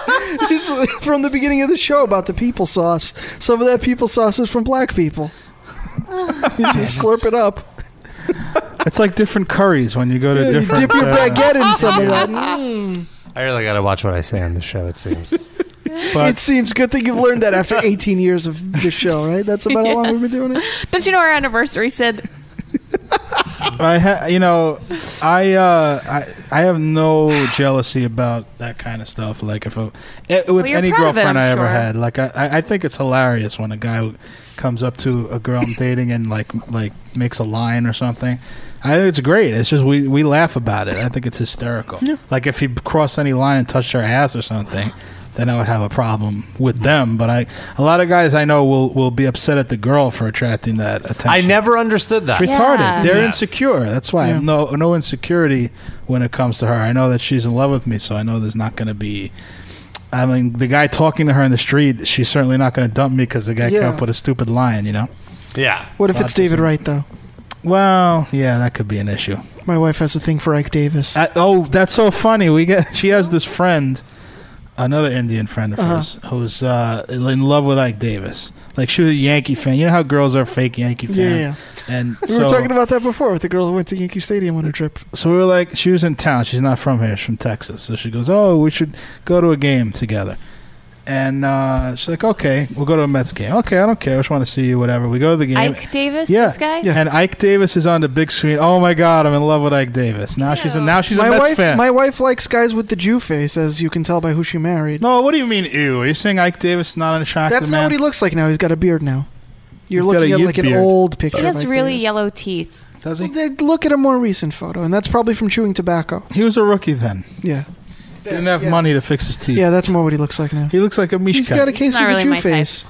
C: it's from the beginning of the show about the people sauce. Some of that people sauce is from black people. You just slurp it up.
E: it's like different curries when you go to
C: Yeah, you
E: different.
C: dip your
E: uh,
C: baguette in some of
E: yeah.
C: that. Mm.
B: I really got to watch what I say on the show. It seems.
E: But-
C: it seems good that you've learned that after 18 years of this show, right? That's about how long we've been doing it.
N: Don't you know our anniversary said
E: But I, ha- you know, I, uh, I, I have no jealousy about that kind of stuff. Like if a, eh, with
N: Well, you're
E: any
N: proud of it,
E: girlfriend
N: I'm
E: I ever
N: sure.
E: had, like I- I, I think it's hilarious when a guy comes up to a girl I'm dating and like, like makes a line or something. I think it's great. It's just we, we laugh about it. I think it's hysterical. Like if he crossed any line and touched her ass or something, then I would have a problem with them. But I, a lot of guys I know will will be upset at the girl for attracting that attention.
B: I never understood that.
E: It's retarded. They're
B: Yeah.
E: insecure. That's why I have no no insecurity when it comes to her. I know that she's in love with me, so I know there's not going to be. I mean, the guy talking to her in the street, she's certainly not going to dump me because the guy
C: Yeah.
E: came up with a stupid line. You know.
B: Yeah.
C: What if it's David Wright though?
E: Well, yeah, that could be an issue.
C: My wife has a thing for Ike Davis.
E: I, oh, that's so funny. We get she has this friend, another Indian friend of hers,
C: Uh-huh.
E: who's uh, in love with Ike Davis. Like she was a Yankee fan. You know how girls are fake Yankee fans.
C: Yeah, yeah,
E: And
C: We
E: so-
C: were talking about that before with the girl who went to Yankee Stadium on her trip.
E: So we were like, she was in town. She's not from here. She's from Texas. So she goes, oh, we should go to a game together. And uh, she's like, okay, we'll go to a Mets game. Okay, I don't care. I just want to see you, whatever. We go to the game.
N: Ike Davis,
E: yeah,
N: this guy?
E: Yeah. And Ike Davis is on the big screen. Oh my God, I'm in love with Ike Davis. Now she's a, now she's
C: my
E: a Mets
C: wife,
E: fan.
C: my wife likes guys with the Jew face, as you can tell by who she married.
E: no, what do you mean? Ew, are you saying Ike Davis is not an attractive
C: That's not
E: man?
C: what he looks like now. He's got a beard now. You're
E: He's got
C: looking
E: a
C: at
E: yid
C: like an
E: beard.
C: old picture.
N: he
C: of
N: has
C: Ike
N: really
C: Davis.
N: yellow teeth.
E: Does
C: Well, they- look at a more recent photo, and that's probably from chewing tobacco.
E: He was a rookie then.
C: Yeah,
E: He didn't have money to fix his teeth.
C: yeah, that's more what he looks like now.
E: He looks like a Mishka.
C: He's got a case of the Jew face.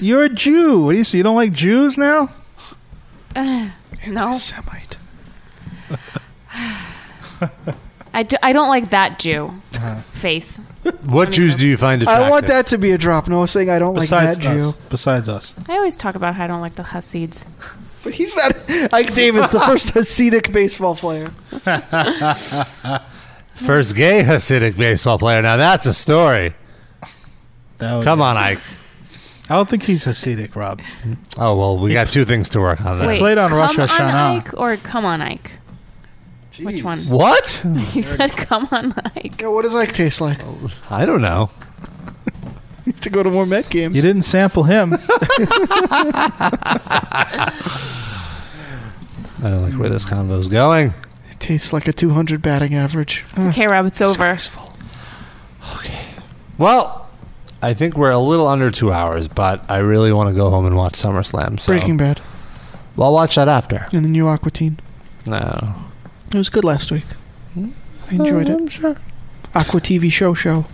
E: You're a Jew. What do you say? You don't like Jews now?
N: Uh, no,
C: Semite.
N: I, do, I don't like that Jew
E: Uh-huh.
N: face.
B: What Jews do you find attractive?
C: I want that to be a drop. No, saying I don't
E: Besides
C: like that
E: us.
C: Jew.
E: Besides us.
N: I always talk about how I don't like the Hasids.
C: But he's not Ike Davis, the first Hasidic baseball player.
B: First gay Hasidic baseball player. Now that's a story.
E: That would
B: Come
E: be-
B: on, Ike.
E: I don't think he's Hasidic, Rob.
B: Oh well, we got two things to work on. There.
N: Wait,
E: played on
N: come
E: Rosh
N: on
E: Hashanah.
N: Ike or come on Ike? Which one?
B: What?
N: You said come on Ike.
C: Yeah, what does Ike taste like?
E: Oh.
B: I don't know.
C: to go to more Met games.
E: You didn't sample him.
B: I don't like where this convo's going.
C: It tastes like a 200 batting average.
N: It's okay, Rob. It's over.
B: Well, I think we're a little under two hours, but I really want to go home and watch SummerSlam. So
C: Breaking Bad
B: Well, I'll watch that after.
C: and the new Aqua Teen.
B: No.
C: It was good last week. I enjoyed it. I'm
B: sure.
C: Aqua TV show show.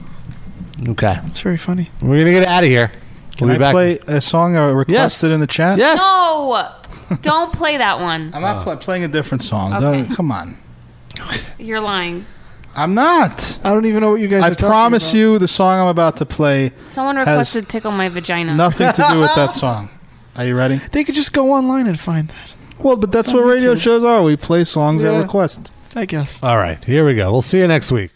B: Okay.
C: It's very funny.
B: We're gonna get out of here.
E: Can
B: We'll
E: I
B: be back.
E: play a song I requested in the chat?
D: No, don't play that one.
E: I'm not pl- playing a different song.
D: Okay.
E: Don't- come on.
D: You're lying.
E: I'm not.
C: I don't even know what you guys
E: I
C: are talking
E: promise
C: about.
E: you the song I'm about to play
D: Someone
E: has
D: requested "Tickle My Vagina."
E: nothing to do with that song. Are you ready?
C: They could just go online and find that.
E: Well, but that's what radio shows are. We play songs
C: Yeah.
E: at request.
C: I guess.
B: All right, here we go. We'll see you next week.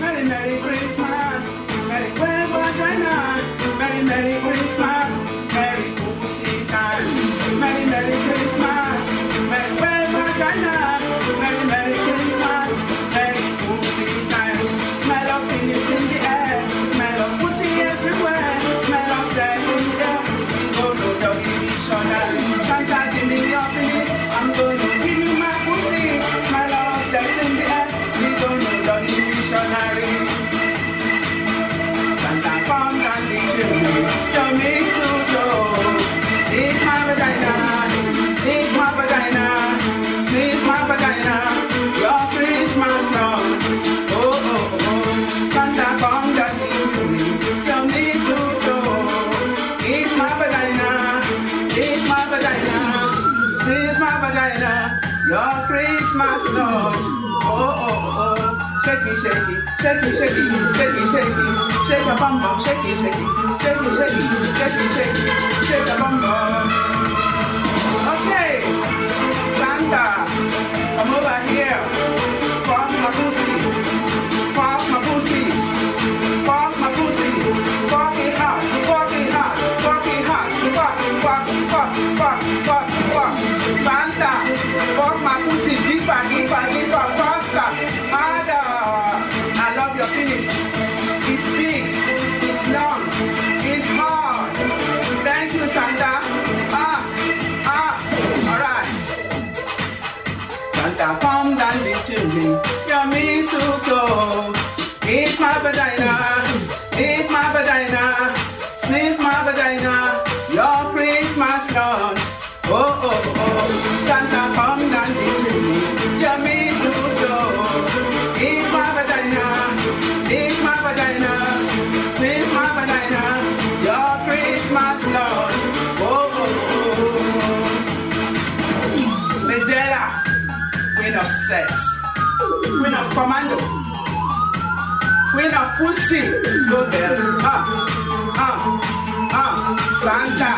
O: Merry, Merry Christmas. Merry, well, what I know. Merry, Merry Christmas. Merry Pussy Cat. Merry, Merry Christmas. Merry, well, what I know. Merry, Merry Christmas. Merry Pussy Cat. Smell of penis in the air. Smell of pussy everywhere. Smell of sex in the air. We go to doggy missionary. Santa, give me your penis. I'm gonna give you my pussy. Smell of sex in the air. We go to doggy missionary. Santa come down the chimney, don't make so low. Eat my vagina, eat my vagina, sniff my vagina. Your Christmas song. Oh, oh, oh. Santa come down the chimney, don't make so low. Eat my vagina, eat my vagina, sniff my vagina. Your Christmas song. Oh, oh, oh. Shake it, shake it, shake it, shake it, shake it, shake it, shake a bum bum, shake it, shake it, shake it, shake it, shake it, shake it, shake a bum bum. Okay, Santa, come over here. Fuck my pussy, fuck my pussy, fuck my pussy, fuck it hard, fuck it hard, fuck it hard, fuck, fuck, fuck, fuck, fuck, fuck. Santa, fuck my pussy, deeper, deeper, deeper, faster, harder. I love your penis. It's big, it's long, it's hard. Thank you, Santa. Ah, ah, alright. Santa come down the chimney, your mistletoe. Eat my vagina, eat my vagina, sniff my vagina, your Christmas lunch. Oh, oh, oh, Santa come down the chimney, your mistletoe. Eat my vagina, eat my vagina, sniff my vagina, your Christmas lunch. Oh, oh, oh. Magella queen of sex, queen of commando, queen of pussy, no bell, ah, ah, ah, Santa,